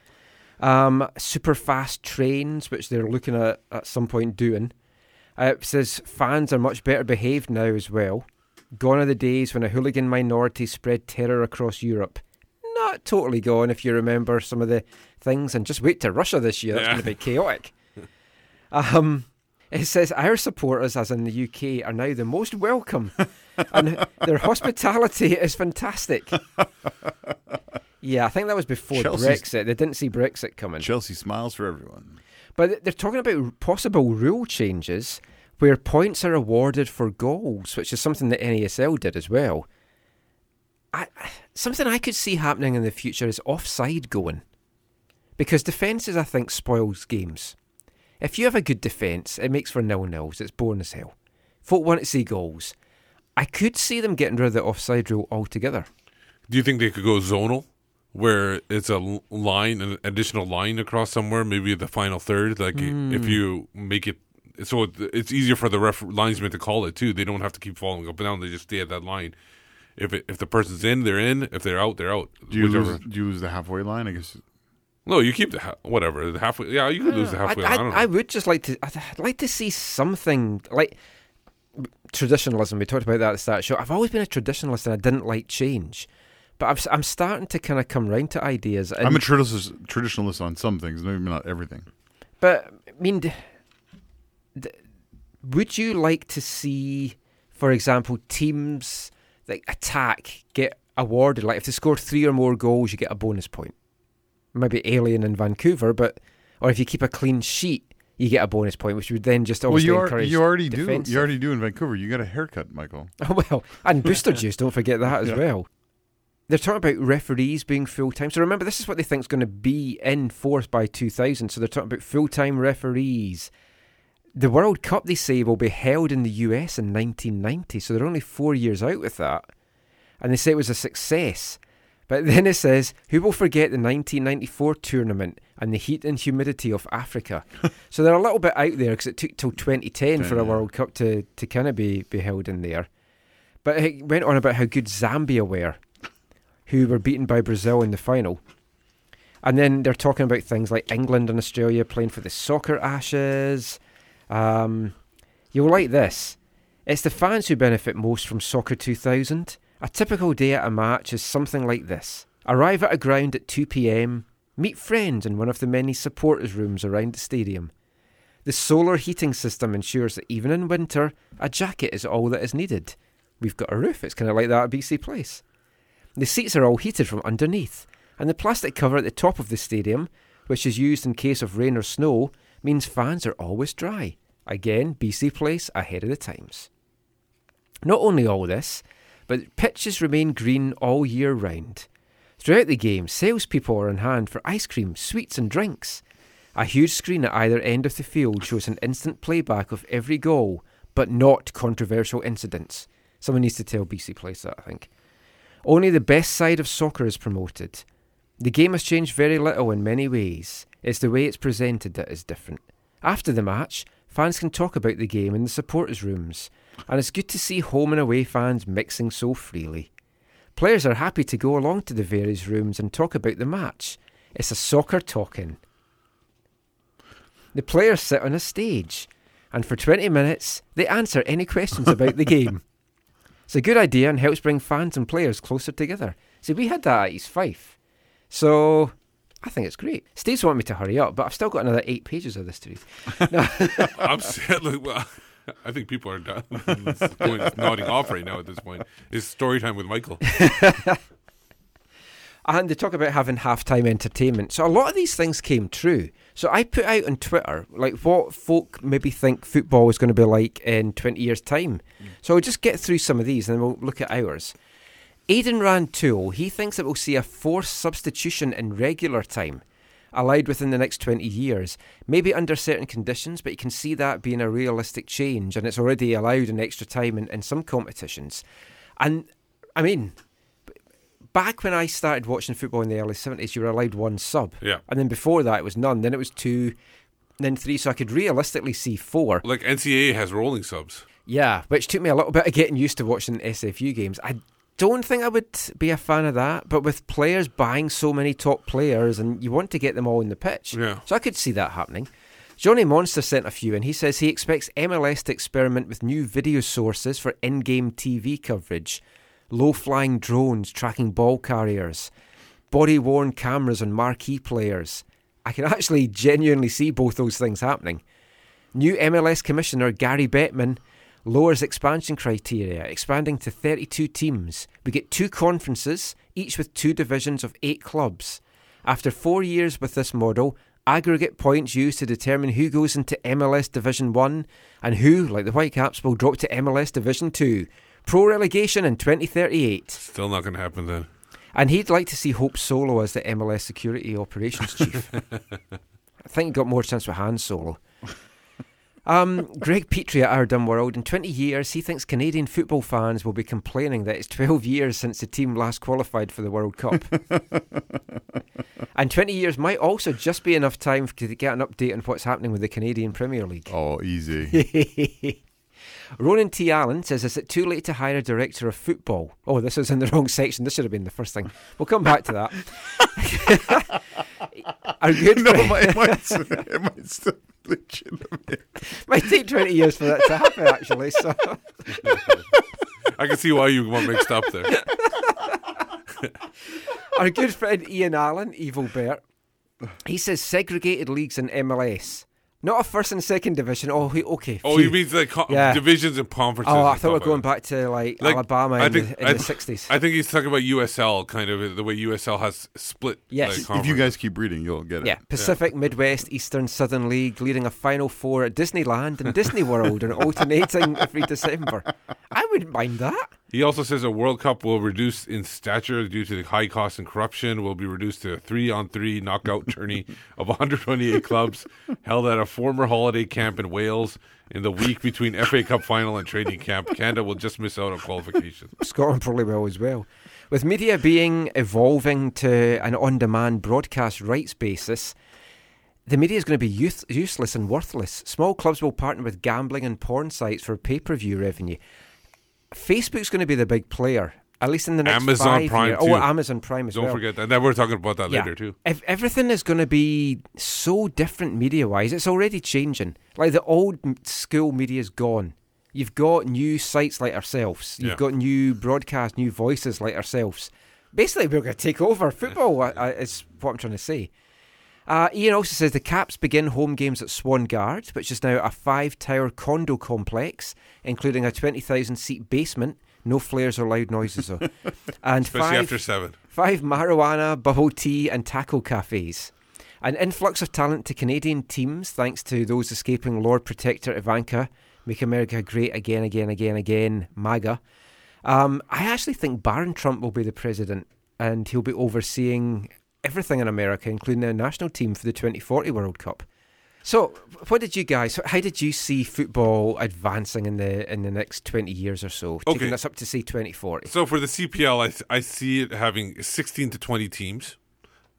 Speaker 5: Um, super fast trains, which they're looking at at some point doing. Uh, it says fans are much better behaved now as well. Gone are the days when a hooligan minority spread terror across Europe. Not totally gone, if you remember some of the things. And just wait to Russia this year; that's
Speaker 6: Yeah.
Speaker 5: going to be chaotic. Um, it says our supporters, as in the UK, are now the most welcome, and their hospitality is fantastic. Yeah, I think that was before
Speaker 7: Chelsea's-
Speaker 5: Brexit. They didn't see Brexit coming.
Speaker 7: Chelsea smiles for everyone.
Speaker 5: But they're talking about possible rule changes where points are awarded for goals, which is something that NASL did as well. I, something I could see happening in the future is offside going, because defences I think spoils games. If you have a good defence, it makes for nil nils. It's boring as hell. Folk want to see goals. I could see them getting rid of the offside rule altogether.
Speaker 6: Do you think they could go zonal, where it's a l- line, an additional line across somewhere, maybe the final third? Like
Speaker 5: Hmm.
Speaker 6: if you make it, so it- it's easier for the ref linesman to call it too. They don't have to keep falling up and down. They just stay at that line. If it, if the person's in, they're in. If they're out, they're out.
Speaker 7: Do you
Speaker 6: Whichever.
Speaker 7: lose, do you lose the halfway line? I guess
Speaker 6: No, you keep the ha- whatever the halfway. Yeah, you could lose the halfway.
Speaker 5: Uh, I,
Speaker 6: line. I, don't know.
Speaker 5: I, I would just like to. I'd, I'd like to see something like traditionalism. We talked about that at the start of the show. I've always been a traditionalist, and I didn't like change. But I've, s- I'm starting to kind of come round to ideas. And,
Speaker 7: I'm a traditionalist, traditionalist on some things, maybe not everything.
Speaker 5: But I mean, d- d- would you like to see, for example, teams like attack get awarded? Like if they score three or more goals, you get a bonus point. Maybe alien in Vancouver, but or if you keep a clean sheet, you get a bonus point, which would then just
Speaker 7: Well,
Speaker 5: obviously
Speaker 7: you, are,
Speaker 5: encourage
Speaker 7: you already
Speaker 5: defensive.
Speaker 7: do. You already do in Vancouver. You got a haircut, Michael.
Speaker 5: Oh well, and booster juice. Don't forget that as
Speaker 7: Yeah.
Speaker 5: well. They're talking about referees being full time. So remember, this is what they think is going to be in force by 2000. So they're talking about full time referees. The World Cup, they say, will be held in the US in 1990. So they're only four years out with that. And they say it was a success. But then it says, who will forget the 1994 tournament and the heat and humidity of Africa? so they're a little bit out there because it took till 2010 for a
Speaker 7: Yeah.
Speaker 5: World Cup to, to kind of be, be held in there. But it went on about how good Zambia were, who were beaten by Brazil in the final. And then they're talking about things like England and Australia playing for the soccer ashes. Um, you'll like this. It's the fans who benefit most from Soccer 2000. A typical day at a match is something like this Arrive at a ground at 2 pm, meet friends in one of the many supporters' rooms around the stadium. The solar heating system ensures that even in winter, a jacket is all that is needed. We've got a roof, it's kind of like that at BC Place. The seats are all heated from underneath, and the plastic cover at the top of the stadium, which is used in case of rain or snow, means fans are always dry. Again, BC Place ahead of the times. Not only all this, but pitches remain green all year round. Throughout the game, salespeople are in hand for ice cream, sweets, and drinks. A huge screen at either end of the field shows an instant playback of every goal, but not controversial incidents. Someone needs to tell BC Place that, I think. Only the best side of soccer is promoted. The game has changed very little in many ways. It's the way it's presented that is different. After the match, fans can talk about the game in the supporters' rooms, and it's good to see home and away fans mixing so freely. Players are happy to go along to the various rooms and talk about the match. It's a soccer talking. The players sit on a stage, and for 20 minutes, they answer any questions about the game. It's a good idea and helps bring fans and players closer together. See, we had that at East Fife, so I think it's great. Steve's wanting me to hurry up, but I've still got another eight pages of this to read. No.
Speaker 6: I'm sad. Like, well, I think people are done. It's going- it's nodding off right now at this point. It's story time with Michael.
Speaker 5: And they talk about having halftime entertainment. So a lot of these things came true. So I put out on Twitter like what folk maybe think football is going to be like in 20 years' time. So I'll just get through some of these and then we'll look at ours. Aidan Rantoul, he thinks that we'll see a forced substitution in regular time, allowed within the next 20 years, maybe under certain conditions, but you can see that being a realistic change, and it's already allowed in extra time in, in some competitions. And I mean, back when I started watching football in the early 70s, you were allowed one sub.
Speaker 6: Yeah.
Speaker 5: And then before that, it was none. Then it was two, then three. So I could realistically see four.
Speaker 6: Like NCAA has rolling subs.
Speaker 5: Yeah, which took me a little bit of getting used to watching SFU games. I don't think I would be a fan of that, but with players buying so many top players and you want to get them all in the pitch.
Speaker 6: Yeah.
Speaker 5: So I could see that happening. Johnny Monster sent a few and he says he expects MLS to experiment with new video sources for in game TV coverage, low flying drones tracking ball carriers, body worn cameras on marquee players. I can actually genuinely see both those things happening. New MLS Commissioner Gary Bettman lowers expansion criteria, expanding to 32 teams. We get two conferences, each with two divisions of eight clubs. After four years with this model, aggregate points used to determine who goes into MLS Division 1 and who, like the Whitecaps, will drop to MLS Division 2. Pro relegation in 2038.
Speaker 6: Still not going to happen then.
Speaker 5: And he'd like to see Hope Solo as the MLS security operations chief. I think he got more chance with Han Solo. Um, Greg Petrie at Our Dumb World. In 20 years, he thinks Canadian football fans will be complaining that it's 12 years since the team last qualified for the World Cup. and 20 years might also just be enough time to get an update on what's happening with the Canadian Premier League.
Speaker 7: Oh, easy.
Speaker 5: Ronan T. Allen says, Is it too late to hire a director of football? Oh, this is in the wrong section. This should have been the first thing. We'll come back to that. Our good
Speaker 7: No,
Speaker 5: friend-
Speaker 7: my- it might- it might still be legitimate.
Speaker 5: might take 20 years for that to happen, actually. So.
Speaker 6: I can see why you want mixed up there.
Speaker 5: Our good friend Ian Allen, Evil Bert, he says segregated leagues in MLS. Not a first and second division. Oh, he, okay.
Speaker 6: Oh,
Speaker 5: phew.
Speaker 6: he means like co- divisions and conferences.
Speaker 5: Oh, I
Speaker 6: and
Speaker 5: thought we we're
Speaker 6: stuff
Speaker 5: going
Speaker 6: like
Speaker 5: back to like,
Speaker 6: that. Like,
Speaker 5: Alabama
Speaker 6: I
Speaker 5: in,
Speaker 6: think-
Speaker 5: the, in
Speaker 6: I
Speaker 5: the
Speaker 6: th-
Speaker 5: 60s.
Speaker 6: I think he's talking about USL, kind of the way USL has split.
Speaker 5: Yes.
Speaker 6: like,
Speaker 5: If you
Speaker 6: conferences.
Speaker 7: guys keep reading, you'll get it.
Speaker 5: Yeah, Pacific, Midwest, Eastern, Southern League leading a Final Four at Disneyland and Disney World and alternating every December. I wouldn't mind that.
Speaker 6: He also says a World Cup will reduce in stature due to the high cost and corruption. Will be reduced to a three-on-three knockout tourney of 128 clubs held at a former holiday camp in Wales in the week between FA Cup final and training camp. Canada will just miss out on qualification.
Speaker 5: Scotland probably will as well. With media being evolving to an on demand broadcast rights basis, the media is going to be youth- useless and worthless. Small clubs will partner with gambling and porn sites for pay per view revenue. Facebook's going to be the big player, at least in the next
Speaker 6: Amazon
Speaker 5: five
Speaker 6: Prime
Speaker 5: year-
Speaker 6: too.
Speaker 5: Oh, Amazon Prime as
Speaker 6: Don't
Speaker 5: well.
Speaker 6: forget that. And then we're talking about that later too.
Speaker 5: If everything is going to be so different media wise, it's already changing. Like the old m- school media is gone. You've got new sites like ourselves. You've
Speaker 6: Yeah.
Speaker 5: got new broadcast, new voices like ourselves. Basically, we're going to take over football. I- I- is what I'm trying to say. Uh, Ian also says the Caps begin home games at Swan Guard, which is now a five-tower condo complex, including a 20,000-seat basement. No flares or loud noises, though. and
Speaker 6: Especially
Speaker 5: five,
Speaker 6: after seven.
Speaker 5: Five marijuana, bubble tea, and taco cafes. An influx of talent to Canadian teams, thanks to those escaping Lord Protector Ivanka, Make America Great Again, Again, Again, Again, MAGA. Um, I actually think Barron Trump will be the president, and he'll be overseeing everything in America, including the national team for the 2040 World Cup. So, what did you guys? How did you see football advancing in the in the next 20 years or so?
Speaker 6: Okay.
Speaker 5: Taking us up to say 2040.
Speaker 6: So for the CPL, I, s- I see it having 16 to 20 teams,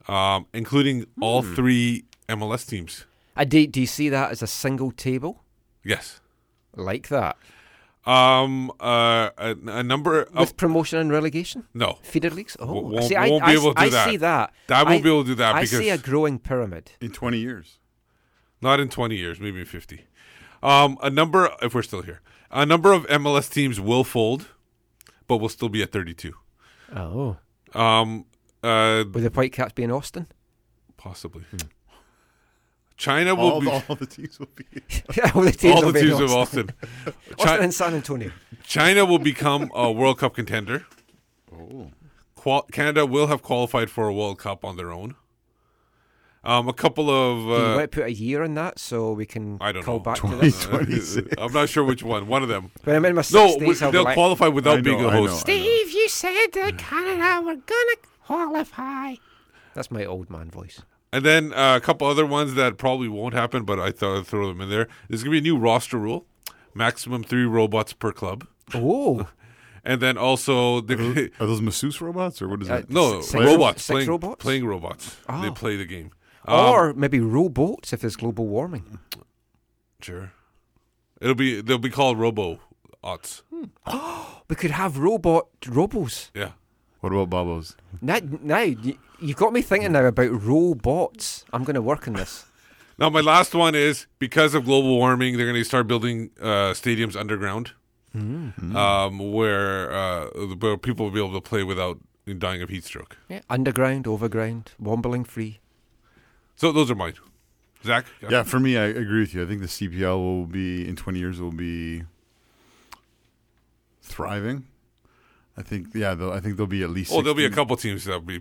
Speaker 6: um, including all
Speaker 5: Hmm.
Speaker 6: three MLS teams.
Speaker 5: Uh, do, do you see that as a single table?
Speaker 6: Yes.
Speaker 5: Like that.
Speaker 6: Um, uh, a, a number of
Speaker 5: With promotion and relegation?
Speaker 6: No.
Speaker 5: Feeder leagues? Oh,
Speaker 6: Oh. W- won't-
Speaker 5: see, I,
Speaker 6: won't
Speaker 5: I,
Speaker 6: be able to do
Speaker 5: I
Speaker 6: that.
Speaker 5: see that.
Speaker 6: I won't be able to do that
Speaker 5: I
Speaker 6: because-
Speaker 5: see a growing pyramid.
Speaker 7: In 20 years.
Speaker 6: Not in 20 years, maybe in 50. Um, a number, if we're still here, a number of MLS teams will fold, but we'll still be at 32.
Speaker 5: Oh.
Speaker 6: Um, uh,
Speaker 5: With the Whitecaps being Austin?
Speaker 6: possibly.
Speaker 5: Hmm.
Speaker 6: China will
Speaker 7: All,
Speaker 6: be.
Speaker 7: all the teams will be.
Speaker 5: all the teams,
Speaker 6: all
Speaker 5: will
Speaker 6: the
Speaker 5: be in
Speaker 6: teams of
Speaker 5: Austin.
Speaker 6: Austin.
Speaker 5: Austin and San Antonio.
Speaker 6: China will become a World Cup contender. Oh. Qual- Canada will have qualified for a World Cup on their own. Um, a couple of.
Speaker 5: do you
Speaker 6: Uh,
Speaker 5: want to put a year in that so we can
Speaker 6: I don't
Speaker 5: call
Speaker 6: know.
Speaker 5: back to that?
Speaker 6: I'm not sure which one. One of them.
Speaker 5: When I'm in my
Speaker 6: no,
Speaker 5: 60s,
Speaker 6: we-
Speaker 5: I'll be
Speaker 6: they'll
Speaker 5: like-
Speaker 6: qualify
Speaker 5: I
Speaker 6: without
Speaker 5: know,
Speaker 6: being a
Speaker 5: I know,
Speaker 6: host.
Speaker 13: Steve, you said that Canada were gonna qualify.
Speaker 5: That's my old man voice.
Speaker 6: And then uh, a couple other ones that probably won't happen, but I thought I'd throw them in there. There's going to be a new roster rule maximum three robots per club.
Speaker 5: Oh.
Speaker 6: and then also. The,
Speaker 7: Are those masseuse robots or what is
Speaker 6: Uh,
Speaker 7: it?
Speaker 6: no,
Speaker 5: six-
Speaker 6: robots,
Speaker 5: Mm-hmm. six
Speaker 6: playing,
Speaker 5: robots?
Speaker 6: Playing robots. They
Speaker 5: Oh.
Speaker 6: play the game. Um,
Speaker 5: or maybe rowboats if there's global warming.
Speaker 6: Sure. It'll be, they'll be called robo ots.
Speaker 5: We could have robot robos.
Speaker 6: Yeah.
Speaker 7: What about Babos?
Speaker 5: Now, now you, you've got me thinking now about robots. I'm going to work on this.
Speaker 6: Now, my last one is because of global warming, they're going to start building uh, stadiums underground
Speaker 5: Mm.
Speaker 6: um, where, uh, where people will be able to play without dying of heat stroke.
Speaker 5: Yeah. Underground, overground, wombling free.
Speaker 6: So those are mine. Zach?
Speaker 7: Yeah, for me, I agree with you. I think the CPL will be in 20 years will be thriving. I think, yeah, they'll- I think there'll be at least.
Speaker 6: Oh, there'll be a
Speaker 7: 16
Speaker 6: couple teams that'll be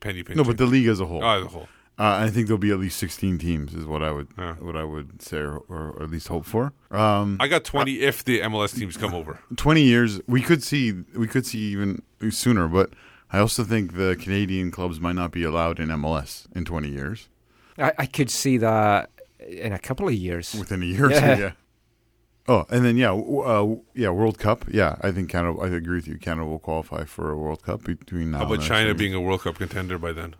Speaker 6: penny pinching.
Speaker 7: No, but the league as a whole.
Speaker 6: Ah, as a whole.
Speaker 7: Uh, I think there'll be at least 16 teams, is what I would what I would say, or, or at least hope for. Um,
Speaker 6: I got 20 if the MLS teams come over.
Speaker 7: 20 years we could see we could see even sooner but i also think the canadian clubs might not be allowed in mls in 20 years
Speaker 5: I, I could see that in a couple of years.
Speaker 7: Within a year or so, yeah. oh and then yeah w- uh, w- yeah world cup yeah i think canada i agree with you canada will qualify for a world cup between now
Speaker 6: How
Speaker 7: and
Speaker 6: about
Speaker 7: next
Speaker 6: China
Speaker 7: year.
Speaker 6: being a World Cup contender by then?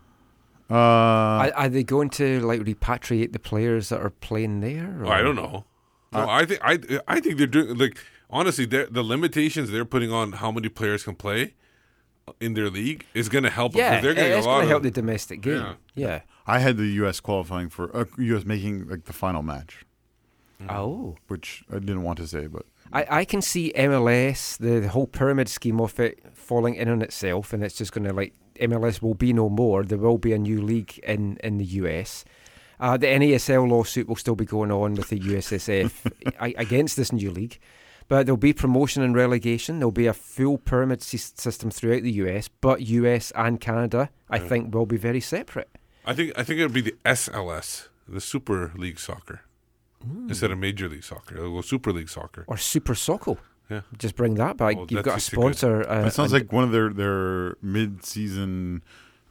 Speaker 7: uh I,
Speaker 5: Are, are they going to like repatriate the players that are playing there?
Speaker 6: Oh, I don't know. No, I think I I think they're doing like honestly they're, the limitations they're putting on how many players can play in their league is going to help. 'em, 'cause
Speaker 5: Yeah,
Speaker 6: they're gonna get
Speaker 5: it's
Speaker 6: a lot
Speaker 5: going to
Speaker 6: of-
Speaker 5: help the domestic game.
Speaker 6: Yeah.
Speaker 5: yeah.
Speaker 7: had the us qualifying for uh, us making like the final match
Speaker 6: Mm-hmm.
Speaker 5: oh
Speaker 7: which i didn't want to say but
Speaker 5: I, I can see MLS, the, the whole pyramid scheme of it falling in on itself, and it's just going to like MLS will be no more. There will be a new league in, in the US. Uh, the NASL lawsuit will still be going on with the USSF a- against this new league, but there'll be promotion and relegation. There'll be a full pyramid sys- system throughout the US, but US and Canada, I
Speaker 6: Yeah.
Speaker 5: think, will be very separate.
Speaker 6: I think I think it would be the SLS, the Super League Soccer,
Speaker 7: Hmm.
Speaker 6: instead of Major League Soccer. It'll go Super League Soccer.
Speaker 5: Or Super Soccer.
Speaker 6: Yeah.
Speaker 5: Just bring that back.
Speaker 6: Well,
Speaker 5: You've
Speaker 6: that's
Speaker 5: got a
Speaker 6: just a good-
Speaker 5: sponsor. uh,
Speaker 7: that sounds
Speaker 5: and-
Speaker 7: like one of their their mid-season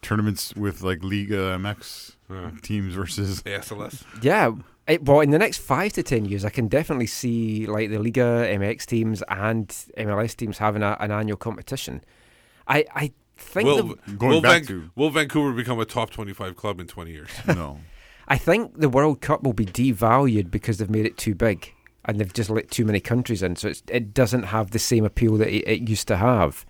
Speaker 7: tournaments with like liga mx teams versus
Speaker 6: SLS
Speaker 5: Yeah. It, well, in the next five to ten years, I can definitely see like the Liga MX teams and MLS teams having a, an annual competition. I, I think
Speaker 6: Will,
Speaker 5: the,
Speaker 6: will, Van- will Vancouver become a top twenty-five club in twenty years?
Speaker 7: no.
Speaker 5: I think the World Cup will be devalued because they've made it too big and they've just let too many countries in, so it's, it doesn't have the same appeal that it, it used to have.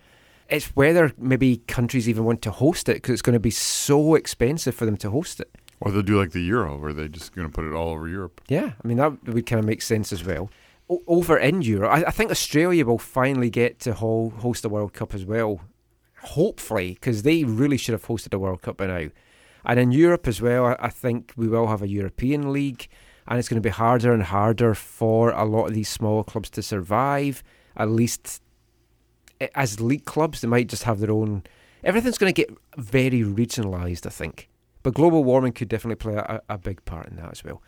Speaker 5: It's whether maybe countries even want to host it because it's going to be so expensive for them to host it.
Speaker 7: Or they'll do like the Euro, where they're just going to put it all over Europe.
Speaker 5: Yeah, I mean that would kind of make sense as well. O- over in Europe, I, I think Australia will finally get to ho- host the World Cup as well, hopefully, because they really should have hosted the World Cup by now. And in Europe as well, I, I think we will have a European league, and it's going to be harder and harder for a lot of these smaller clubs to survive. At least a- as league clubs, they might just have their own. Everything's going to get very regionalised, I think. But global warming could definitely play a, a big part in that as well.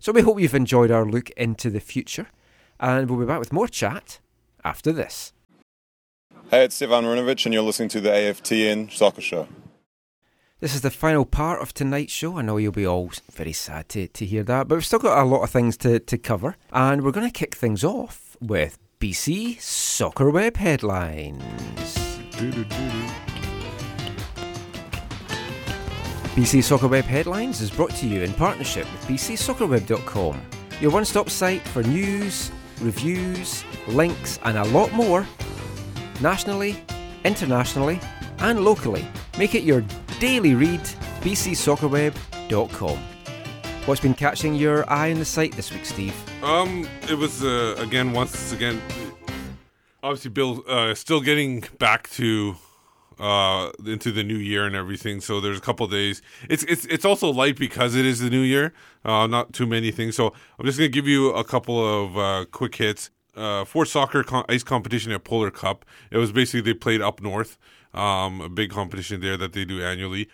Speaker 5: So we hope you've enjoyed our look into the future, and we'll be back with more chat after this.
Speaker 14: Hey, it's Stefan Runovich, and you're listening to the AFTN Soccer Show.
Speaker 5: This is the final part of tonight's show. I know you'll be all very sad to, to hear that, but we've still got a lot of things to, to cover, and we're going to kick things off with BC Soccer Web headlines. BC Soccer Web Headlines is brought to you in partnership with bcsoccerweb.com, your one stop site for news, reviews, links, and a lot more nationally, internationally, and locally. Make it your daily read, bcsoccerweb.com. What's been catching your eye on the site this week, Steve?
Speaker 6: Um, it was uh, again once again. Obviously, Bill uh, still getting back to uh into the new year and everything. So there's a couple days. It's it's it's also light because it is the new year. Uh, not too many things. So I'm just gonna give you a couple of uh, quick hits. Uh, for soccer con- ice competition at Polar Cup, it was basically they played up north. Um, a big competition there that they do annually.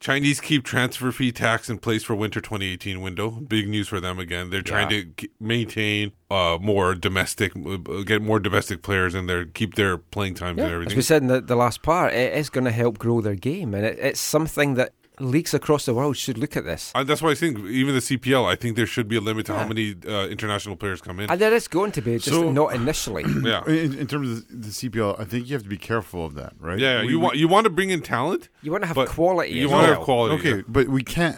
Speaker 6: Chinese keep transfer fee tax in place for winter 2018 window. Big news for them again. They're trying
Speaker 15: Yeah.
Speaker 6: to k- maintain uh, more domestic, uh, get more domestic players in there, keep their playing times and
Speaker 5: As
Speaker 6: everything.
Speaker 5: we said in the, the last part, it is going to help grow their game, and it, it's something that leagues across the world should look at this.
Speaker 6: Uh, that's why I think even the CPL, I think there should be a limit to how many uh, international players come in.
Speaker 5: And there is going to be, just
Speaker 6: So-
Speaker 5: not initially.
Speaker 6: yeah.
Speaker 7: In, in terms of the CPL, I think you have to be careful of that, right?
Speaker 6: Yeah,
Speaker 7: We-
Speaker 6: you
Speaker 7: we-
Speaker 6: want you want to bring in talent.
Speaker 5: You want to have
Speaker 6: but
Speaker 5: quality.
Speaker 6: You
Speaker 5: as
Speaker 6: want to
Speaker 5: well.
Speaker 6: have quality.
Speaker 7: Okay, but we can't.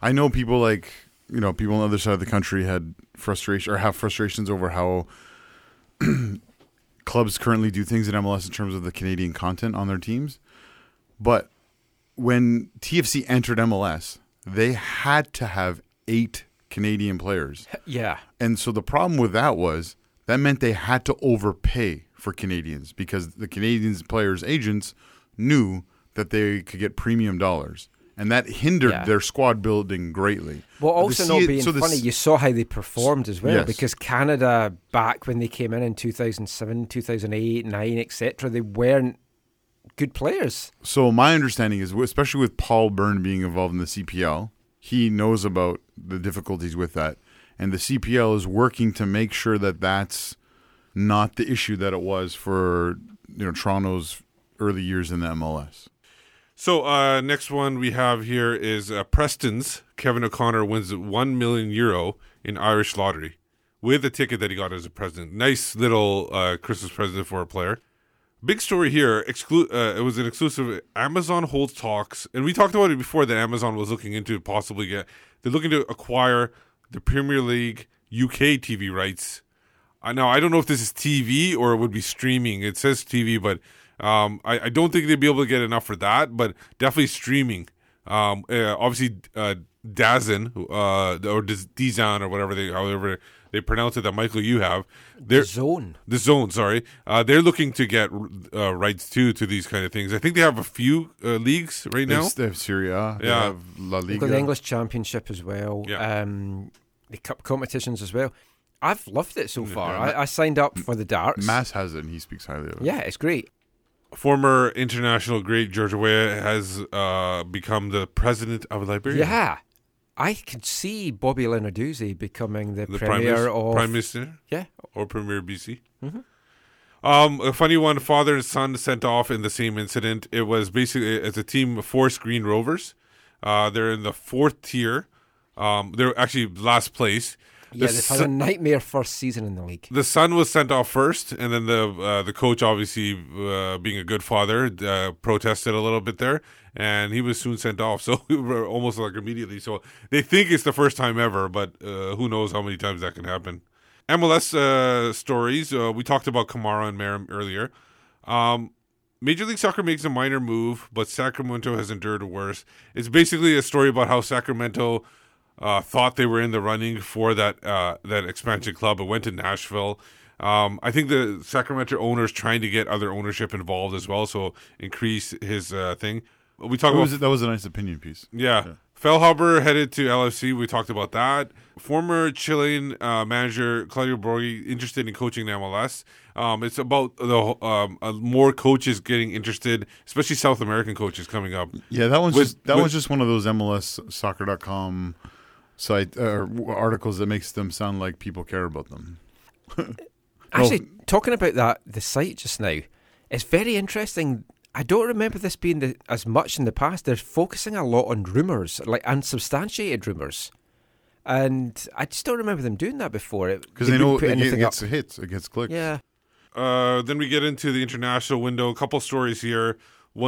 Speaker 7: I know people like you know people on the other side of the country had frustration or have frustrations over how clubs currently do things in MLS in terms of the Canadian content on their teams. But when TFC entered MLS, they had to have eight Canadian players.
Speaker 5: Yeah.
Speaker 7: And so the problem with that was that meant they had to overpay for Canadians because the Canadians players' agents knew that they could get premium dollars. And that hindered
Speaker 5: Yeah.
Speaker 7: their squad building greatly.
Speaker 5: Well,
Speaker 7: The
Speaker 5: also not
Speaker 7: C-
Speaker 5: being
Speaker 7: so the
Speaker 5: funny,
Speaker 7: C-
Speaker 5: you saw how they performed as well
Speaker 7: Yes.
Speaker 5: because Canada back when they came in in 2007, 2008, 9, etc., they weren't good players.
Speaker 7: So my understanding is, especially with Paul Byrne being involved in the CPL, he knows about the difficulties with that, and the CPL is working to make sure that that's not the issue that it was for you know Toronto's early years in the MLS.
Speaker 6: So uh, next one we have here is uh, Preston's Kevin O'Connor wins one million euro in Irish lottery with a ticket that he got as a present. Nice little uh, Christmas present for a player. Big story here. Exclu- uh, it was an exclusive. Amazon holds talks, and we talked about it before that Amazon was looking into possibly get. They're looking to acquire the Premier League UK TV rights. Uh, now I don't know if this is TV or it would be streaming. It says TV, but um, I, I don't think they'd be able to get enough for that. But definitely streaming. Um, uh, obviously, uh, Dazin uh, or Diz- Dizan or whatever they however they pronounce it that Michael you have they're,
Speaker 5: zone
Speaker 6: the zone sorry uh, they're looking to get uh, rights too to these kind of things. I think they have a few uh, leagues right
Speaker 7: They
Speaker 6: now.
Speaker 7: s- they have Serie A, they
Speaker 6: Yeah.
Speaker 7: have La
Speaker 5: We've
Speaker 7: Liga.
Speaker 5: got the English Championship as well. Um, the cup competitions as well. I've loved it so far. I, I signed up for the darts.
Speaker 7: Mass has it, and he speaks highly of it.
Speaker 5: Yeah, it's great.
Speaker 6: Former international great George Weah has uh, become the president of Liberia.
Speaker 5: Yeah. I could see Bobby Leonarduzzi becoming the,
Speaker 6: the prime,
Speaker 5: premier
Speaker 6: Minis-
Speaker 5: of
Speaker 6: prime minister.
Speaker 5: Yeah.
Speaker 6: or premier BC.
Speaker 5: Mhm.
Speaker 6: Um, a funny one: father and son sent off in the same incident. It was basically uh, it's a team of four Green Rovers. Uh, they're in the fourth tier. Um, they're actually last place.
Speaker 5: Yeah,
Speaker 6: The
Speaker 5: they've had a
Speaker 6: son-
Speaker 5: nightmare first season in the league.
Speaker 6: the son was sent off first, and then the uh, the coach, obviously uh, being a good father, uh, protested a little bit there, and he was soon sent off. So we were almost like immediately. So they think it's the first time ever, but uh, who knows how many times that can happen. MLS uh, stories. Uh, we talked about Kamara and Merrim earlier. Um, Major League Soccer makes a minor move, but Sacramento has endured worse. It's basically a story about how Sacramento uh, thought they were in the running for that uh, that expansion club. It went to Nashville. Um, I think the Sacramento owner's trying to get other ownership involved as well, so increase his uh, thing. We talk
Speaker 7: That
Speaker 6: about
Speaker 7: was, that was a nice opinion piece.
Speaker 6: yeah. Fellhaber headed to LFC. We talked about that. Former Chilean uh, manager Claudio Borghi interested in coaching in MLS. Um, it's about the um, uh, more coaches getting interested, especially South American coaches coming up.
Speaker 7: Yeah, that one's
Speaker 6: With-
Speaker 7: just, that
Speaker 6: with-
Speaker 7: one's just one of those MLS soccer.com site uh, articles that makes them sound like people care about them. Oh.
Speaker 5: Actually, talking about that, the site just now, it's very interesting. I don't remember this being the, as much in the past. They're focusing a lot on rumours, like unsubstantiated rumours. And I just don't remember them doing that before.
Speaker 7: Because they know
Speaker 5: put
Speaker 7: it
Speaker 5: anything
Speaker 7: gets
Speaker 5: up.
Speaker 7: hits, it gets clicks.
Speaker 5: Yeah.
Speaker 6: Uh, then we get into the international window. A couple stories here.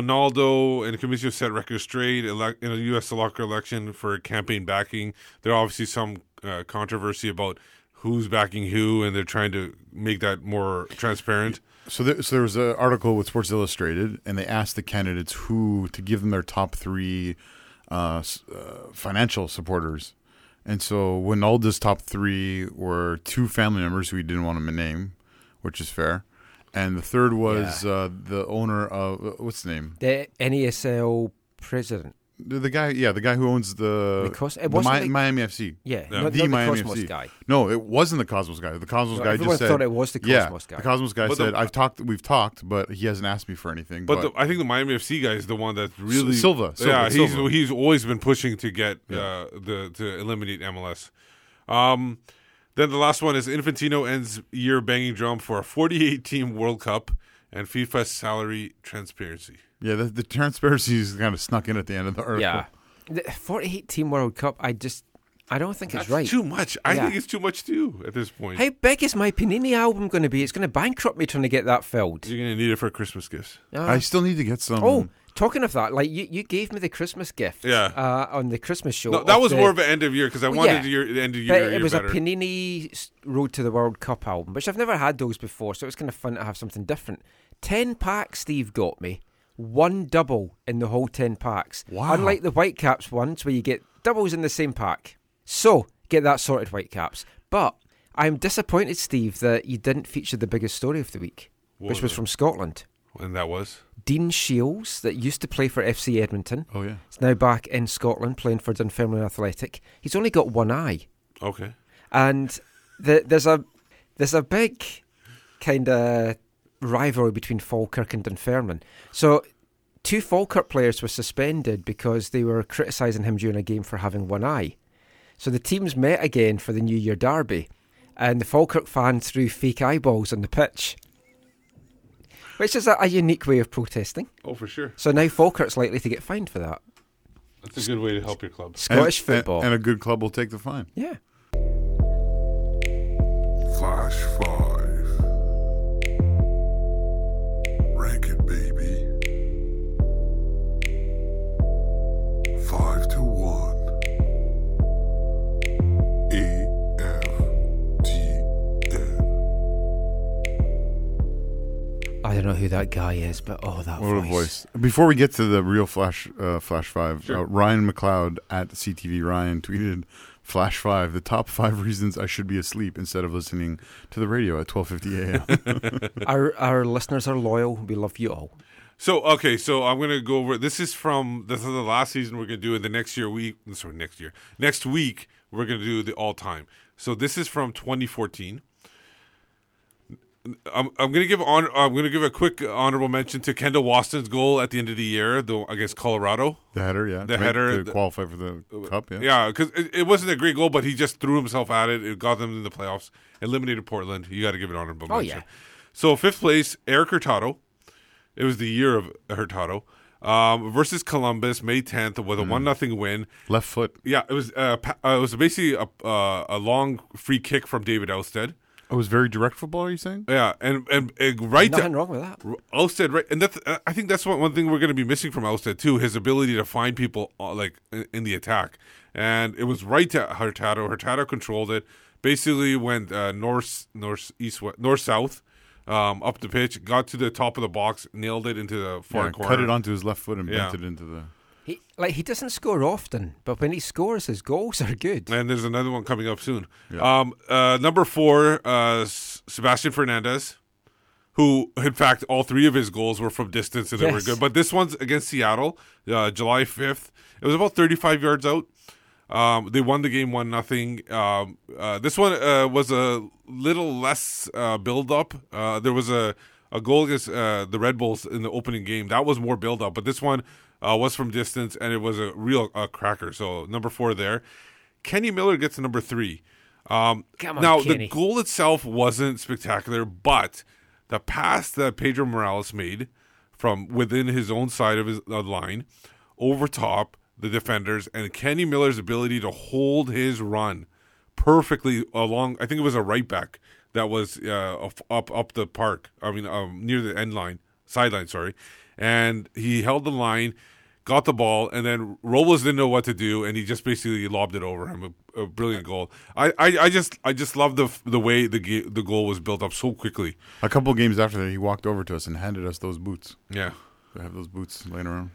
Speaker 6: Ronaldo and Camisio set records straight elec in a U.S. soccer election for campaign backing. There are obviously some uh, controversy about who's backing who, and they're trying to make that more transparent.
Speaker 7: So there, so there was an article with Sports Illustrated, and they asked the candidates who to give them their top three uh, s- uh, financial supporters. And so Winalda's top three were two family members who he didn't want to name, which is fair. And the third was uh, the owner of what's the name?
Speaker 5: The NESL president.
Speaker 7: The, the guy, yeah, the guy who owns the,
Speaker 5: The Cos- it
Speaker 7: the
Speaker 5: wasn't
Speaker 7: Mi-
Speaker 5: the-
Speaker 7: Miami FC.
Speaker 5: Yeah, Yeah. not-
Speaker 7: the
Speaker 5: not the
Speaker 7: Miami
Speaker 5: Cosmos
Speaker 7: FC
Speaker 5: guy.
Speaker 7: No, it wasn't the Cosmos guy. The Cosmos
Speaker 5: No,
Speaker 7: guy
Speaker 5: everyone
Speaker 7: just said
Speaker 5: thought it was the Cosmos
Speaker 7: yeah,
Speaker 5: guy.
Speaker 7: The Cosmos guy
Speaker 6: But the-
Speaker 7: said, "I've talked, we've talked, but he hasn't asked me for anything."
Speaker 6: But, the, I think the Miami FC guy is the one that really
Speaker 7: Silva, Silva,
Speaker 6: yeah, he's
Speaker 7: Silva.
Speaker 6: he's always been pushing to get uh, the to eliminate MLS. Um, then the last one is Infantino ends year banging drum for a 48 team World Cup and FIFA salary transparency.
Speaker 7: Yeah, the, the transparency is kind of snuck in at the end of the article.
Speaker 5: Yeah. The 48 team World Cup, I just, I don't think
Speaker 6: That's
Speaker 5: it's right.
Speaker 6: too much. I
Speaker 5: Yeah.
Speaker 6: think it's too much too at this point.
Speaker 5: How big is my Panini album going to be? It's going to bankrupt me trying to get that filled.
Speaker 6: You're going to need it for Christmas gifts.
Speaker 5: Ah.
Speaker 7: I still need to get some.
Speaker 5: Oh, talking of that, like you, you gave me the Christmas gift.
Speaker 6: Mm. Yeah.
Speaker 5: Uh, on the Christmas show.
Speaker 6: No, that
Speaker 5: of
Speaker 6: was
Speaker 5: the-
Speaker 6: more of an end of year because I
Speaker 5: Well,
Speaker 6: wanted
Speaker 5: yeah.
Speaker 6: your the end of
Speaker 5: But
Speaker 6: year.
Speaker 5: it
Speaker 6: year
Speaker 5: was
Speaker 6: better.
Speaker 5: a Panini s- Road to the World Cup album, which I've never had those before, so it was kind of fun to have something different. Ten packs Steve got me, one double in the whole ten packs.
Speaker 7: Wow.
Speaker 5: Unlike the Whitecaps ones where you get doubles in the same pack. So get that sorted, Whitecaps. But I'm disappointed, Steve, that you didn't feature the biggest story of the week,
Speaker 6: What
Speaker 5: which
Speaker 6: was
Speaker 5: was
Speaker 6: it?
Speaker 5: from Scotland.
Speaker 6: and that was
Speaker 5: Dean Shields, that used to play for FC Edmonton.
Speaker 7: Oh, yeah.
Speaker 5: Is now back in Scotland playing for Dunfermline Athletic. He's only got one eye.
Speaker 6: okay.
Speaker 5: And the, there's a there's a big kind of rivalry between Falkirk and Dunfermline. So, two Falkirk players were suspended because they were criticising him during a game for having one eye. So, the teams met again for the New Year derby, and the Falkirk fan threw fake eyeballs on the pitch, which is a, a unique way of protesting.
Speaker 6: Oh, for sure.
Speaker 5: So, now Falkirk's likely to get fined for that.
Speaker 6: That's a good way to help your club.
Speaker 5: Scottish
Speaker 7: And-
Speaker 5: football.
Speaker 7: and, a good club will take the fine.
Speaker 5: Yeah.
Speaker 15: Flash five. Rank it, baby. Five to one. E F T.
Speaker 5: I don't know who that guy is, but oh, that
Speaker 7: What a
Speaker 5: voice.
Speaker 7: voice! Before we get to the real Flash, uh, Flash Five,
Speaker 5: Sure.
Speaker 7: uh, Ryan McLeod at CTV Ryan tweeted, "Flash Five: The top five reasons I should be asleep instead of listening to the radio at 12:50 a.m."
Speaker 5: our our listeners are loyal. We love you all.
Speaker 6: So okay, so I'm gonna go over. This is from this is the last season we're gonna do, and the next year we sorry next year next week we're gonna do the all time. So this is from 2014. I'm, I'm gonna give honor. I'm gonna give a quick honorable mention to Kendall Waston's goal at the end of the year, though against Colorado.
Speaker 7: The header, yeah.
Speaker 6: the
Speaker 7: To make-
Speaker 6: header
Speaker 7: to qualify for the cup, yeah.
Speaker 6: yeah, because it, it wasn't a great goal, but he just threw himself at it. It got them in the playoffs, eliminated Portland. You got to give it honorable
Speaker 5: Oh,
Speaker 6: mention.
Speaker 5: yeah.
Speaker 6: So fifth place, Eric Hurtado. It was the year of Hurtado um, versus Columbus, May tenth, with
Speaker 5: Hmm.
Speaker 6: a one nothing win.
Speaker 7: Left foot.
Speaker 6: Yeah, it was. Uh, pa- uh, it was basically a uh, a long free kick from David Ousted.
Speaker 7: Oh, it was very direct football. Are you saying?
Speaker 6: Yeah, and and, and right
Speaker 5: Nothing wrong with that.
Speaker 6: Alstead, right? And that's I think that's one, one thing we're going to be missing from Alstead too, his ability to find people uh, like in- in the attack. And it was right to Hurtado. Hurtado controlled it. Basically went uh, north, north, east, west, north, south, um, up the pitch, got to the top of the box, nailed it into the far
Speaker 7: Yeah,
Speaker 6: corner,
Speaker 7: cut it onto his left foot and
Speaker 6: Yeah.
Speaker 7: bent it into the.
Speaker 5: He like he doesn't score often, but when he scores, his goals are good.
Speaker 6: And there's another one coming up soon. Um, uh, number four, uh, S- Sebastian Fernandez, who, in fact, all three of his goals were from distance and they were
Speaker 5: Yes.
Speaker 6: good. But this one's against Seattle, uh, July 5th. It was about 35 yards out. Um, they won the game one nothing. Um, uh, this one uh, was a little less uh, build up. Uh, there was a, a goal against uh, the Red Bulls in the opening game that was more build up, but this one uh, was from distance and it was a real uh, cracker. So number four there. Kenny Miller gets number three. Um,
Speaker 5: Come on,
Speaker 6: now
Speaker 5: Kenny.
Speaker 6: the goal itself wasn't spectacular, but the pass that Pedro Morales made from within his own side of his of the line over top the defenders and Kenny Miller's ability to hold his run perfectly along. I think it was a right back that was uh, up- up up the park. I mean, um, near the end line, sideline. Sorry, and he held the line, got the ball, and then Robles didn't know what to do, and he just basically lobbed it over him. A, a brilliant goal. I, I, I just I just love the f- the way the ga- the goal was built up so quickly.
Speaker 7: A couple of games after that, he walked over to us and handed us those boots.
Speaker 6: Yeah.
Speaker 7: I have those boots laying around.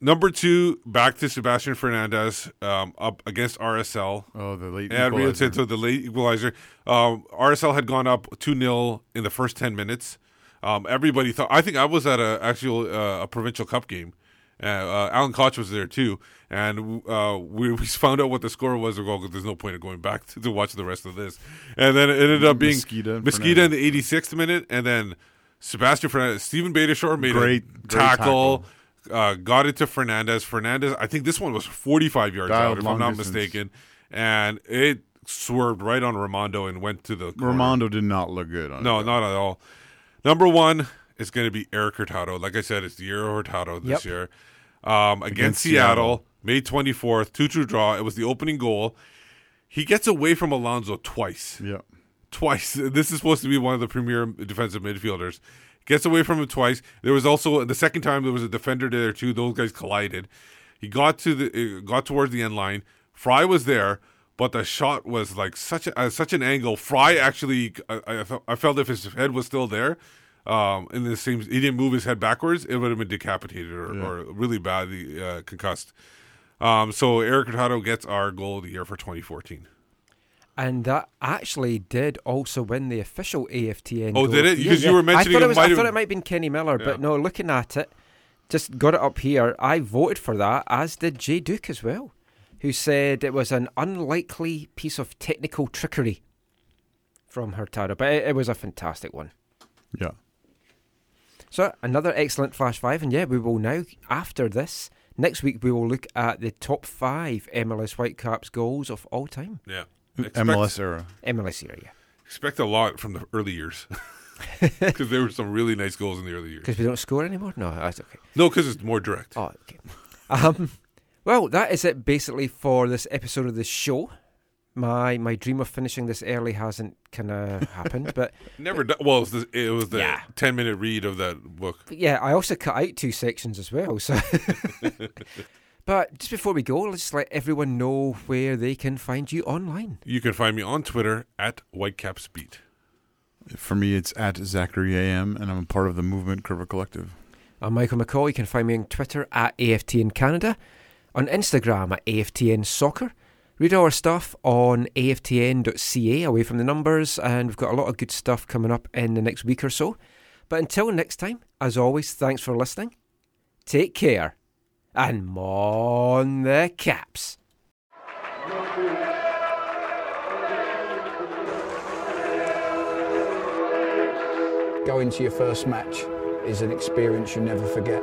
Speaker 6: Number two, back to Sebastian Fernandez um, up against RSL.
Speaker 7: Oh, the late
Speaker 6: and Rio
Speaker 7: equalizer.
Speaker 6: Tinto, the late equalizer. Um, RSL had gone up two 0 in the first ten minutes. Um, everybody thought. I think I was at a actual uh, a provincial cup game. Uh, uh, Alan Koch was there too, and uh, we, we found out what the score was. We're going, there's no point in going back to, to watch the rest of this. And then it ended up being
Speaker 7: Mosqueda and
Speaker 6: Mosqueda in the 86th minute, and then Sebastian Fernandez, Stephen Betashore made a
Speaker 7: Great- great
Speaker 6: tackle, Uh, got it to Fernandez. Fernandez, I think this one was 45 yards
Speaker 7: Dialed
Speaker 6: out, if
Speaker 7: long
Speaker 6: I'm not
Speaker 7: distance.
Speaker 6: mistaken, and it swerved right on Ramondo and went to the corner.
Speaker 7: Ramondo did not look good on
Speaker 6: No, not at all. Number one is going to be Eric Hurtado. Like I said, it's the year of Hurtado this
Speaker 7: Yep.
Speaker 6: year. Um, against,
Speaker 7: Against
Speaker 6: Seattle, May 24th, 2 2 draw. It was the opening goal. He gets away from Alonso twice.
Speaker 7: Yeah.
Speaker 6: Twice. This is supposed to be one of the premier defensive midfielders. Gets away from him twice. There was also the second time there was a defender there too. Those guys collided. He got to the uh, got towards the end line. Fry was there, but the shot was like such a, uh, such an angle. Fry actually, I, I, fe- I felt if his head was still there, um, in the same, he didn't move his head backwards. It would have been decapitated or,
Speaker 7: Yeah.
Speaker 6: or really badly uh, concussed. Um, so Eric Hurtado gets our goal of the year for 2014.
Speaker 5: And that actually did also win the official AFTN.
Speaker 6: Oh,
Speaker 5: goal.
Speaker 6: did it?
Speaker 5: Yeah,
Speaker 6: Because you
Speaker 5: yeah.
Speaker 6: were mentioning
Speaker 5: I thought
Speaker 6: it
Speaker 5: it, was,
Speaker 6: might
Speaker 5: I
Speaker 6: have-
Speaker 5: thought it might have been Kenny Miller,
Speaker 6: Yeah.
Speaker 5: but no, looking at it, just got it up here. I voted for that, as did Jay Duke as well, who said it was an unlikely piece of technical trickery from Hurtado, but it, it was a fantastic one.
Speaker 7: Yeah.
Speaker 5: So, another excellent Flash 5. And yeah, we will now, after this, next week, we will look at the top five MLS Whitecaps goals of all time.
Speaker 6: Yeah.
Speaker 7: MLS era.
Speaker 5: MLS era, yeah.
Speaker 6: Expect a lot from the early years. Because there were some really nice goals in the early years.
Speaker 5: Because we don't score anymore? No, that's okay.
Speaker 6: No, because it's more direct.
Speaker 5: Oh, okay. Um, well, that is it basically for this episode of the show. My my dream of finishing this early hasn't kind of happened, but
Speaker 6: Never done. Well, it was the, it was the
Speaker 5: Yeah.
Speaker 6: 10 minute read of that book.
Speaker 5: but yeah, I also cut out two sections as well. So, but just before we go, let's just let everyone know where they can find you online.
Speaker 6: You can find me on Twitter at WhitecapsBeat.
Speaker 7: For me, it's at Zachary AM, and I'm a part of the Movement Curva Collective.
Speaker 5: I'm Michael McCall. You can find me on Twitter at AFTN Canada, on Instagram at AFTN Soccer. Read all our stuff on aftn.ca, away from the numbers, and we've got a lot of good stuff coming up in the next week or so. But until next time, as always, thanks for listening. Take care, and mon the caps.
Speaker 16: Going to your first match is an experience you never forget.